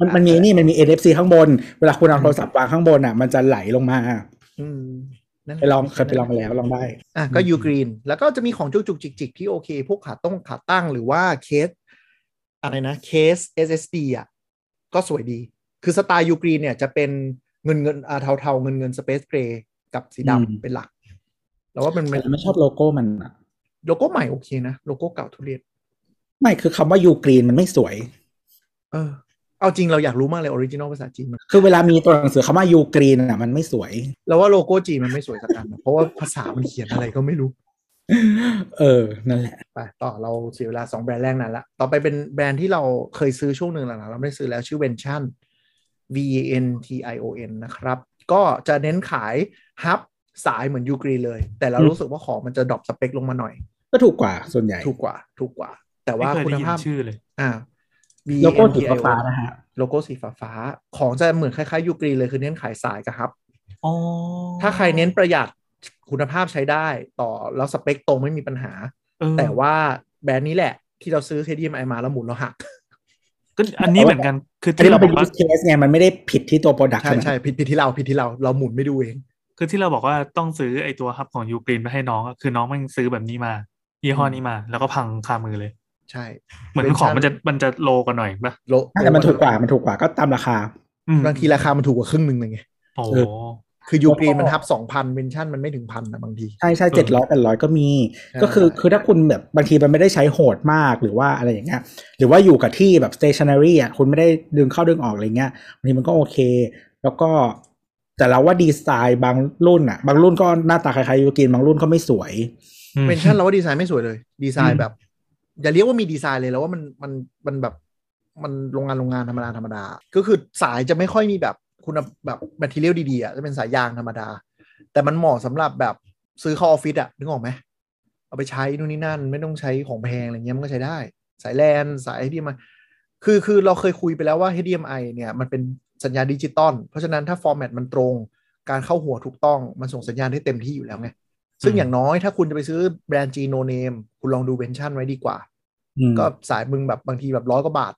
S4: มันมันมีนี่มันมี NFC ข้างบน เวลาคุณเอาโทรศัพท์วางข้างบนอ่ะ มันจะไหลลงมา
S3: อืมนั่นแห
S4: ไปลองเคยไปลองมาแล้วลองได้
S3: อ่ะก็ยูกรีน แล้วก็จะมีของจุกจุกจิกจิกที่โอเค พวกขาต้องขาตั้งหรือว่าเคส อะไรนะ เคส SSD อ่ะ ก็สวยดี คือสไตล์ยูกรีนเนี่ยจะเป็นเงินเงินอ่าเทาเทาๆเงินเงินสเปซเกรย์กับสี
S4: อืม
S3: ดำเป็นหลัก แล้วว่ามันเป็น
S4: แต่ไม่ชอบโลโก้มันอะ
S3: โลโก้ใหม่โอเคนะ โลโก้เก่าทุเรียน
S4: ไม่คือคำว่ายูกรีนมันไม่สวย
S3: เออ เอาจริงเราอยากรู้มากเลยออริจินอลภาษาจีนมัน
S4: คือเวลามีตัวหนังสือคำว่ายูกรีนอ่ะมันไม่สวย
S3: เราว่าโลโก้จีนมันไม่สวยสักอันนะเพราะว่าภาษามันเขียนอะไรก็ไม่รู้
S4: เออ นั่นแหละ
S3: ไปต่อเราเสียเวลา 2 แบรนด์แรกนั้นละต่อไปเป็นแบรนด์ที่เราเคยซื้อช่วงหนึ่งหลังๆเราไม่ได้ซื้อแล้วชื่อ Vention V E N T I O N นะครับ ก็จะเน้นขายฮับสายเหมือนยูกรีเลย แต่เรา
S4: อืม
S3: รู้สึกว่าของมันจะดรอปสเปคลงมาหน่อย
S4: ก็ถูกกว่าส่วนใหญ่
S3: ถูกกว่า ถูกกว่า แต่
S2: ไม่
S3: ว่า
S2: เคย
S3: คุ
S2: ได้
S3: ณ
S2: ยิน
S3: ภาพ
S2: ชื่อเลย
S3: อ่า V
S4: โล
S3: E
S4: โก้
S3: N
S4: สี
S3: T I O
S4: ฟ้า
S3: N
S4: ๆนะฮะ
S3: โลโก้สีฟ้าๆของจะเหมือนคล้ายๆยูกรีเลยคือเน้นขายสายกับฮับ
S2: อ๋อ
S3: ถ้าใครเน้นประหยัดคุณภาพใช้ได้ต่อแล้วสเปคตรงไม่มีปัญหา
S2: เออ
S3: แต่ว่าแบรนด์นี้แหละที่เราซื้อ HDMI มาแล้วหมุนแล้วหัก
S2: ก็อันนี้เหมือนกันคือ
S4: อันนี้
S2: ที่เราบ
S4: มันเป็
S2: อน กว่า
S4: เคสไงมันไม่ได้ผิดที่ตัวโปรดักต์
S3: ใช่ใช่ผิดผิดที่เราผิดที่เราเราหมุนไม่ดูเอง
S2: คือที่เราบอกว่าต้องซื้อไอตัวฮับของยูกรีนไปให้น้องอะคือน้องแมันซื้อแบบนี้มายี่ห้อนี้มา แล้วก็พังคามือเลย
S3: ใช่
S2: เหมือนของมันจะมันจะโลกันหน่อยปะ
S3: โล
S4: แต่มันถูกกว่ามันถูกกว่าก็ตามราคา
S2: อืม
S3: บางทีราคามันถูกกว่าครึ่งหนึ่งเลยไง
S2: โอ้โห
S4: เออ
S3: คือยูกรีนมันทับสองพันเมนชั่นมันไม่ถึงพันนะบางที
S4: ใช่ใช่
S2: เอ
S4: เจ็ดร้อ
S2: อ
S4: ยแปดร้อยก็มี ก็คือคือถ้าคุณแบบบางทีมันไม่ได้ใช้โหดมากหรือว่าอะไรอย่างเงี้ยหรือว่าอยู่กับที่แบบ stationary อ่ะคุณไม่ได้ดึงเข้าดึงออกอะไรเงี้ยบางทีมันก็โอเค แล้วก็ แต่เราว่าดีไซน์บางรุ่นอ่ะ บางรุ่นก็หน้าตาคล้ายๆยูกินบางรุ่นก็ไม่สวย
S2: อืม
S3: เมนชั่นเราว่าดีไซน์ไม่สวยเลย ดีไซ
S2: อื
S3: น์
S2: ม
S3: แบบ อย่าเรียกว่ามีดีไซน์เลยแล้วว่ามันมันมันแบบมันโรงงานโรงงานธรรมดาธรรมดา ก็คือสายจะไม่ค่อยมีแบบคุณแบบแมทเทียลดีๆอ่ะจะเป็นสายยางธรรมดา แต่มันเหมาะสำหรับแบบซื้อเข้าออฟฟิศอ่ะนึกออกไหมเอาไปใช้นู่นนี่นั่น ไม่ต้องใช้ของแพงอะไรเงี้ยมันก็ใช้ได้ สายแลนสาย HDMI คือคือเราเคยคุยไปแล้วว่า HDMI เนี่ยมันเป็นสัญญาณดิจิตอลเพราะฉะนั้นถ้าฟอร์แมตมันตรง การเข้าหัวถูกต้องมันส่งสัญญาณได้เต็มที่อยู่แล้วไง ซึ่ง
S2: อืม
S3: อย่างน้อยถ้าคุณจะไปซื้อแบรนด์จีโนเนมคุณลองดูเวนชั่นไว้ดีกว่า
S4: อืม
S3: ก็สายมึงแบบบางทีแบบร้อยกว่าบาท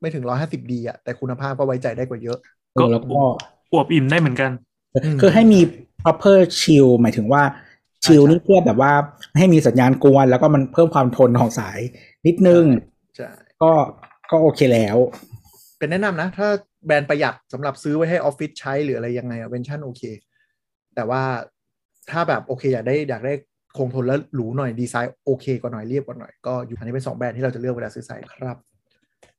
S3: ไม่ถึงร้อยห้าสิบดีอะแต่คุณภาพก็ไว้ใจได้กว่าเยอะ
S4: เออแล้วก็
S2: อวบอิ่มได้เหมือนกัน
S3: อืม
S4: คือให้มี proper chill หมายถึงว่า chill นี่เพื่อแบบว่าให้มีสัญญาณกวน แล้วก็มันเพิ่มความทนของสายนิดนึง
S3: ใช่
S4: ก็ก็โอเคแล้ว
S3: เป็นแนะนำนะ ถ้าแบรนด์ประหยัดสำหรับซื้อไว้ให้ออฟฟิศใช้หรืออะไรยังไงอะเวนชั่นโอเค แต่ว่าถ้าแบบโอเคอยากได้อยากได้คงทนแล้วหรูหน่อยดีไซน์โอเคกว่าหน่อยเรียบกว่าหน่อยก็อยู่อันนี้เป็นสองแบรนด์ที่เราจะเลือกเวลาซื้อสายครับ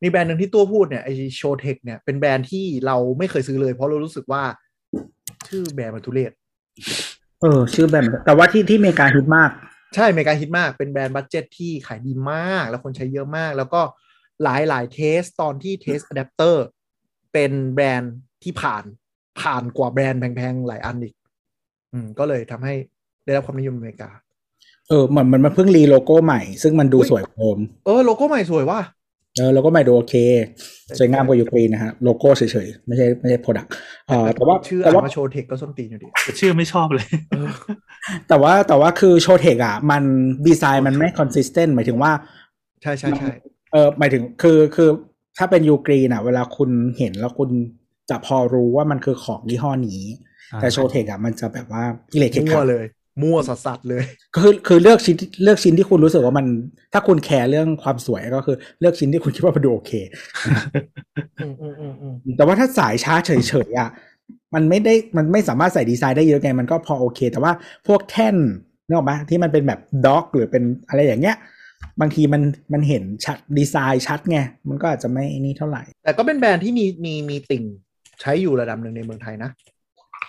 S3: มีแบรนด์หนึ่งที่ตัวพูดเนี่ยไอโชเทคเนี่ยเป็นแบรนด์ที่เราไม่เคยซื้อเลย เพราะเรารู้สึกว่าชื่อแบรนด์มันทุเรศ
S4: เออ ชื่อแบบแต่ว่าที่ที่อเมริกาฮิตมาก
S3: ใช่อเมริกาฮิตมากเป็นแบรนด์บัตเจ็ตที่ขายดีมาก แล้วคนใช้เยอะมาก แล้วก็หลายหลายเทสตอนที่เทสอะแดปเตอร์เป็นแบรนด์ที่ผ่านผ่านกว่าแบรนด์แพงๆ หลายอันอีก อืมก็เลยทำให้ได้รับความนิยมในอเมริกา
S4: เออเหมือนมันมันเพิ่งรีโลโก้ใหม่ ซึ่งมันดู
S3: อุ๊ย
S4: สวยกว่าเดิม
S3: เออ โลโก้ใหม่สวยว่ะ
S4: เออโลโก้ใหม่ดูโอเค สวยงามกว่ายูกรีนนะฮะ โลโก้เฉยๆ ไม่ใช่ไม่ใช่โปรดักต์เออแต่ว่า
S3: ชื่อ
S4: แต่
S3: อ่าน
S4: ว่า
S3: ว่าโชเทคก็ส้นตีนอยู่ดี
S2: แต่ชื่อไม่ชอบเลย
S3: เออ
S4: แต่ว่าแต่ว่าคือโชเทคอ่ะ มันดีไซน์มันไม่คอนสิสเทนต์หมายถึงว่า
S3: ใช่ใช่ใช่
S4: เออหมายถึงคือคือถ้าเป็นยูกรีนอ่ะ เวลาคุณเห็นแล้วคุณจะพอรู้ว่ามันคือของยี่ห้อนี้ แต่โชเทคอ่ะมันจะแบบว่ากิเลสเข็ด
S3: มั่
S4: ขาด
S3: วเลย มั่วสัสๆเลย
S4: คือคือเลือกชิ้นที่เลือกชิ้นที่คุณรู้สึกว่ามัน ถ้าคุณแคร์เรื่องความสวยก็คือเลือกชิ้นที่คุณคิดว่ามันดูโอเค
S3: อืมอืมอืมอืม
S4: แต่ว่าถ้าสายช้าเฉยๆอ่ะมันไม่ได้มันไม่สามารถใส่ดีไซน์ได้เยอะไงมันก็พอโอเค แต่ว่าพวกแท่นนึกออกไหมที่มันเป็นแบบด็อก หรือเป็นอะไรอย่างเงี้ย บางทีมันมันเห็นชัดดีไซน์ชัดไงมันก็อาจจะไม่นี่เท่าไหร่
S3: แต่ก็เป็นแบรนด์ที่มีมีมีติ่งใช้อยู่ระดับหนึ่งในเมืองไทยนะ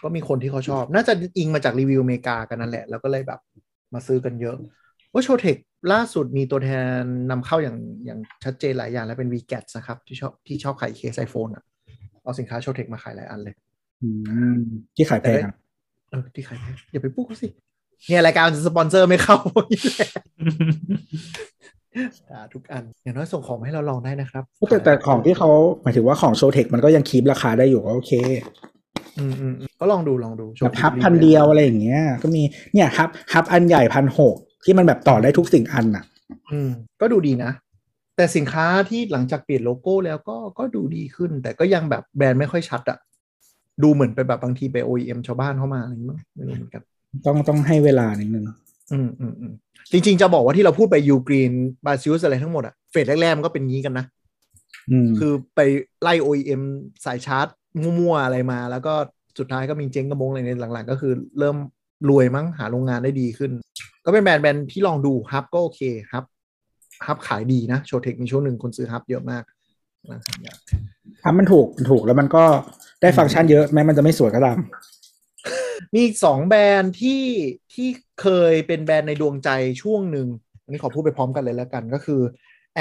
S3: ก็มีคนที่เขาชอบ น่าจะอิงมาจากรีวิวอเมริกากันนั่นแหละ แล้วก็เลยแบบมาซื้อกันเยอะว่าโชเทคล่าสุดมีตัวแทนนำเข้าอย่างอย่างชัดเจนหลายอย่างแล้วเป็น v ีแกตนะครับ ที่ชอบที่ชอบขายเคสไอโฟนอ่ะ เอาสินค้าโชเทคมาขายหลายอันเลย
S4: อืมที่ขายแพงอะ
S3: เออ ที่ขายแพงอย่าไปพูดเขาสิ เนี่ยรายการจะสปอนเซอร์ไม่เข้า *laughs* อ่าทุกอัน อย่างน้อยส่งของมาให้เราลองได้นะครับ
S4: แต่แต่ของที่เขาหมายถึงว่าของโชเทคมันก็ยังคีบราคาได้อยู่ก็โอเค
S3: อืมอืมอืมก็ลองดูลองดู
S4: แบบ
S3: Showtech
S4: ฮับพันเดียวอะไรอย่างเงี้ย ก็มีเนี่ยฮับฮับอันใหญ่พันหก ที่มันแบบต่อได้ทุกสิ่งอันอ่ะ
S3: อืมก็ดูดีนะ แต่สินค้าที่หลังจากเปลี่ยนโลโก้แล้วก็ก็ดูดีขึ้น แต่ก็ยังแบบแบรนด์ไม่ค่อยชัดอะดูเหมือนไปแบบบางทีไป OEM ชาวบ้านเข้ามาอะไรอย่างเงี้ยมั้งไม่รู้เหมือนกัน
S4: ต้องต้องให้เวลานิดนึง
S3: อืมอืมอืมจริง ๆ จะบอกว่าที่เราพูดไปยูกรีนบาซิลอะไรทั้งหมดอะเฟสแรกๆมันก็เป็นงี้กันนะ
S4: อืม
S3: คือไปไล่ OEM สายชาร์จมั่วๆอะไรมา แล้วก็สุดท้ายก็มีเจ๊งกระบงอะไรในหลังๆ ก็คือเริ่มรวยมั้งหาโรงงานได้ดีขึ้น ก็เป็นแบรนด์แบรนด์ที่ลองดูฮับก็โอเคฮับฮับขายดีนะ โชเทคมีช่วงหนึ่งคนซื้อฮับเยอะมากนะครับ
S4: ถ้ามันถูกมันถูกแล้วมันก็ได้ฟังก์ชันเยอะแม้มันจะไม่สวยก็ตาม
S3: มีอีกสองแบรนด์ที่ที่เคยเป็นแบรนด์ในดวงใจช่วงหนึ่งอันนี้ขอพูดไปพร้อมกันเลยแล้วกัน ก็คือ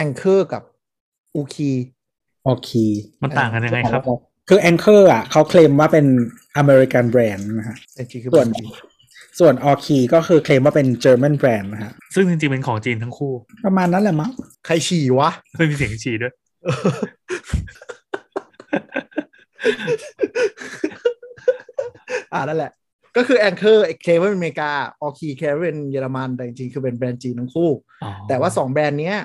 S3: Anchor กับ u k i
S4: โอเค
S2: มันต่างกันยังไงครับ
S4: คือ Anchor อ่ะเขาเคลมว่าเป็น American brand นะฮะ
S3: แต่จริงๆคือ
S4: ส่วน
S3: แบรนด์จีน
S4: ส่วน o r k e y ก็คือเคลมว่าเป็น German brand นะฮะ
S2: ซึ่งจริงๆเป็นของจีนทั้งคู่
S4: ประมาณนั้นแหละมั้ง
S3: ใครฉี่วะ
S2: ไม่มีเสียงฉี่ด้วย
S3: อ่านั่นแหละ ก็คือแองเกอร์เคลมว่าเป็นอเมริกาออคีเคลมว่าเป็นเยอรมันแต่จริงๆ คือเป็นแบรนด์จีนทั้งคู่
S2: อ๋อ
S3: แต่ว่า 2 แบรนด์เนี้ย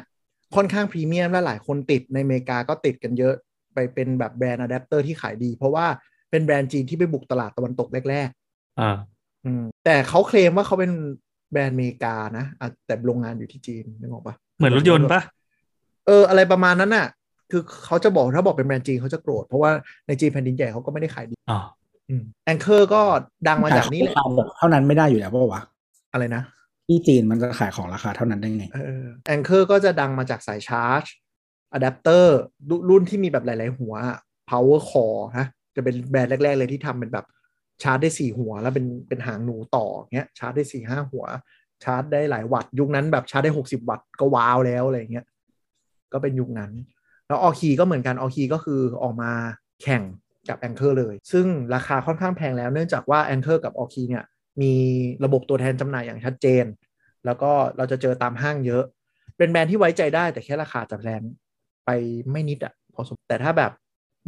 S3: ค่อนข้างพรีเมียมและหลายคนติดในอเมริกาก็ติดกันเยอะไปเป็นแบบแบรนด์อะแดปเตอร์ที่ขายดี เพราะว่าเป็นแบรนด์จีนที่ไปบุกตลาดตะวันตกแรก
S2: อ่า
S3: ๆอืมแต่เขาเคลมว่าเขาเป็นแบรนด์อเมริกานะอ่ะแต่โรงงานอยู่ที่จีนนึกออกปะ
S2: เหมือนรถยนต์ปะ
S3: เอออะไรประมาณนั้นน่ะ คือเขาจะบอกถ้าบอกเป็นแบรนด์จีนเขาจะโกรธเพราะว่าในจีนแผ่นดินใหญ่เขาก็ไม่ได้ขายดี
S2: อ๋อ
S3: แองเกอร์ก็ดังมาจากนี่แหละ
S4: ขยของราคาเท่านั้นไม่ได้อยู่แล้วเพราะว่า
S3: อะไรนะ
S4: ที่จีนมันจะขายของราคาเท่านั้นได้ไง
S3: เออแองเกอร์ก็จะดังมาจากสายชาร์จอะแดปเตอร์รุ่นที่มีแบบหลาย ๆ หัว power core นะจะเป็นแบรนด์แรก ๆ เลยที่ทำเป็นแบบชาร์จได้สี่หัว แล้วเป็นเป็นหางหนูต่อเงี้ยชาร์จได้สี่ห้าหัว ชาร์จได้หลายวัตต์ยุคนั้นแบบชาร์จได้หกสิบวัตต์ก็ว้าวแล้วอะไรเงี้ยก็เป็นยุคนั้น แล้วออคีก็เหมือนกันออคีก็คือออกมาแข่งกับแองเกอร์เลย ซึ่งราคาค่อนข้างแพงแล้วเนื่องจากว่าแองเกอร์กับออคีเนี่ยมีระบบตัวแทนจำหน่ายอย่างชัดเจน แล้วก็เราจะเจอตามห้างเยอะ เป็นแบรนด์ที่ไว้ใจได้แต่แค่ราคาจะแพงไปไม่นิดอะพอสมแต่ถ้าแบบ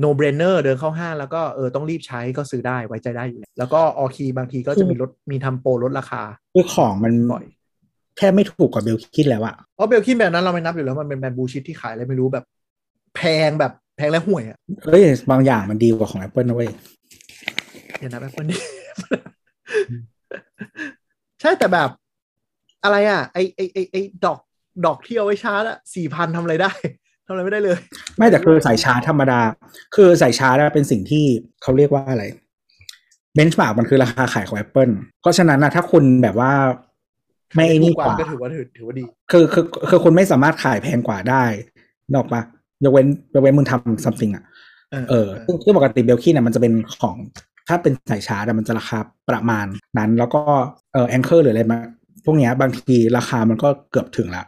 S3: no brainer เดินเข้าห้างแล้วก็เออต้องรีบใช้ก็ซื้อได้ไว้ใจได้อยู่แล้วแล้วก็ออคีบางทีก็จะมีลดมีทำโปรลดราคา
S4: คือของมัน
S3: บ่อย
S4: แค่ไม่ถูกกว่าเบลคิดแล้วอะ
S3: เพราะเบลคินแบบนั้นเราไม่นับอยู่แล้วมันเป็นแบรนด์บูชิตที่ขายอะไรไม่รู้แบบ แพงแบบแพงและห่วยอะ
S4: เอ้ยบางอย่างมันดีกว่าของ Apple นะเว้ย
S3: อย่า *laughs* นับแอปเปิลดิใช่แต่แบบอะไรอะไอไอไอไอดอกดอกที่เอาไว้ชาร์จอะสี่พันทำอะไรได้ทำอะไรไม่ได้เลย
S4: ไม่แต่คือสายชาร์จธรรมดา คือสายชาร์จอะเป็นสิ่งที่เขาเรียกว่าอะไรเบนช์มาร์กมันคือราคาขายของ Apple เพราะฉะนั้นนะถ้าคุณแบบว่าไม่ไอ้นี่กว่า
S3: ก็ถือว่าถือถือว่าดี
S4: คือคือคือคุณไม่สามารถขายแพงกว่าได้นกออกปะยกเว้นยกเว้นมึงทำ something อะ
S3: เออ
S4: เออซึ่งซึ่งปกติเบลคินน่ะมันจะเป็นของถ้าเป็นสายชาร์จอะมันจะราคาประมาณนั้น แล้วก็เออแองเกอร์หรืออะไรมา พวกเนี้ยบางทีราคามันก็เกือบถึงละ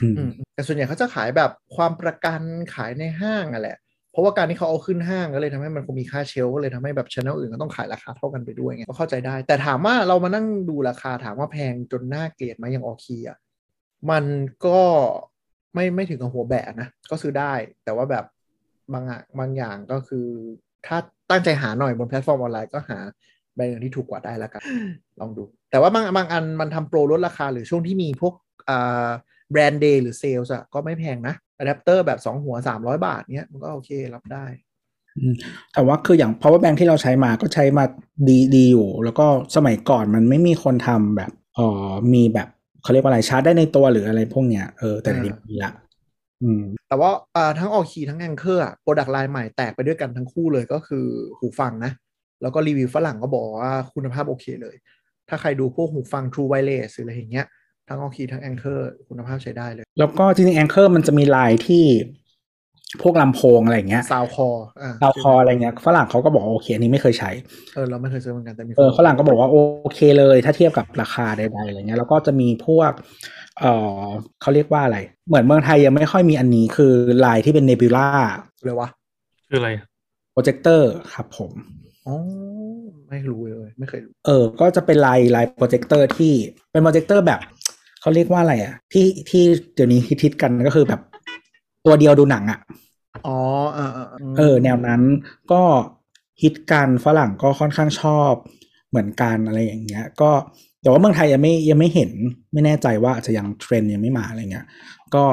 S4: อืม
S3: อืมแต่ส่วนใหญ่เขาจะขายแบบความประกันขายในห้างอะแหละ เพราะว่าการที่เขาเอาขึ้นห้างก็เลยทำให้มันคงมีค่าเชลฟ์ก็เลยทำให้แบบชแนลอื่นก็ต้องขายราคาเท่ากันไปด้วยไงก็เข้าใจได้ แต่ถามว่าเรามานั่งดูราคาถามว่าแพงจนน่าเกลียดไหมอย่างออคีอะมันก็ไม่ไม่ถึงกับหัวแบะนะ ก็ซื้อได้ แต่ว่าแบบบางอะบางอย่างก็คือ ถ้าตั้งใจหาหน่อยบนแพลตฟอร์มออนไลน์ก็หาแบรนด์อื่นที่ถูกกว่าได้ละกัน ลองดู แต่ว่าบางบางอันมันทำโปรลดราคาหรือช่วงที่มีพวกอ่า แบรนด์เดย์หรือเซลส์อะก็ไม่แพงนะอะแดปเตอร์แบบ 2 หัว 300 บาทเนี้ยมันก็โอเครับได้
S4: แต่ว่าคืออย่าง power bank ที่เราใช้มาก็ใช้มาดีดีอยู่ แล้วก็สมัยก่อนมันไม่มีคนทำแบบเออมีแบบเขาเรียกว่าอะไรชาร์จได้ในตัวหรืออะไรพวกเนี้ยเออแต่เดี๋ยวนี้มีละอืม
S3: แต่ว่าอ่าทั้งออคีทั้งแองเกอร์โปรดักต์ไลน์ใหม่แตกไปด้วยกันทั้งคู่เลยก็คือหูฟังนะ แล้วก็รีวิวฝรั่งก็บอกว่าคุณภาพโอเคเลย ถ้าใครดูพวกหูฟัง True Wireless หรืออะไรอย่างเงี้ยทั้งออคีทั้งแองเกอร์คุณภาพใช้ได้เลย
S4: แล้วก็จริงๆแองเกอร์มันจะมีลายที่พวกลำโพงอะไรอย่างเงี้ย
S3: ซาวคออ่า
S4: ซาวคออะไรเงี้ยฝรั่งเขาก็บอกว่าโอเคอันนี้ไม่เคยใช้
S3: เออเราไม่เคยซื้อเหมือนกันแต่มีคน
S4: เออฝรั่งก็บอกว่าโอเคเลย ถ้าเทียบกับราคาใดๆอะไรเงี้ยแล้วก็จะมีพวกเออเขาเรียกว่าอะไร เหมือนเมืองไทยยังไม่ค่อยมีอันนี้คือลายที่เป็นเนบิวล่า
S3: เลยวะ
S2: คืออะไร
S4: โปรเจคเตอร์ครับผม
S3: อ๋อไม่รู้เลย ไม่เคยรู้
S4: เออ ก็จะเป็นลายลายโปรเจคเตอร์ที่เป็นโปรเจคเตอร์แบบเขาเรียกว่าอะไรอ่ะ ที่ที่เดี๋ยวนี้ฮิตๆกันก็คือแบบตัวเดียวดูหนังอ่ะ
S3: อ๋อเออเออ
S4: เออแนวนั้นก็ฮิตกันฝรั่งก็ค่อนข้างชอบเหมือนกันอะไรอย่างเงี้ย ก็ แต่ว่าเมืองไทยยังไม่ยังไม่เห็นไม่แน่ใจว่าอาจจะยังเทรนด์ยังไม่มาอะไรเงี้ยก็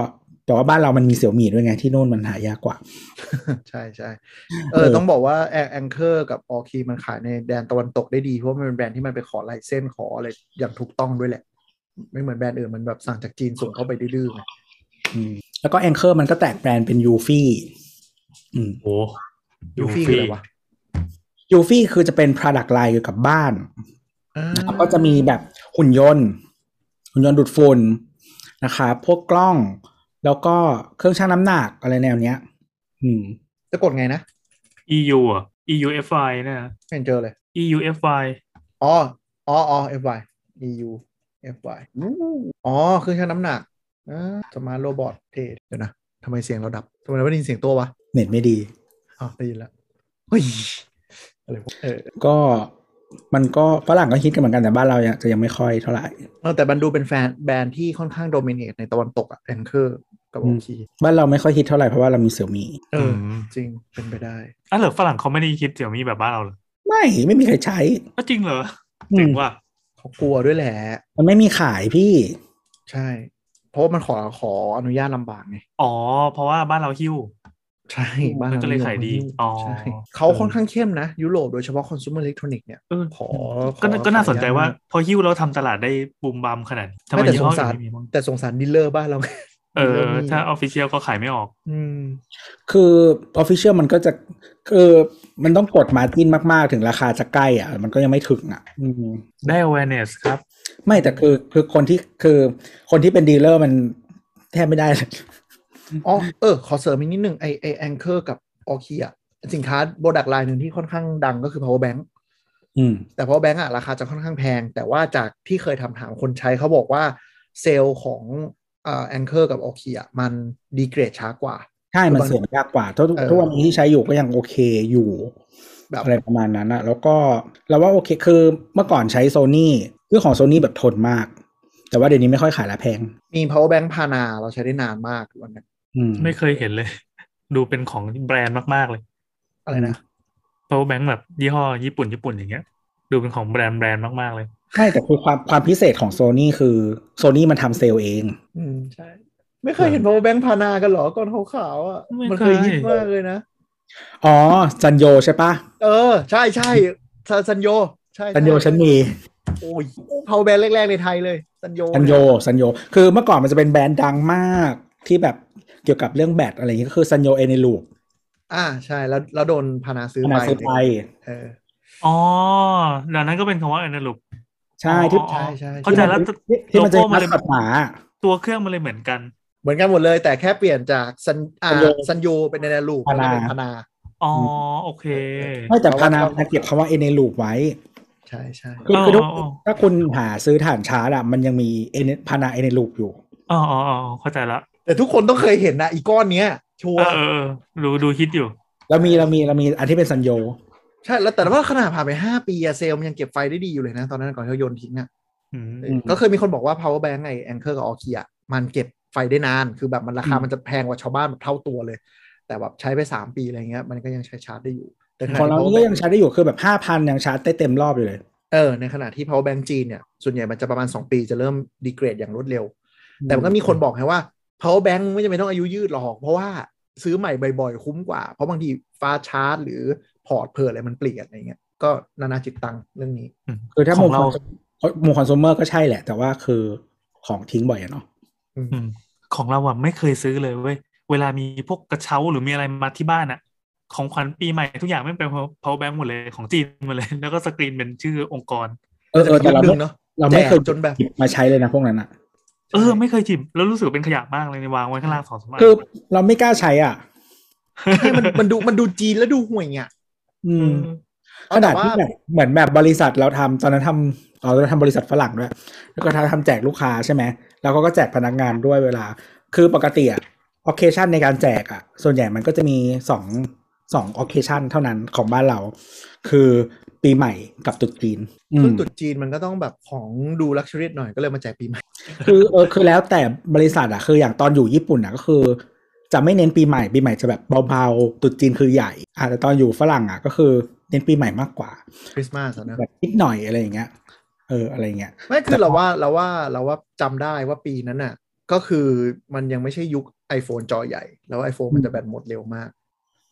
S4: แต่ว่าบ้านเรามันมีเสี่ยวมีด้วยไงที่นู่นมันหายากกว่า
S3: ใช่ใช่เออ
S4: เออ
S3: ต้องบอกว่าแอแองเกอร์กับออคีมันขายในแดนตะวันตกได้ดี เพราะมันเป็นแบรนด์ที่มันไปขอลายเส้นขออะไรอย่างถูกต้องด้วยแหละ ไม่เหมือนแบรนด์อื่นมันแบบสั่งจากจีนส่งเข้าไปดื้อๆไง
S4: อืมแล้วก็แองเกอร์มันก็แตกแบรนด์เป็นยูฟี่อืม
S2: โอ้
S3: ยูฟี่คืออะไรวะ
S4: ยูฟี่คือจะเป็น product line เกี่ยวกับบ้าน
S3: อ่า
S4: นะครับก็จะมีแบบหุ่นยนต์ หุ่นยนต์ดูดฝุ่นนะครับพวกกล้อง แล้วก็เครื่องชั่งน้ำหนักอะไรแนวเนี้ย อืม
S3: จะกดไงนะ
S2: EU อ่ะ EUFI นะ
S3: ไม่เห็นเจอเลย
S2: EUFI
S3: อ๋อ อ๋ออ๋อ FY EU FY อ๋อ เครื่องชั่งน้ำหนักอ่าสมาร์ทโรบอทเทเดี๋ยวนะทำไมเสียงเราดับทำไมเราไม่ได้ยินเสียงตัววะ
S4: เน็ตไม่ดี
S3: อ๋อได้ยินแล้วเฮ้ยอะไรวะเออ
S4: ก็มันก็ฝรั่งก็คิดกันเหมือนกันแต่บ้านเราจะยังไม่ค่อยเท่าไหร่
S3: เออแต่มันดูเป็นแฟนแบรนด์ที่ค่อนข้างโดมิเนตในตะวันตกอะแองเกอร์กับโอ
S4: อืม
S3: คี
S4: บ้านเราไม่ค่อยฮิตเท่าไหร่เพราะว่าเรามีเสี่ยวมี
S3: เอออ
S2: ม
S3: จริงเป็นไปได้
S2: อ่ะเหรอฝรั่งเขาไม่ได้คิดเสี่ยวมีแบบบ้านเราเหรอ
S4: ไม่ไม่มีใครใช้
S2: อ้าวจริงเหรอ
S4: อื
S2: เจ๋ง
S4: ม
S2: ว่ะ
S3: เขากลัวด้วยแหละ
S4: มันไม่มีขายพี่
S3: ใช่ เพราะว่ามันขอขออนุญาตลำบากไง
S2: อ๋อ เพราะว่าบ้านเราหิ้ว
S3: ใช่บ้าน
S2: มันก็เลยขายดีอ๋อ
S3: ใช่เขาค่อนข้างเข้มนะ ยุโรปโดยเฉพาะคอน sumer electronic เนี่ย
S2: เออ
S3: ขอ
S2: ก็น่า
S3: ขอ
S2: ก็น่าสนใจว่า
S3: ขออญตมก
S2: พอหิ้วเราทำตลาดได้บูมบามขนาดนี้ทำไม
S3: ไม่แต่
S2: ยี่ห้อ
S3: สงสาร
S2: อื่นไม่มีบ้าง
S3: แต่สงสารดีลเลอร์บ้าน *laughs* เราไง
S2: เออ
S3: ดีลเลอร์มี
S2: ถ้าออฟฟิเชียลก็ขายไม่ออก
S3: อืม
S4: คือออฟฟิเชียลมันก็จะคือมันต้องกดมาจินมากๆ ถึงราคาจะใกล้อ่ะ มันก็ยังไม่ถึงอ่ะ อืม
S2: ได้ awareness ครับ
S4: ไม่แต่คือคือคนที่คือคนที่เป็นดีลเลอร์มันแทบไม่ได้เลย
S3: อ๋อเออ ขอเสริมอีกนิดนึงไอไอแองเกอร์กับโอคีอะสินค้าโปรดักต์ไลน์หนึ่งที่ค่อนข้างดังก็คือ power bank
S4: อืม
S3: แต่ power bank อะราคาจะค่อนข้างแพง แต่ว่าจากที่เคยทำถามคนใช้เขาบอกว่าเซลล์ของเอ่อแองเกอร์กับโอคีอะมันดีเกรดช้ากว่า
S4: ใช่ มันเสื่อมยากกว่าทุก
S3: เออ
S4: ทุกวันนี้ที่ใช้อยู่ก็ยังโอเคอยู่
S3: แบบ
S4: อะไรประมาณนั้นอะแล้วก็เราว่าโอเคคือเมื่อก่อนใช้โซนี่คือของโซนี่แบบทนมาก แต่ว่าเดี๋ยวนี้ไม่ค่อยขายละแพง
S3: มี power bank พานาเราใช้ได้นานมากวันนั้น
S4: อืม
S2: ไม่เคยเห็นเลย *laughs* ดูเป็นของแบรนด์มากๆเลย
S3: อะไรนะ
S2: power bank แบบยี่ห้อญี่ปุ่นญี่ปุ่นอย่างเงี้ย ดูเป็นของแบรนด์แบรนด์มากๆเลย
S4: ใช่แต่คือความความพิเศษของโซนี่คือโซนี่มันทำเซลล์เอง
S3: อืมใช่ ไม่เคยเห็น power bank พานากันเหรอก้อนขาวๆอะ
S2: ไม่
S3: มันเคย
S2: เคย
S3: ฮิตมากเลยนะ
S4: อ๋อซันโยใช่ปะ
S3: เออ ใช่ใช่ซซันโย ใช่
S4: ซันโย
S3: ใช่
S4: ฉันมี
S3: โอ้ยเผาแบรนด์แรก ๆ ในไทยเลยสันโย
S4: ซันโยซันโยคือเมื่อก่อนมันจะเป็นแบรนด์ดังมากที่แบบเกี่ยวกับเรื่องแบตอะไรอย่างเงี้ยก็คือซันโยเอเนลูป
S3: อ่าใช่แล้วแล้วโดนพานาซื้อ
S4: ข
S3: ไป
S4: นาดซื้อไป
S3: เออ
S2: อ๋อดังนั้นก็เป็นคำว่า analog
S4: ใช่
S2: อ๋อ
S4: ที่
S2: อ๋อ
S3: ใช่ใช่
S2: เข้าใจแล้ว
S4: ที่มันจะ
S2: โลโก้มั
S4: มัน น
S2: เลย
S4: จะมัดหมา
S2: ตัวเครื่องมันเลยเหมือนกัน
S3: เหมือนกันหมดเลยแต่แค่เปลี่ยนจากซันอ่า
S4: สัญโย
S3: สันโยเป็นในลูก
S4: พานา
S3: เป็นพานา
S2: อ๋อโอเค
S4: ไม่แต่พานา
S3: เพราะว่า
S4: มันเก็บคำว่าเอเนลูปไว้
S3: ใช่ใช่
S4: คือ
S2: อ๋อ
S4: คือถ้า
S2: อ๋อ
S4: ถ้าคุณหาซื้อฐานชาร์จอะมันยังมีเอเนพานาเอเนลูปอยู่
S2: อ๋ออ๋ออ๋อเข้าใจละ
S3: แต่ทุกคนต้องเคยเห็นนะอีก้อนเนี้ยชัว
S2: เออ
S3: ร์
S2: เออเออดูดูฮิตอยู่
S4: เรามีเรามีเรามีอันที่เป็นซันโย
S3: ใช่แล้วแต่ว่าขนาดผ่านไป 5 ปีอะเซลลมันยังเก็บไฟได้ดีอยู่เลยนะ ตอนนั้นก่อนที่เขาโยนทิ้งอะ
S2: อืม
S4: อืม
S3: ก็เคยมีคนบอกว่า power bank ไอแองเกอร์กับออคีอะมันเก็บไฟได้นาน คือแบบมันราคามันจะแพงกว่าชาวบ้านแบบเท่าตัวเลย แต่แบบใช้ไปสามปีอะไรเงี้ยมันก็ยังใช้ชาร์จได้อยู่แต่ขณะ
S4: ขอ
S3: ที่
S4: ง
S3: power
S4: เราก็
S3: bank
S4: ยังชาร์จได้อยู่คือแบบห้าพันยังชาร์จได้เต็มรอบอยู่เลย
S3: เออในขณะที่ power bank จีนเนี่ย ส่วนใหญ่มันจะประมาณ 2 ปีจะเริ่มดีเกรดอย่างรวดเร็ว แต่มันก็มีคนบอกให้ว่า power bank ไม่จำเป็นต้องอายุยืดหรอก เพราะว่าซื้อใหม่บ่อยๆ คุ้มกว่า เพราะบางทีฟ้าชาร์จ หรือพอร์ตเพออะไรมันเปลี่ยนอะไรเงี้ยก็นานาจิตตังเรื่องนี้
S4: คือถ้า
S2: ข
S4: มุ
S2: อ
S4: ม
S2: ง
S4: ค
S2: เรา
S4: อนมุมคอน sumer ก็ใช่แหละ แต่ว่าคือของทิ้งบ่อยอะเนาะ
S2: อืมของเราอะไม่เคยซื้อเลยเว้ย เวลามีพวกกระเช้าหรือมีอะไรมาที่บ้านอะของขวัญปีใหม่ทุกอย่างไม่เป็น power bank หมดเลยของจีนหมดเลย *laughs* แล้วก็สกรีนเป็นชื่อองค์กร
S4: เออเออแต่เรา
S3: จะมียุคนึง
S4: ไม่
S3: เนอะ
S4: เราไม่เคย
S3: แจกจนแบบ
S4: หยิบมาใช้เลยนะพวกนั้นอะ
S2: เออ ไม่เคยจิบแล้วรู้สึกเป็นขยะมากเลยในวางไว้ข้างล่างสองสามอัน
S4: คือเราไม่กล้าใช้อ่ะ
S3: ใช่มันมันดูมันดูจีนแล้วดูห่วยอ่ะ
S4: อื
S2: อื
S4: ม
S2: ม
S4: ขนาดที่แบบเหมือนแบบบริษัทเราทำตอนนั้นทำเราเราทำบริษัทฝรั่งด้วยแล้วก็ทำแจกลูกค้าใช่ไหมแล้วก็ก็แจกพนักงานด้วยเวลา คือปกติอะออเคชันในการแจกอะส่วนใหญ่มันก็จะมีสองสองออเคชันเท่านั้นของบ้านเรา คือปีใหม่กับตรุษจีนอืม
S3: ซึ่งตรุดจีนมันก็ต้องแบบของดูลักชัวรี่หน่อยก็เลยมาแจกปีใหม่
S4: คือเออคือแล้วแต่บริษัทอะคืออย่างตอนอยู่ญี่ปุ่นอะก็คือ จะไม่เน้นปีใหม่ปีใหม่จะแบบเบาๆตรุษจีนคือใหญ่อะแต่ตอนอยู่ฝรั่งอะก็คือเน้นปีใหม่มากกว่า
S3: คริสต์มาสอะนะ
S4: แบบนิดหน่อยอะไรอย่างเงี้ย เอออะไรเงี้ย
S3: ไม่คือเราว่าเราว่าเราว่าจำได้ว่าปีนั้นน่ะ ก็คือมันยังไม่ใช่ยุค iPhone จอใหญ่ แล้ว iPhone มันจะแบตหมดเร็วมาก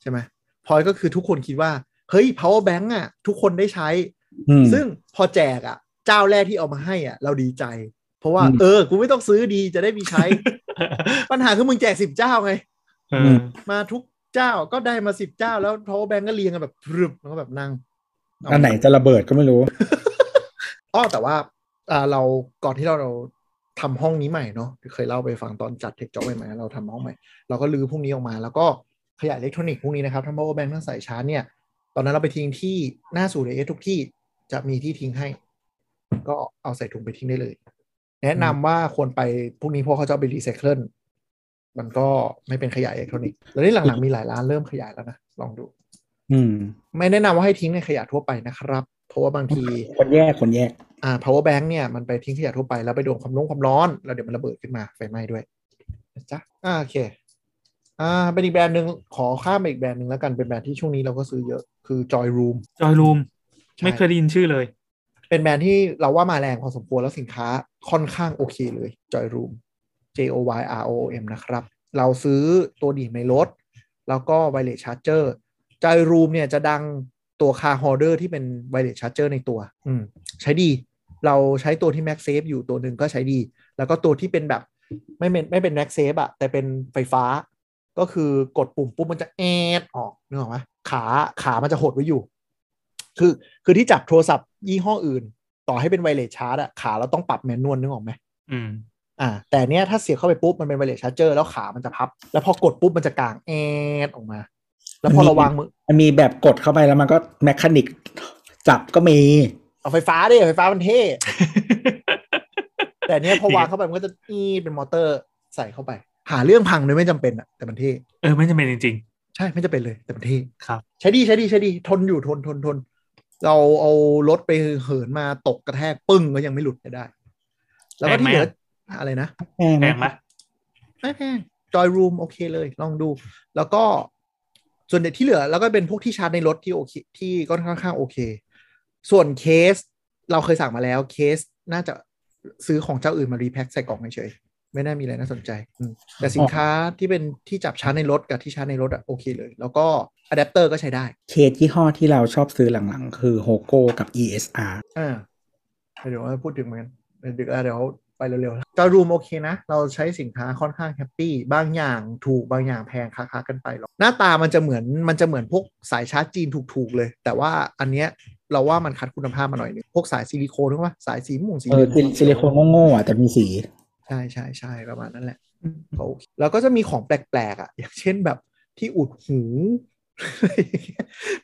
S3: ใช่ไหมพอยก็คือทุกคนคิดว่า เฮ้ย power bank อ่ะ ทุกคนได้ใช้
S4: อืม
S3: ซึ่งพอแจกอ่ะ เจ้าแรกที่เอามาให้อ่ะ เราดีใจ เพราะว่า
S4: อืม
S3: เออ กูไม่ต้องซื้อดีจะได้มีใช้ *laughs* ปัญหาคือมึงแจกสิบเจ้าไง
S2: เอ
S4: อื
S2: อ
S4: ม
S3: มาทุกเจ้าก็ได้มาสิบเจ้า แล้ว power bank ก็เรียงกันแบบพรึบแล้วก็แบบนั่ง
S4: อันไหนจะระเบิดก็ไม่รู้
S3: อ้อแต่ว่าอ่าเราก่อนที่เราเราทำห้องนี้ใหม่เนาะเคยเล่าไปฟังตอนจัดเทคจ็อกใหม่ๆเราทำห้องใหม่ เราก็รื้อพวกนี้ออกมา แล้วก็ขยะอิเล็กทรอนิกส์พวกนี้นะครับทั้ง power bank ทั้งสายชาร์จเนี่ย ตอนนั้นเราไปทิ้งที่หน้าศูนย์เอทุกที่จะมีที่ทิ้งให้ ก็เอาใส่ถุงไปทิ้งได้เลย แนะนำว่าควรไปพวกนี้เพราะเขาจะเอาไปรีไซเคิลมันก็ไม่เป็นขยะอิเล็กทรอนิกส์แล้วนี่หลังๆมีหลายร้านเริ่มขยายแล้วนะลองดู
S4: อืม
S3: ไม่แนะนำว่าให้ทิ้งในขยะทั่วไปนะครับ เพราะว่าบางที
S4: คนแยกคนแยก
S3: อ่า power bank เนี่ย มันไปทิ้งขยะทั่วไปแล้วไปโดนความร้อนความร้อนแล้วเดี๋ยวมันระเบิดขึ้นมาไฟไหม้ด้วยนะจ๊ะอ่าโอเค อ่า เป็นอีกแบรนด์หนึ่งขอข้ามไปอีกแบรนด์หนึ่งแล้วกันเป็นแบรนด์ที่ช่วงนี้เราก็ซื้อเยอะคือ Joy Room
S2: จอยรูม
S3: ใช่
S2: ไม่เคยได้ยินชื่อเลย
S3: เป็นแบรนด์ที่เราว่ามาแรงพอสมควรแล้วสินค้าค่อนข้างโอเคเลย Joy Room J O Y R O O M นะครับ เราซื้อตัวดีดในรถ แล้วก็ wireless charger Joy Room เนี่ยจะดังตัวคาร์ o อ d เดอร์ที่เป็น wireless charger ในตัว อืม ใช้ดี เราใช้ตัวที่ MagSafe อยู่ตัวหนึ่งก็ใช้ดี แล้วก็ตัวที่เป็นแบบไม่เป็นไม่เป็น MagSafe อะแต่เป็นไฟฟ้า ก็คือกดปุ่มปุ๊บมันจะแอดออกนึกออกไหมขาขามันจะหดไว้อยู่ คือคือที่จับโทรศัพท์ยี่ห้ออื่น ต่อให้เป็นไวเลสชาร์จอะขาเราต้องปรับแมนนวลนึกออกไหม
S2: อืม
S3: อ่า แต่เนี้ยถ้าเสียบเข้าไปปุ๊บ มันเป็นไวเลสชาร์เจอร์แล้วขามันจะพับ แล้วพอกดปุ๊บ มันจะกางแอดออกมา แล้วพอเราวางมือ
S4: มันมีแบบกดเข้าไปแล้วมันก็แมคานิกจับก็มี
S3: เอาไฟฟ้าดิไฟฟ้ามันเท่ แต่เนี้ยพอวางเข้าไปมันก็จะอีดเป็นมอเตอร์ใส่เข้าไป หาเรื่องพังเลยไม่จำเป็นอะแต่มันเท่
S2: *laughs* เออไม่จำเป็นจริง
S3: ใช่ไม่จะเป็นเลยแต่มันเท่
S2: ครับ
S3: ใช้ดีใช้ดีใช้ดีทนอยู่ทนทนทน เราเอารถไปเหินมาตกกระแทกปึ้งก็ยังไม่หลุดได้ แล้วก็ที่เหลืออะไรนะ
S4: แพ
S2: ๆ
S4: ง
S2: แพงไหม
S3: ไม่แพงจอยรูมโอเคเลย ลองดู แล้วก็ส่วนเด็ดที่เหลือ แล้วก็เป็นพวกที่ชาร์จในรถที่โอเคที่ก็ค่อนข้างโอเค ส่วนเคสเราเคยสั่งมาแล้วเคสน่าจะซื้อของเจ้าอื่นมารีแพ็คใส่กล่องเฉยๆไม่น่ามีอะไรน่าสนใจอืมแต่สินค้าที่เป็นที่จับชาร์จในรถกับที่ชาร์จในรถอะโอเคเลย แล้วก็อะแดปเตอร์ก็ใช้ได้
S4: เคสยี่ห้อที่เราชอบซื้อหลังๆ คือโฮโก้กับ ESR
S3: อ่าเดี๋ยวพูดถึงเหมือนกันเดี๋ยวเดี๋ยวไปเร็วๆแล้วจอยรูมโอเคนะ เราใช้สินค้าค่อนข้างแฮปปี้บางอย่างถูกบางอย่างแพงค้าๆกันไป หน้าตามันจะเหมือนมันจะเหมือนพวกสายชาร์จจีนถูกๆเลย แต่ว่าอันเนี้ยเราว่ามันคัดคุณภาพมาหน่อยหนึงพวกสายซิลิโคนถูกไหมสายสีม่วงสี
S4: เอ
S3: เหลื
S4: อ
S3: อง
S4: ซิลิโคนโง่ๆอ่ะแต่มีสี
S3: ใช่ใช่ใช่ประมาณนั้นแหละก็โอเคแล้วก็จะมีของแปลกๆอ่ะ อย่างเช่นแบบที่อุดหู *laughs*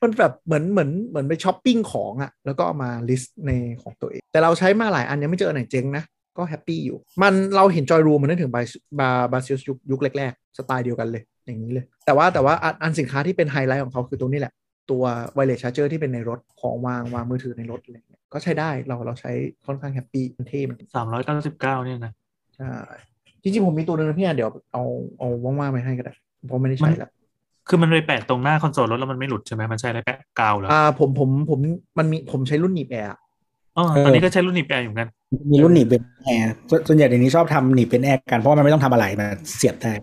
S3: มันแบบเหมือนเหมือนเหมือนไปช้อปปิ้งของอ่ะ แล้วก็เอามาลิสต์ในของตัวเอง แต่เราใช้มาหลายอันยังไม่เจออันไหนเจ๊งนะ ก็แฮปปี้อยู่ มันเราเห็นจอยรูมมันนึกถึงบาบาบาซิลยุคยุคแรกๆ สไตล์เดียวกันเลย อย่างนี้เลย แต่ว่าแต่ว่าอันอันสินค้าที่เป็นไฮไลท์ของเขาคือตัวนี้แหละ ตัวไวเลสชาร์เจอร์ที่เป็นในรถ ของวางวางมือถือในรถอะไรเงี้ยก็ใช้ได้เราเราใช้ค่อนข้างแฮปปี้มันเท่มัน
S2: สามร้อยเก้าสิบเก้าเนี่ยนะ
S3: ใช่จริงๆ ผมมีตัวนึงนะพี่อ่ะเดี๋ยวเอาเอาว่างๆไปให้ก็ได้ผมไม่ได้ใช้ละ
S2: คือมันไปแปะตรงหน้าคอนโซลรถแล้วมันไม่หลุดใช่ไหมมันใช้อะไรแปะกาวเหรอ
S3: อ่าผมผมผมมันมีผมใช้รุ่นหนีบแอร์อะ
S2: อ๋อ
S4: เออ
S2: ตอนนี้ก็ใช้รุ่นหนีบแปะอยู่เหมือนกัน
S4: มีรุ่นหนีบเป็นแอร์ส่วนส่วนใหญ่เดี๋ยวนี้ชอบทำหนีบเป็นแอร์กันเพราะว่ามันไม่ต้องทำอะไรมันเสียบได้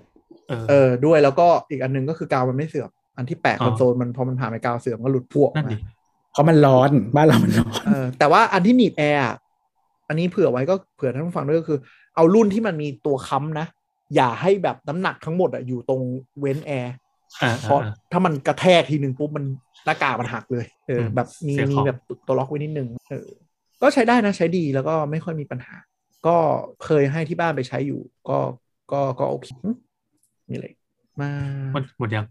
S2: เออ
S3: เออด้วยแล้วก็อีกอันหนึงก็คือกาวมันไม่เสื่อมอันที่แปะ
S2: อ๋อ
S3: คอนโซลมันพอมันผ่านไปกาวเสื่อมก็หลุดพวก
S2: นั่น
S3: มา
S2: ดิ
S4: เพราะมันร้อนบ้านเรามันร้อน
S2: *laughs*
S3: เออแต่ว่าอันที่หนีบแอร์อะอันนี้เผื่อไว้ก็เผื่อท่านผู้ฟังด้วยก็คือ เอารุ่นที่มันมีตัวค้ำนะ อย่าให้แบบน้ำหนักทั้งหมดอะอยู่ตรงเว้นแอร์
S2: อ่า
S3: เพราะ
S2: อ่า
S3: ถ้ามันกระแทกทีนึงปุ๊บมันหน้ากากมันหักเลยเออ
S2: ม
S3: แบบมี
S2: เสียของ
S3: มีแบบตัวล็อกไว้นิดนึงเออก็ใช้ได้นะใช้ดีแล้วก็ไม่ค่อยมีปัญหา ก็เคยให้ที่บ้านไปใช้อยู่ก็ก็ก็โอเคมีอะไรอีกมา
S2: หมดหมดยัง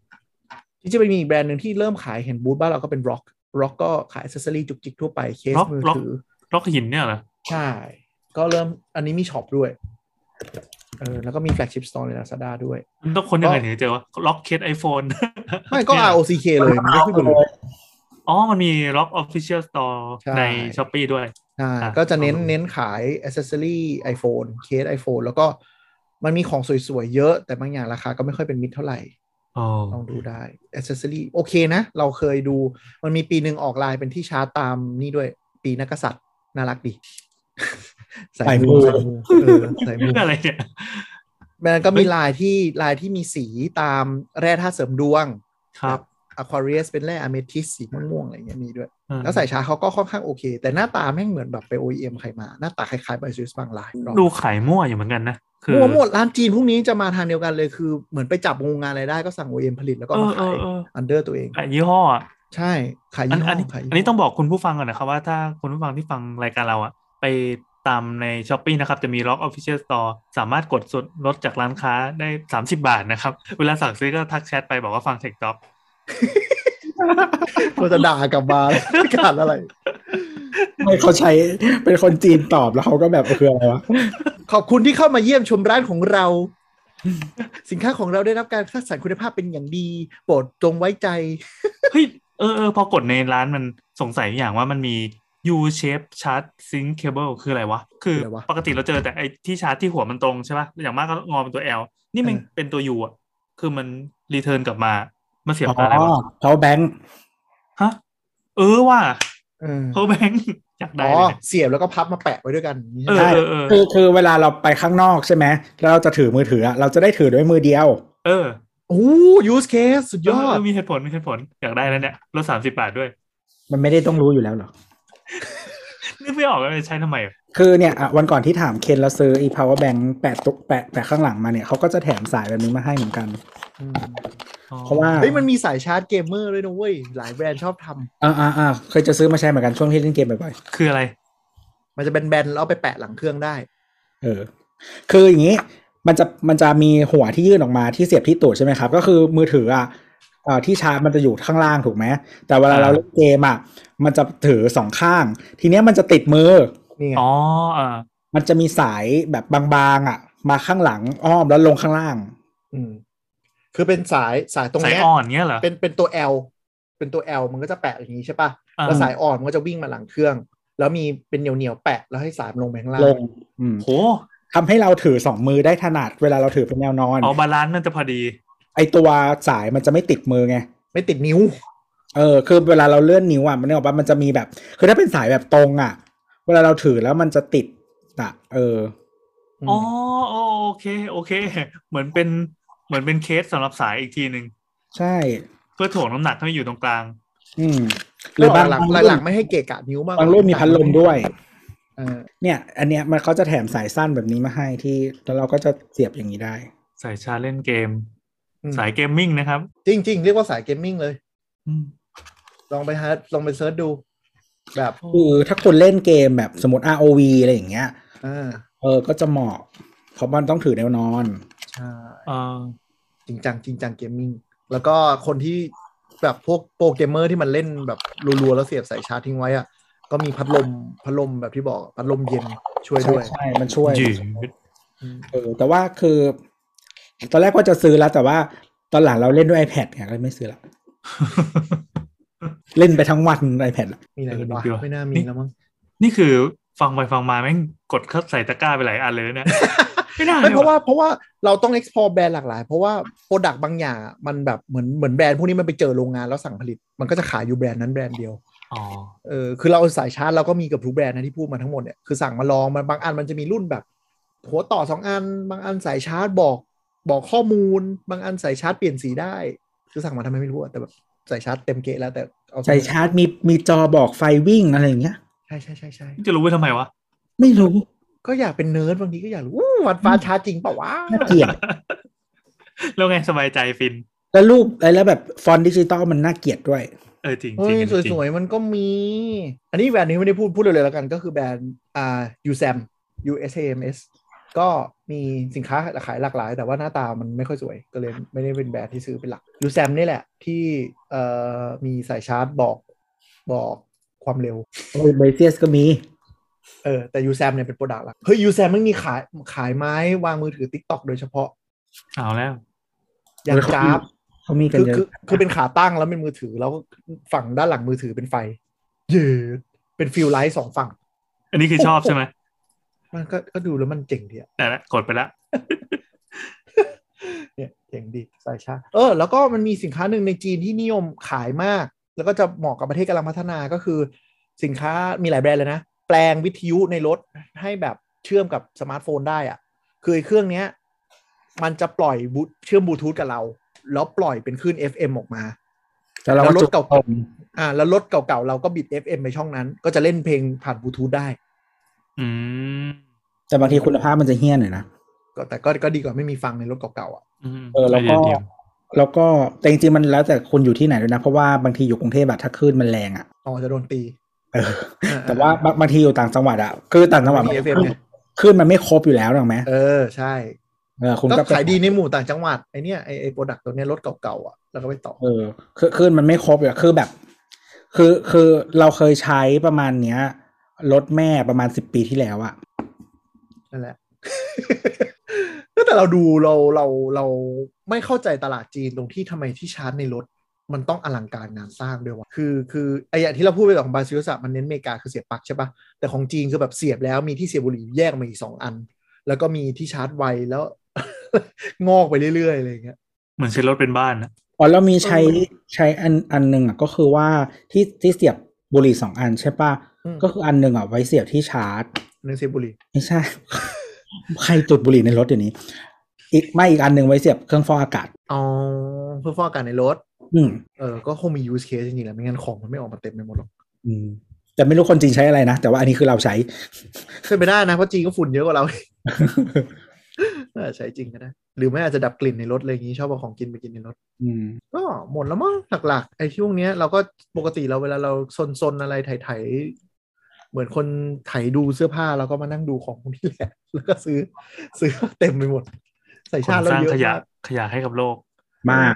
S3: จริงๆมันมีอีกแบรนด์หนึ่งที่เริ่มขายเห็นบูธบ้านเราก็เป็น Rock Rock ก็ขายอ c เซ s ซอรี่จุกจิกทั่วไปเคส
S2: Rock
S3: มือ
S2: Rock
S3: ถือ
S2: รอกหินเนี่ยเหรอ
S3: ใช่ ก็เริ่มอันนี้มีช็อปด้วยเออแล้วก็มีแฟลกชิพสโตร์ใน Lazada ด้วย
S2: มันต้องค้นยังไงถึงจะเจอวะล็อกเคสไอโฟน *laughs*
S3: ไม่ก็ ROCK เลย มันก็ขึ้นมาเลย
S2: อ๋อ มันมีล็อกออฟฟิเชียลสตอร์
S3: ใช่
S2: ในช้อปปีด้วย
S3: ใช่
S2: อ่ะ
S3: ก็จะเน้น
S2: ลองดู
S3: เน้นขายอ c เซ s ซอรี่ iPhone เคส iPhone แล้วก็มันมีของสวยๆ เยอะ แต่บางอย่างราคาก็ไม่ค่อยเป็นมิตรเท่าไหร่
S2: อ๋อ
S3: ลองดูได้อ c เซ s ซอรี่โอเคนะ เราเคยดูมันมีปีหนึ่งออกลายเป็นที่ชาร์จตามนี่ด้วยปีนักกษัตริย์น่ารักดี *laughs* สายมู
S4: สายมู
S3: เออสายมู
S2: อะไรเนี่ย
S3: มันก็มีลายที่ลายที่มีสีตามแร่ธาตุเสริมดวง
S2: ครับ
S3: Aquarius เป็นแร่อะเมทิสสีม่วงๆอะไรอย่างเงี้ยมีด้วย
S2: อืม
S3: แล้วใส่ชาเขาก็ค่อนข้างโอเค แต่หน้าตาแม่งเหมือนแบบไป OEM ใครมา หน้าตาคล้ายๆไบซูสบางลายรอบ
S2: ดูขายมั่วอยู่เหมือนกันนะ คือ
S3: มั่วหมดร้านจีนพวกนี้จะมาทางเดียวกันเลยคือ เหมือนไปจับโรงงานอะไรายได้ก็สั่ง OEM ผลิตแล้วก็
S2: เอ
S3: มา
S2: อเอ
S3: ขาย
S2: อเออ
S3: อันเดอร์ตัวเอง
S2: ขายยี่ห้ออะ
S3: ใช่ขาย
S2: อัน
S3: ยี่ห้
S2: อั
S3: อน
S2: นี้
S3: ขายยี่ห้
S2: อันนี้ต้องบอกคุณผู้ฟังก่อนนะครับว่าถ้าคุณผู้ฟังที่ฟังรายการเราอะไปตามในช้อปปีนะครับจะมี Rock Official Store สามารถกดส่วนลดจากร้านค้าได้ 30 บาทนะครับ เวลาสั่งซื้อก็ทักแชทไปบอกว่าฟัง Tech Talk
S3: เราจะด่ากลับมาแล้วการอะไร
S4: ไม่เขาใช้เป็นคนจีนตอบแล้วเขาก็แบบคืออะไรวะ
S3: ขอบคุณที่เข้ามาเยี่ยมชมร้านของเรา สินค้าของเราได้รับการคัดสรรคุณภาพเป็นอย่างดี โปรดจงไว้ใจ
S2: เฮ้ยเออเออพอกดในร้านมันสงสัยอย่างว่ามันมี U shape charge sync cable คืออะไรวะ คือ
S3: อะไรวะ
S2: ปกติเราเจอแต่ไอ้ที่ชาร์จที่หัวมันตรงใช่ปะอย่างมากก็งอเป็นตัว L นี่มันเป็นตัว U อะคือมันรีเทิร์นกลับมามาเสียบ
S4: อ๋
S2: กับอะไร
S4: อ
S2: วะ
S4: เขาแบงค์
S2: ฮะเออว่ะ
S3: เออ
S2: p o w e r bank อยากได้
S3: อ๋อ
S2: เลยเนี่ย
S3: เสียบแล้วก็พับมาแปะไว้ด้วยกันอย่างนี้
S2: เออ
S3: ใช่ไหม
S2: เออเออ
S4: คือคือเวลาเราไปข้างนอกใช่ไหมแล้วเราจะถือมือถืออะเราจะได้ถือด้วยมือเดียว
S2: เออ
S3: โอ้ยูสเคสสุดยอ
S2: เอ
S3: ด
S2: อมีเหตุผลมีเหตุผลอยากได้แล้วเนี่ยลดสามสิบบาทด้วย
S4: มันไม่ได้ต้องรู้อยู่แล้วหรอ
S2: นึกไม่ออกเลยใช้ทำไมอ่ะ
S4: คือเนี่ยอ่ะวันก่อนที่ถามเคนเราซื้อไอ้ power bank แปะตุกแปะแปะข้างหลังมาเนี่ยเขาก็จะแถมสายแบบนี้มาให้เหมือนกัน เพราะว่า
S3: เฮ้ยมันมีสายชาร์จเกมเมอร์ด้วยนะเว้ย หลายแบรนด์ชอบทำ
S4: อ่าอ่าอ่าเคยจะซื้อมาใช้เหมือนกันช่วงที่เล่นเกมบ่อย
S2: คืออะไร
S3: มันจะแบนๆแล้วเอาไปแปะหลังเครื่องได้
S4: ๆเออ คืออย่างนี้มันจะมันจะมีหัวที่ยื่นออกมาที่เสียบที่ตูดใช่ไหมครับ ก็คือมือถืออ่ะเอ่อที่ชาร์จมันจะอยู่ข้างล่างถูกไหมแต่เวลา
S2: อ่า
S4: เราเล่นเกมอ่ะมันจะถือสองข้าง ทีเนี้ยมันจะติดมือ
S3: นี่ไง
S2: อ๋ออ่า
S4: มันจะมีสายแบบบางๆอ่ะ มาข้างหลังอ้อมแล้วลงข้างล่าง
S3: มคือเป็นสายสายตรง
S2: สาย
S3: เนี้ย
S2: อ่อนเงี้ยเหรอ
S3: เป็นเป็นตัว L เป็นตัว L มันก็จะแปะอย่างนี้ใช่ป่ะ
S2: อ่า
S3: แล้วสายอ่อนมันก็จะวิ่งมาหลังเครื่อง แล้วมีเป็นเหนียวๆแปะแล้วให้สายมันลงไปข้างล่าง
S4: ลง อืม
S2: โห
S4: ทำให้เราถือสองมือได้ถนัดเวลาเราถือเป็นแนวนอน
S2: เอาบาลานซ์มันจะพอดี
S4: ไอตัวสายมันจะไม่ติดมือไง
S3: ไม่ติดนิ้ว
S4: เออ คือเวลาเราเลื่อนนิ้วอ่ะ มันเนี่ยว่ามันจะมีแบบ คือถ้าเป็นสายแบบตรงอ่ะ เวลาเราถือแล้วมันจะติดอ่ะ เออ
S2: อ๋ออ๋อโอเคโอเค เหมือนเป็นเหมือนเป็นเคสสำหรับสายอีกทีหนึ่ง
S4: ใช่
S2: เพื่อถ่วงน้ำหนักให้มันอยู่ตรงกลาง
S4: อืมห
S3: หรือ อบ
S4: รืาง
S3: หลัง
S4: บาง
S3: หลังห
S4: รุ่
S3: ลั
S4: น
S3: งไม่ให้เกะกะนิ้วมาก
S4: บางรุ่นมีพัดลมด้วย
S3: เออ
S4: เนี่ย อันเนี้ยมันเขาจะแถมสายสั้นแบบนี้มาให้ที่ แล้วเราก็จะเสียบอย่างนี้ได้
S2: สายชาร์จเล่นเกม
S3: อืม
S2: สายเกมมิ่งนะครับ
S3: จริง ๆ เรียกว่าสายเกมมิ่งเลย
S2: อืม
S3: ลองไปหาลองไปเซิร์ชดู แบบ
S4: คือถ้าคนเล่นเกมแบบสมมติ ROV อะไรอย่างเงี้ย
S3: อ่า
S4: เออ ก็จะเหมาะ เพราะมันต้องถือแนวนอน
S3: ใช่
S2: เออ
S3: จริงจังจริงจังเกมมิ่งแล้วก็คนที่แบบพวกโปรเกมเมอร์ที่มันเล่นแบบรัวๆ แล้วเสียบสายชาร์จทิ้งไว้อ่ะ ก็มีพัดลมพัดลมแบบที่บอกพัดลมเย็นช่วย
S4: ใช่
S3: ด้วย
S4: ใช่มันช่วย
S2: ยืด
S3: อืม
S4: เออ แต่ว่าคือ ตอนแรกว่าจะซื้อแล้ว แต่ว่าตอนหลังเราเล่นด้วย iPad ไงก็เลยไม่ซื้อละเล่นไปทั้งวัน iPad ละ
S3: มีอะไรอีกวะไม่น่ามีแล้วมั้ง
S2: นี่คือฟังไปฟังมาแม่งกดเข้าใส่ตะกร้าไปหลายอันเลย
S3: *laughs*
S2: นะ ไม่น่า
S3: ไม่
S2: ลย
S3: เพราะว่าเพราะว่าเราต้อง export แบรนด์หลากหลาย เพราะว่าโปรดักต์บางอย่างอะมันแบบเหมือนเหมือนแบรนด์พวกนี้มันไปเจอโรงงานแล้วสั่งผลิต มันก็จะขายอยู่แบรนด์นั้นแบรนด์เดียว
S2: อ๋อ
S3: เออคือเราสายชาร์จเราก็มีเกับทุกแบรนด์นะที่พูดมาทั้งหมดเนี่ยคือสั่งมาลองมันบางอันมันจะมีรุ่นแบบ หัวต่อสองอัน บางอันสายชาร์จบอกบอกข้อมูล บางอันสายชาร์จเปลี่ยนสีได้ คือสั่งมาทำไมไม่รู้อะแต่แบบสายชาร์จเต็มเกะแล้วแต่เอา
S4: ใส่ชาร์จมีมีจอบอกไฟวิ่งอะไรอย่างเงี้ย
S3: ใช่ใช่ใช่ใช่
S2: จะรู้ไว้ทำไมวะ
S4: ไม่รู้
S3: ก็อยากเป็นเนิร์ดบางทีก็อยากรู้อู้วัดฟ้าชาร์จจริงเปล่าวะ
S4: น่าเกลียด
S2: แล้วไงสบายใจฟิน
S4: แล้วรูปอะไรแล้วแบบฟอนต์ดิจิตอลมันน่าเกลียดด้วย
S2: เออจริงจ
S3: เฮ้
S2: ริ
S3: ย
S2: งจริง
S3: สวยๆมันก็มี อันนี้แบรนด์นี้ไม่ได้พูดพูดเลยแล้วกัน ก็คือแบรนด์อ่า USAM USAMS ก็มีสินค้าขายหลากหลาย แต่ว่าหน้าตามันไม่ค่อยสวย ก็เลยไม่ได้เป็นแบรนด์ที่ซื้อเป็นหลัก USAM นี่แหละที่เอ่อมีสายชาร์จบอกบอกความเร็ว
S4: โอ้ยเบเซียสก็มี
S3: เออแต่ USAM เนี่ยเป็นโปรดักต์หลักเฮ้ย USAM มันมีขายขายไม้วางมือถือ TikTok โดยเฉพาะ
S2: เอาแล้ว
S3: อย่างจ้าบ
S4: เขามีกัน
S3: คือ
S4: เย
S3: คือ
S4: อะ
S3: คือเป็นขาตั้งแล้วเป็นมือถือแล้วฝั่งด้านหลังมือถือเป็นไฟ เยืดเป็นฟิลไลท์สองฝั่ง
S2: อันนี้คือชอบใช่ไหม
S3: มันก็ก็ดูแล้วมันเจ๋งดีอะ
S2: แต่ละกดไปละ
S3: เนี่ยเจ๋งดีสายชาร์จเออ แล้วก็มันมีสินค้าหนึ่งในจีนที่นิยมขายมาก แล้วก็จะเหมาะกับประเทศกำลังพัฒนาก็คือ สินค้ามีหลายแบรนด์เลยนะ แปลงวิทยุในรถให้แบบเชื่อมกับสมาร์ทโฟนได้อะคือไอ้เครื่องเนี้ย มันจะปล่อยบูเชื่อมบลูทูธกับเรา แล้วปล่อยเป็นคลื่น FM ออกมา
S4: แต่เรา
S3: แล้วรถ
S4: จุด
S3: เก่า
S4: ตม
S3: อ่าแล้วรถเก่าๆ เราก็บิด FM ไปช่องนั้น ก็จะเล่นเพลงผ่านบลูทูธได้
S2: อืม
S4: แต่บางทีคุณภาพมันจะเฮี้ยนหน่อยนะ
S3: ก็แต่ก็ก็ดีกว่าไม่มีฟังในรถเก่าๆอ่ะ
S2: อืม
S4: เออแล้วก็
S2: ไดียดี
S4: แล้วก็แต่จริงๆมันแล้วแต่คุณอยู่ที่ไหนด้วยนะ เพราะว่าบางทีอยู่กรุงเทพอะถ้าคลื่นมันแรงอะ
S3: อ๋อจะโดนตี
S4: เออ
S3: อ่
S4: แต่ว่าบางบางทีอยู่ต่างจังหวัดอะคือต่างจังหวัด
S3: มี FM ไง
S4: คลื่นมันไม่ครบอยู่แล้วหรอกไหม
S3: เออใช่
S4: เออคุณ
S3: ก็
S4: ก็ไป
S3: ขายดีในหมู่ต่างจังหวัดไอเนี้ยไอไอโปรดักต์ตัวเนี้ยรถเก่าๆอ่ะแล้วก็ไปต่อ
S4: เออคือคลื่นมันไม่ครบอยู่แล้วคือแบบ คือคือเราเคยใช้ประมาณเนี้ยรถแม่ประมาณสิบปีที่แล้วอะ
S3: นั่นแหละ *laughs* ก็แต่เราดูเราเราเราไม่เข้าใจตลาดจีนตรงที่ทำไมที่ชาร์จในรถ มันต้องอลังการงานสร้างด้วยวะคือคือไออย่างที่เราพูดไปของบราซิลสะมันเน้นอเมริกาคือเสียบปลั๊กใช่ปะแต่ของจีนคือแบบเสียบแล้วมีที่เสียบบุหรี่แยกมาอีกสองอัน แล้วก็มีที่ชาร์จไวแล้ว *laughs* งอกไปเรื่อยๆอะไรอย่างเงี้ย
S2: เหมือนใช้รถเป็นบ้านนะ
S4: อ๋อแล้วมีใช้ใช้อันอันหนึ่งอะก็คือว่าที่ที่เสียบบุหรี่สองอันใช่ปะ
S3: อืม
S4: ก็คืออันหนึ่งอะไว้เสียบที่ชาร์จ
S3: นึกเสียบบุหรี่
S4: ไม่ใช่ *laughs* ใครจุดบุหรี่ในรถเดี๋ยวนี้ อีกไม่อีกอันหนึ่งไว้เสียบเครื่องฟอกอากาศ
S3: อ๋อเพื่อฟอกอากาศในรถ
S4: อืม
S3: เออก็คงมี use case จริงๆแหละไม่งั้นของมันไม่ออกมาเต็มไปหมดหรอก
S4: อืมแต่ไม่รู้คนจริงใช้อะไรนะ แต่ว่าอันนี้คือเราใช้
S3: ขึ้นไปได้นะ เพราะจีนก็ฝุ่นเยอะกว่า *laughs* เรา น่าใช้จริงก็ได้หรือไม่อาจจะดับกลิ่นในรถอะไรอย่างนี้ชอบเอาของกินไปกินในรถ
S4: อืม
S3: ก็หมดแล้วมั้งหลักๆไอ้ช่วงเนี้ยเราก็ปกติเราเวลาเราซนๆอะไรไถๆเหมือนคนไถดูเสื้อผ้าเราก็มานั่งดูของพวกนี้แหละ แล้วก็ซื้อ *laughs* ซื้อเต็มไปหมด ใส่
S2: คน
S3: ชาติเรา
S2: สร้าง
S3: เยอะ
S2: ขยะ
S3: มาก
S2: ขยะให้กับโลก
S4: มาก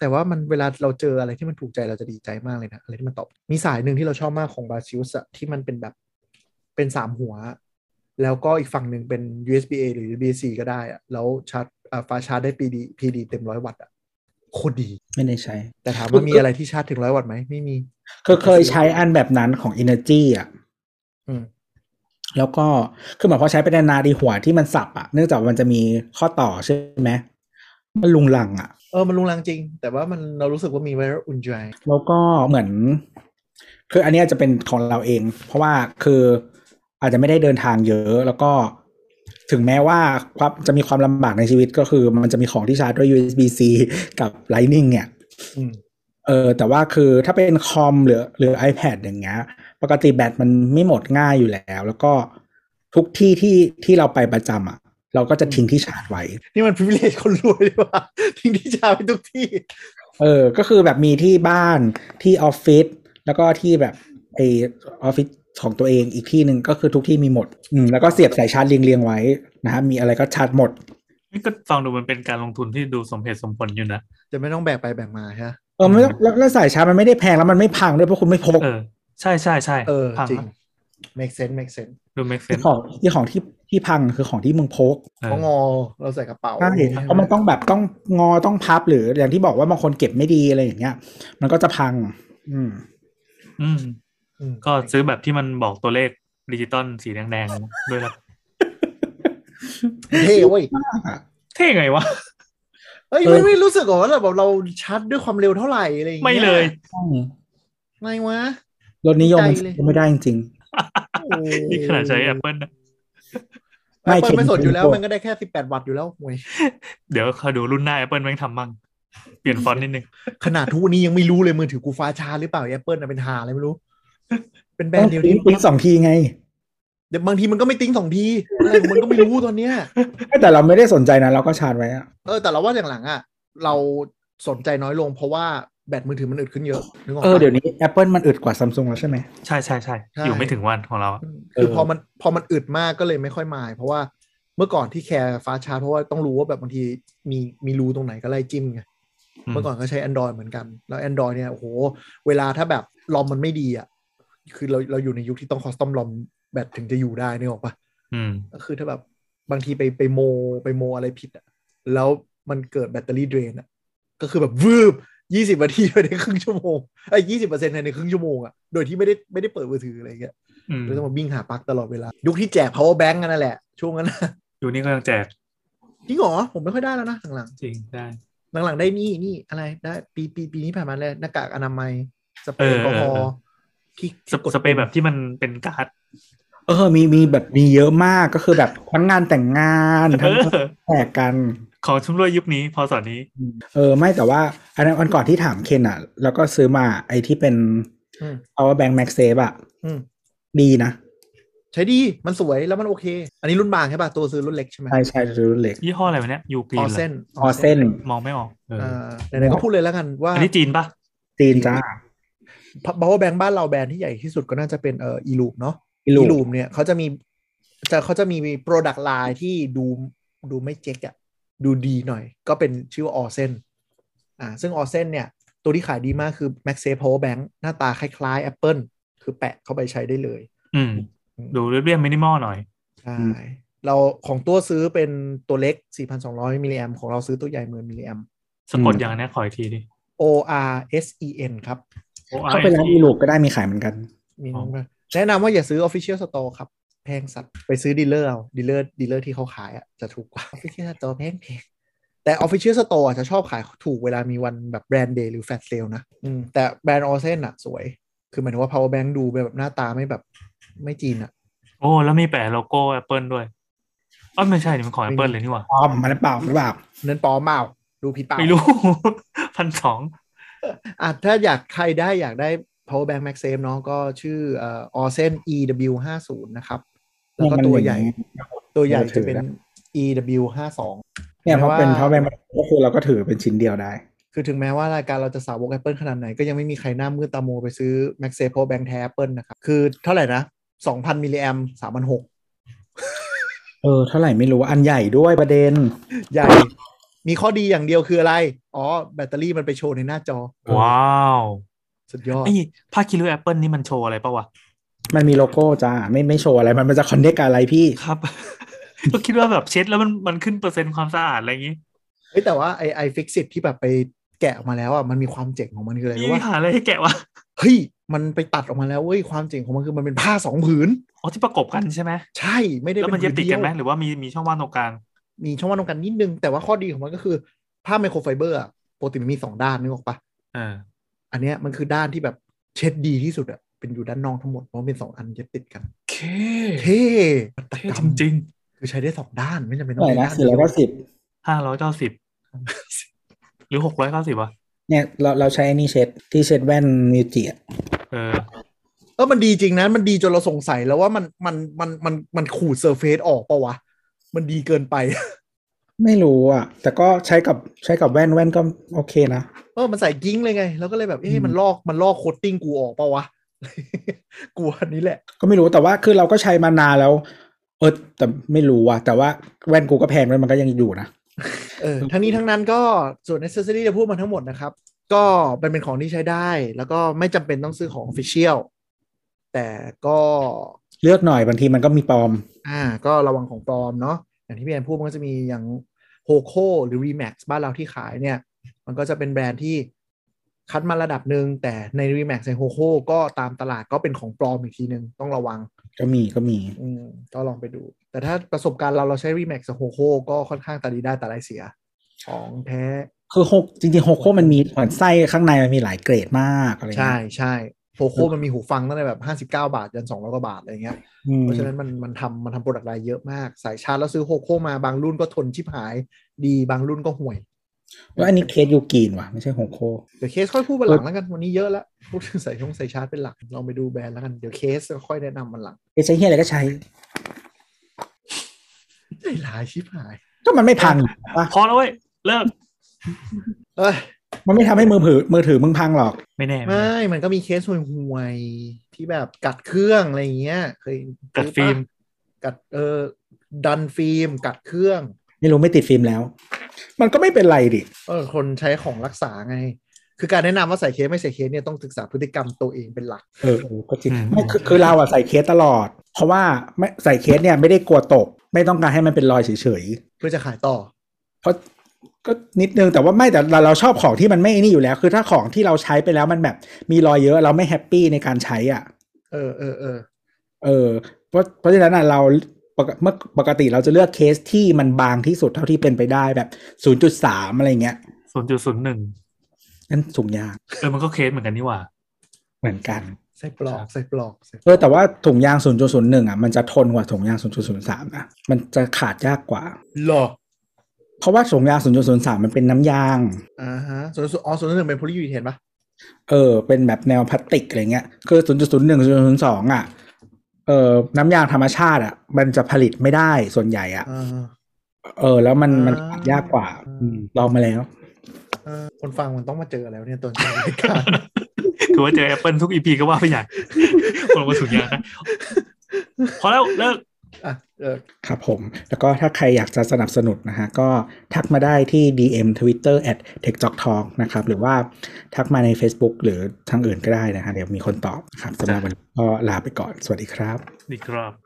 S3: แต่ว่ามันเวลาเราเจออะไรที่มันถูกใจเราจะดีใจมากเลยนะอะไรที่มันตอบมีสายหนึ่งที่เราชอบมากของบาซิลสอะที่มันเป็นแบบเป็นสามหัว แล้วก็อีกฝั่งหนึ่งเป็น USB A หรือ USB C ก็ได้อะแล้วชาร์จอ่าฟ้าชาร์จได้ PD PD เต็มร้อยวัตต์อะโคตรดี
S4: ไม่ได้ใช้
S3: แต่ถามว่ามีอะไรที่ชาร์จถึงร้อยวัตต์ไหมไม่มี
S4: คือเคยใช้อันแบบนั้นของ Energy อ่ะ
S3: อืม
S4: แล้วก็คือเหมือนพอใช้ไปนานๆดีหัวที่มันสับอ่ะ เนื่องจากมันจะมีข้อต่อใช่ไหมมันลุงลังอ่ะ
S3: เออ มันลุงรังจริง แต่ว่ามันเรารู้สึกว่ามีไว้แล้วอุ่นใจ
S4: แล้วก็เหมือน คืออันเนี้ยจะเป็นของเราเอง เพราะว่าคืออาจจะไม่ได้เดินทางเยอะ แล้วก็ถึงแม้ว่าความจะมีความลำบากในชีวิตก็คือ มันจะมีของที่ชาร์จด้วย USB-C กับ Lightning เนี่ย
S3: อืม
S4: เออแต่ว่าคือถ้าเป็นคอมหรือหรือ iPad อย่างเงี้ย ปกติแบตมันไม่หมดง่ายอยู่แล้ว แล้วก็ทุกที่ที่ที่เราไปประจำอ่ะ เราก็จะทิ้งที่ชาร์จไว้
S3: นี่มัน privilege คนรวยดีว่า *laughs* ทิ้งที่ชาร์จไปทุกที่
S4: เออ ก็คือแบบมีที่บ้านที่ออฟฟิศแล้วก็ที่แบบไอออฟฟิศของตัวเองอีกที่หนึ่งก็คือทุกที่มีหมดอืมแล้วก็เสียบสายชาร์จเรียงๆไว้นะฮะมีอะไรก็ชาร์จหมด
S2: นี่ก็ฟังดูมันเป็นการลงทุนที่ดูสมเหตุสมผลอยู่นะ
S3: จะไม่ต้องแบกไปแบกมาใช่ไหม
S4: เออไม่ต้องแล้วแล้วสายชาร์จมันไม่ได้แพงแล้วมันไม่พังด้วยเพราะคุณไม่พก
S2: เออ ใช่ใช่ใช่
S3: เออ
S2: พัง
S3: จริง
S2: นะ
S3: make sense make sense
S2: ดู make
S4: ที่
S2: sense
S4: ของที่ของที่ที่พังคือของที่มึงพก
S2: เอ
S3: เพ
S2: อ
S3: ราะงอเราใส่กระเป๋า
S4: ใช่เพราะมันต้องแบบต้องงอต้องพับหรืออย่างที่บอกว่าบางคนเก็บไม่ดีอะไรอย่างเงี้ย มันก็จะพัง อืม
S2: อืม
S3: อืม
S2: ก็ซื้อแบบที่มันบอกตัวเลขดิจิตอลสีแดงๆ ด้วยละ
S3: เท่เว้ย
S2: เท่ไงวะ
S3: เอ้ยไม่ไม่รู้สึกเหรอว่าเราแบบเราชาร์จด้วยความเร็วเท่าไหร่อะไรอย่างเงี้ย
S2: ไม่เลย
S3: ไม่วะ
S4: รถนิยม
S3: ใจเลย
S4: ไม่ได้จริง
S3: โอ้ย
S2: นี่ขนาดใช้ Apple นะ
S4: ไม่
S3: ไม่
S4: เข็น
S3: ไม่สนอยู่แล้ว
S4: เข็น
S3: มันก็ได้แค่สิบแปดวัตต์อยู่แล้วโอ้ย
S2: เดี๋ยวเขาดูรุ่นหน้า Apple แม่งทำมั่ง เปลี่ยนฟอนต์นิดนึง
S3: ขนาดทุกวันนี้ยังไม่รู้เลยมือถือกูฟ้าชาร์จหรือเปล่าแอปเปิลเป็นหาอะไรไม่รู้ เป็นแบรนด์เดียว
S4: ต้
S3: นี้
S4: องปิ๊งสองทีไง
S3: เดี๋ยวบางทีมันก็ไม่ติ้งสองทีอะไรของมันก็ไม่รู้ตอนเนี้ย
S4: แต่เราไม่ได้สนใจนะเราก็ชาร์จไว้อะ
S3: เออแต่เราว่าหลังๆอ่ะเราสนใจน้อยลงเพราะว่าแบตมือถือมันอึดขึ้นเยอะนึกออก
S4: เออ
S3: ปะ
S4: เดี๋ยวนี้ Apple มันอึดกว่าซัมซุงแล้วใช่ไหม
S2: ใช่ใช่ใช่
S3: ใช่
S2: อยู่ไม่ถึงวันของเราอะ
S3: คือ
S4: เออ
S3: พอมันพอมันอึดมากก็เลยไม่ค่อยมาย เพราะว่าเมื่อก่อนที่แคร์ฟ้าชาร์จเพราะว่าต้องรู้ว่าแบบบางทีมีมีรูตรงไหนก็ไล่จิ้มไงเมื่อก่อนก็ใช้ Android เหมือนกัน แล้ว Android เนี่ยโอ้โห เวลาถ้าแบบลอมมันไม่ดีอ่ะคือเราเราอยู่ในยุคที่ต้องคอสตอมลอมแบตถึงจะอยู่ได้นึกออกปะ
S2: อืม
S3: ก็คือถ้าแบบบางทีไปไปโมไปโมอะไรผิดอะแล้วมันเกิดแบตเตอรี่เดรนอะก็คือแบบวืบยี่สิบนาทีภายในครึ่งชั่วโมงไอ้ยี่สิบเปอร์เซ็นต์ภายในครึ่งชั่วโมงอะโดยที่ไม่ได้ไม่ได้เปิดมือถืออะไรอย่างเงี้ย
S2: อืม
S3: แล้วต้องมาวิ่งหาปลั๊กตลอดเวลา ยุคที่แจก power bank กันนั่นแหละ ช่วงนั้น *laughs* น่ะ
S2: อยู่นี่ก็ยังแจก
S3: จริงเหรอ ผมไม่ค่อยได้แล้วนะหลัง
S2: จริงได้
S3: ๆหลังๆได้นี่นี่อะไรได้ปีปีปีนี้ผ่านมาเลยหน้ากากอนามัยสเปรย์
S2: เออ
S3: แอลกอฮ
S2: เอ
S3: อ
S2: อเอ
S3: ล์
S2: อ
S3: ที่
S2: ส
S3: ที่กด
S2: สเปรย์แบบที่มันเป็นการ์ด
S4: เออมีมีแบบมีเยอะมากก็คือแบบทั้งงานแต่งงาน
S2: เอ
S4: ทั้ง
S2: อ
S4: แตกกัน
S2: ของชำร่วยยุคนี้ พอสอนนี้
S4: เออไม่แต่ว่าอันนั้นวันก่อนที่ถามเคนอ่ะ แล้วก็ซื้อมาไอ้ที่เป็น
S3: อืม
S4: power bank max safe อ่ะ
S3: อืม
S4: ดีนะ
S3: ใช้ดีมันสวยแล้วมันโอเค อันนี้รุ่นบางใช่ป่ะ ตัวซื้อรุ่นเล็กใช่ไหม
S4: ใช่ใช่ซื้อรุ่นเล็ก
S2: ยี่ห้ออะไรวะเนี่ยยูกรี
S3: ออน
S2: เหร
S3: เส้
S2: อน
S4: ออเส้น
S2: มองไม่ออกเออ
S3: อ่าไหนๆก็พูดเลยแล้วกันว่า
S2: อันนี้จีนปะ
S4: จีนจ้า
S3: power bank บ้านเราแบรนด์ที่ใหญ่ที่สุดก็น่าจะเป็นเอ่อ e l u m เนาะ
S4: อีลู
S3: e l u m เนี่ยเขาจะมีจะเขาจะมี product line ที่ดูดูไม่เจ๊กอะดูดีหน่อย ก็เป็นชื่อว่า Orsen อ่าซึ่ง Orsen เนี่ย ตัวที่ขายดีมากคือ MagSafe Power Bank หน้าตาคล้ายๆ Apple คือแปะเข้าไปใช้ได้เลย
S2: อืม ดูเรียบๆมินิมอลหน่อย
S3: ใช่ เราของตัวซื้อเป็นตัวเล็ก 4,200 มิลลิแอมของเราซื้อตัวใหญ่หมื่นมิลลิแอม
S2: สะกด
S4: อืม
S2: อย่างนี้นขออีกทีดิ
S3: O R S E N ครับ
S2: ORNT
S4: เข้าไปร้านอีลูก็ได้มีขายเหมือนกัน
S3: มี
S2: อ๋อ
S3: นะแนะนำว่าอย่าซื้อ Official Store ครับ แพงสัตว์ ไปซื้อดีลเลอร์เอาดีลเลอร์ดีลเลอร์ที่เขาขายอ่ะ จะถูกกว่า *laughs* Official Store แพงแพงแต่ Official Store อ่ะจะชอบขายถูกเวลามีวันแบบแบรนด์เดย์หรือแฟลตเซลนะอืมแต่แบรนด์ออเซนอ่ะ สวย คือหมายถึงว่า power bank ดูแบบหน้าตาไม่แบบไม่จีนอ่ะ
S2: โอ้แล้วมีแปะโลโก้ Apple ด้วยอ๋อไม่ใช่นี่มันของ Apple เลยนี่หว่า
S4: ปลอมมันเปล่าหรือเปล่า
S3: เน้นปลอมเปล่าดูผิดเปล่า
S2: ไม่รู้ *laughs* พันสอง
S3: อ่ะถ้าอยากใครได้อยากได้ power bank max save เนาะก็ชื่อเอ่อ Orsen EW 5 0นะครับ แล้วก็ตัวใหญ่ ตัวใหญ่จะเป็น EW 5 2
S4: เนี่ยเพราะเป็นเพราะเป็นก็คือเราก็ถือเป็นชิ้นเดียวได้
S3: คือถึงแม้ว่ารายการเราจะสาวก Apple ขนาดไหน ก็ยังไม่มีใครหน้ามืดตาโมวไปซื้อ max save power bank แท้ Apple นะครับ คือเท่าไหร่นะ 2,000 มิลลิแอม3,600
S4: เออเท่าไหร่ไม่รู้อันใหญ่ด้วยประเด็น
S3: ใหญ่ มีข้อดีอย่างเดียวคืออะไร อ๋อ แบตเตอรี่มันไปโชว์ในหน้าจอ
S2: ว้าว
S3: สุดยอด
S2: ไอ้ผ้าคิริว Apple นี่มันโชว์อะไรปะวะ
S4: มันมีโลโก้จ้าไม่ไม่โชว์อะไรมันมันจะคอนเนคกับอะไรพี่
S2: ครับ *laughs* ก็คิดว่าแบบเช็ดแล้วมันมันขึ้นเปอร์เซ็นต์ความสะอาดอะไรอย่างงี้
S3: เฮ้ยแต่ว่าไอไอฟิกซิที่แบบไปแกะออกมาแล้วอ่ะมันมีความเจ๋งของมันคืออะไร
S2: นี่
S3: รู้ปะ
S2: หาอะไรให้แกะวะ
S3: เฮ้ย มันไปตัดออกมาแล้วเว้ย ความเจ๋งของมันคือมันเป็นผ้าสองผืน
S2: อ๋อที่ประกบกันใช่ไหม
S3: ใช่ไม่ได้
S2: แล้วมัน
S3: ผื
S2: เย็บติดกันไหมหรือว่ามีมีช่องว่างตรงกลาง
S3: มีช่องว่างตรงกันนิดนึง แต่ว่าข้อดีของมันก็คือ ผ้าไมโครไฟเบอร์อะปกติมันมีสองด้านนึกออกปะ
S2: เออ
S3: อันเนี้ยมันคือด้านที่แบบเช็ดดีที่สุดอะเป็นอยู่ด้านนอกทั้งหมดเพราะมันเป็นสองอันเย็บติดกัน
S2: เค
S3: เท่
S2: เท่จริง
S3: คือใช้ได้สองด้านไม่จำเป็นต้
S4: เท่า
S3: อง
S4: ไหร่
S3: เป็นด้าน
S4: นะสี่ร้อยเก้าสิบ
S2: ๆห้าร้อยเก้าสิบหรือหกร้อยเก้าสิบวะ
S4: เนี่ยเราเราใช้ไอ้นี่เช็ดที่เช็ดแว่นมิวจิอะ
S2: เออ
S3: เออมันดีจริงนะ มันดีจนเราสงสัยแล้วว่ามันมันมันมันมันขูดเซอร์เฟซออกปะวะมันดีเกินไป *laughs*
S4: ไม่รู้อ่ะ แต่ก็ใช้กับใช้กับแว่นแว่นก็โอเคนะ
S3: เออมันใส่กิ้งเลยไง แล้วก็เลยแบบเอ๊ะมันลอกมันลอกโคตติ้งกูออกเปล่าวะ *laughs* กูอันนี้แหละ
S4: ก็ไม่รู้แต่ว่าคือเราก็ใช้มานานแล้ว เออแต่ไม่รู้ว่ะแต่ว่าแว่นกูก็แพงแล้วมันก็ยังอยู่นะ
S3: เออทั้งนี้ทั้งนั้นก็ส่วน accessory ที่พูดมาทั้งหมดนะครับ ก็มันเป็นของที่ใช้ได้ แล้วก็ไม่จำเป็นต้องซื้อของ official แต่ก็
S4: เลือกหน่อยบางทีมันก็มีปลอม
S3: อ่าก็ระวังของปลอมเนาะอย่างที่พี่แอนพูดมันก็จะมีอย่างโฮโคหรือ Remax บ้านเราที่ขายเนี่ย มันก็จะเป็นแบรนด์ที่คัดมาระดับหนึ่งแต่ใน Remax ในโฮโคก็ตามตลาดก็เป็นของปลอมอีกทีหนึ่งต้องระวัง
S4: ก็มีก็มี
S3: อืมก็ลองไปดู แต่ถ้าประสบการณ์เราเราใช้ Remax กับโฮโคก็ค่อนข้างตาดีได้ตาไร้เสีย ของแท้
S4: คือหกจริงๆโฮโคมันมีเหมือนไส้ข้างในมันมีหลายเกรดมากอะไรเงี้ย
S3: ใช่ใช่โฮโคมันมีหูฟังตั้งแต่แบบห้าสิบเก้าบาท ยันสองร้อยกว่าบาท อะไรเงี้ย
S4: อืม
S3: เพราะฉะนั้นมันมันทำมันทำโปรดักต์ไลน์เยอะมาก สายชาร์จแล้วซื้อโฮโคมาบางรุ่นก็ทนชิบหาย ดีบางรุ่นก็ห่วย
S4: แล้วอันนี้เคสยูกีนว่ะไม่ใช่โฮโค
S3: เดี๋ยวเคสค่อยพูดวันหลังแล้วกัน วันนี้เยอะละพูดถึงสายชงสายชาร์จเป็นหลักลองไปดูแบรนด์แล้วกันเดี๋ยวเคสก็ค่อยแนะนำมันหลัง
S4: เอ้ยใช้เฮียอะไรก็ใช้
S3: ใจร้ายชิบหาย
S4: ก็มันไม่พังปะ
S2: พอแล้วเว้ยเลิก
S3: เอ้ย
S4: มันไม่ทำให้มือถือมือถือมึงพังหรอก
S2: ไม่แน่ไม่แน่
S3: ไม่มันก็มีเคสห่วยๆที่แบบกัดเครื่องอะไรอย่างเงี้ยเคย
S2: กัดฟิล์ม
S3: กัดเออดันฟิล์มกัดเครื่อง
S4: ไม่รู้ไม่ติดฟิล์มแล้ว มันก็ไม่เป็นไรดิ
S3: เออคนใช้ของรักษาไง คือการแนะนำว่าใส่เคสไม่ใส่เคสเนี่ยต้องศึกษาพฤติกรรมตัวเองเป็นหลัก
S4: เออเออก็จริง
S2: อืม
S4: ไม่คือคือเราอะใส่เคสตลอด เพราะว่าไม่ใส่เคสเนี่ยไม่ได้กลัวตก ไม่ต้องการให้มันเป็นรอยเฉย
S3: เพื่อจะขายต่อ
S4: ๆ เพราะก็นิดนึงแต่ว่าไม่แต่เราเราชอบของที่มันไม่นี่อยู่แล้ว คือถ้าของที่เราใช้ไปแล้วมันแบบมีรอยเยอะเราไม่แฮปปี้ในการใช้อ่ะ
S3: เออเออเออ
S4: เออเพราะเพราะฉะนั้นอะเราปกเมื่อปกติเราจะเลือกเคสที่มันบางที่สุดเท่าที่เป็นไปได้แบบ 0.3 อะไรเงี้ย
S2: ศูนย์จุดศูนย์หนึ่ง
S4: นั่นสูงยาก
S2: *laughs* เออมันก็เคสเหมือนกันนี่หว่า
S4: เหมือนกัน
S3: ใส่ปลอกใส่ปลอกใส่ป
S4: เอ
S3: ล
S4: อ
S3: อก
S4: แต่ว่าถุงยาง 0.01 อ่ะ มันจะทนกว่าถุงยาง 0.03 นะ มันจะขาดยากกว่า
S3: หรอ
S4: เพราะว่าถุงยาง 0.03 มันเป็นน้ำยาง
S3: อ่าฮะส่วนส่วนอ๋อส่วนหนึ่งเป็นโพลียูรีเทนปะ
S4: เออ เป็นแบบแนวพลาสติกอะไรเงี้ย คือ 0.01 0.02 อ่ะ เออน้ำยางธรรมชาติอ่ะ มันจะผลิตไม่ได้ส่วนใหญ่อ่ะ
S3: อ่า
S4: เออ แล้วมันมัน
S3: อ่า
S4: ขาดยากกว่าอืมลองมาแล้ว
S3: เออคนฟังมันต้องมาเจอแล้วเนี่ยตอน *laughs* เจอรายการ
S2: คือว่าเจอแอปเปิลทุกอีพีก็ว่าไปอย่าง *laughs* คนมาสุญญางนะพอแล้วเลิก
S3: อ่ะเออ
S4: ครับผม แล้วก็ถ้าใครอยากจะสนับสนุนนะฮะ ก็ทักมาได้ที่ DM Twitter at t e c h j o k t a l k นะครับ หรือว่าทักมาใน Facebook หรือทางอื่นก็ได้นะฮะ เดี๋ยวมีคนตอบนะครับสำหรับวันนี้ก็ลาไปก่อน สวัสดีครับ
S2: ดีครับ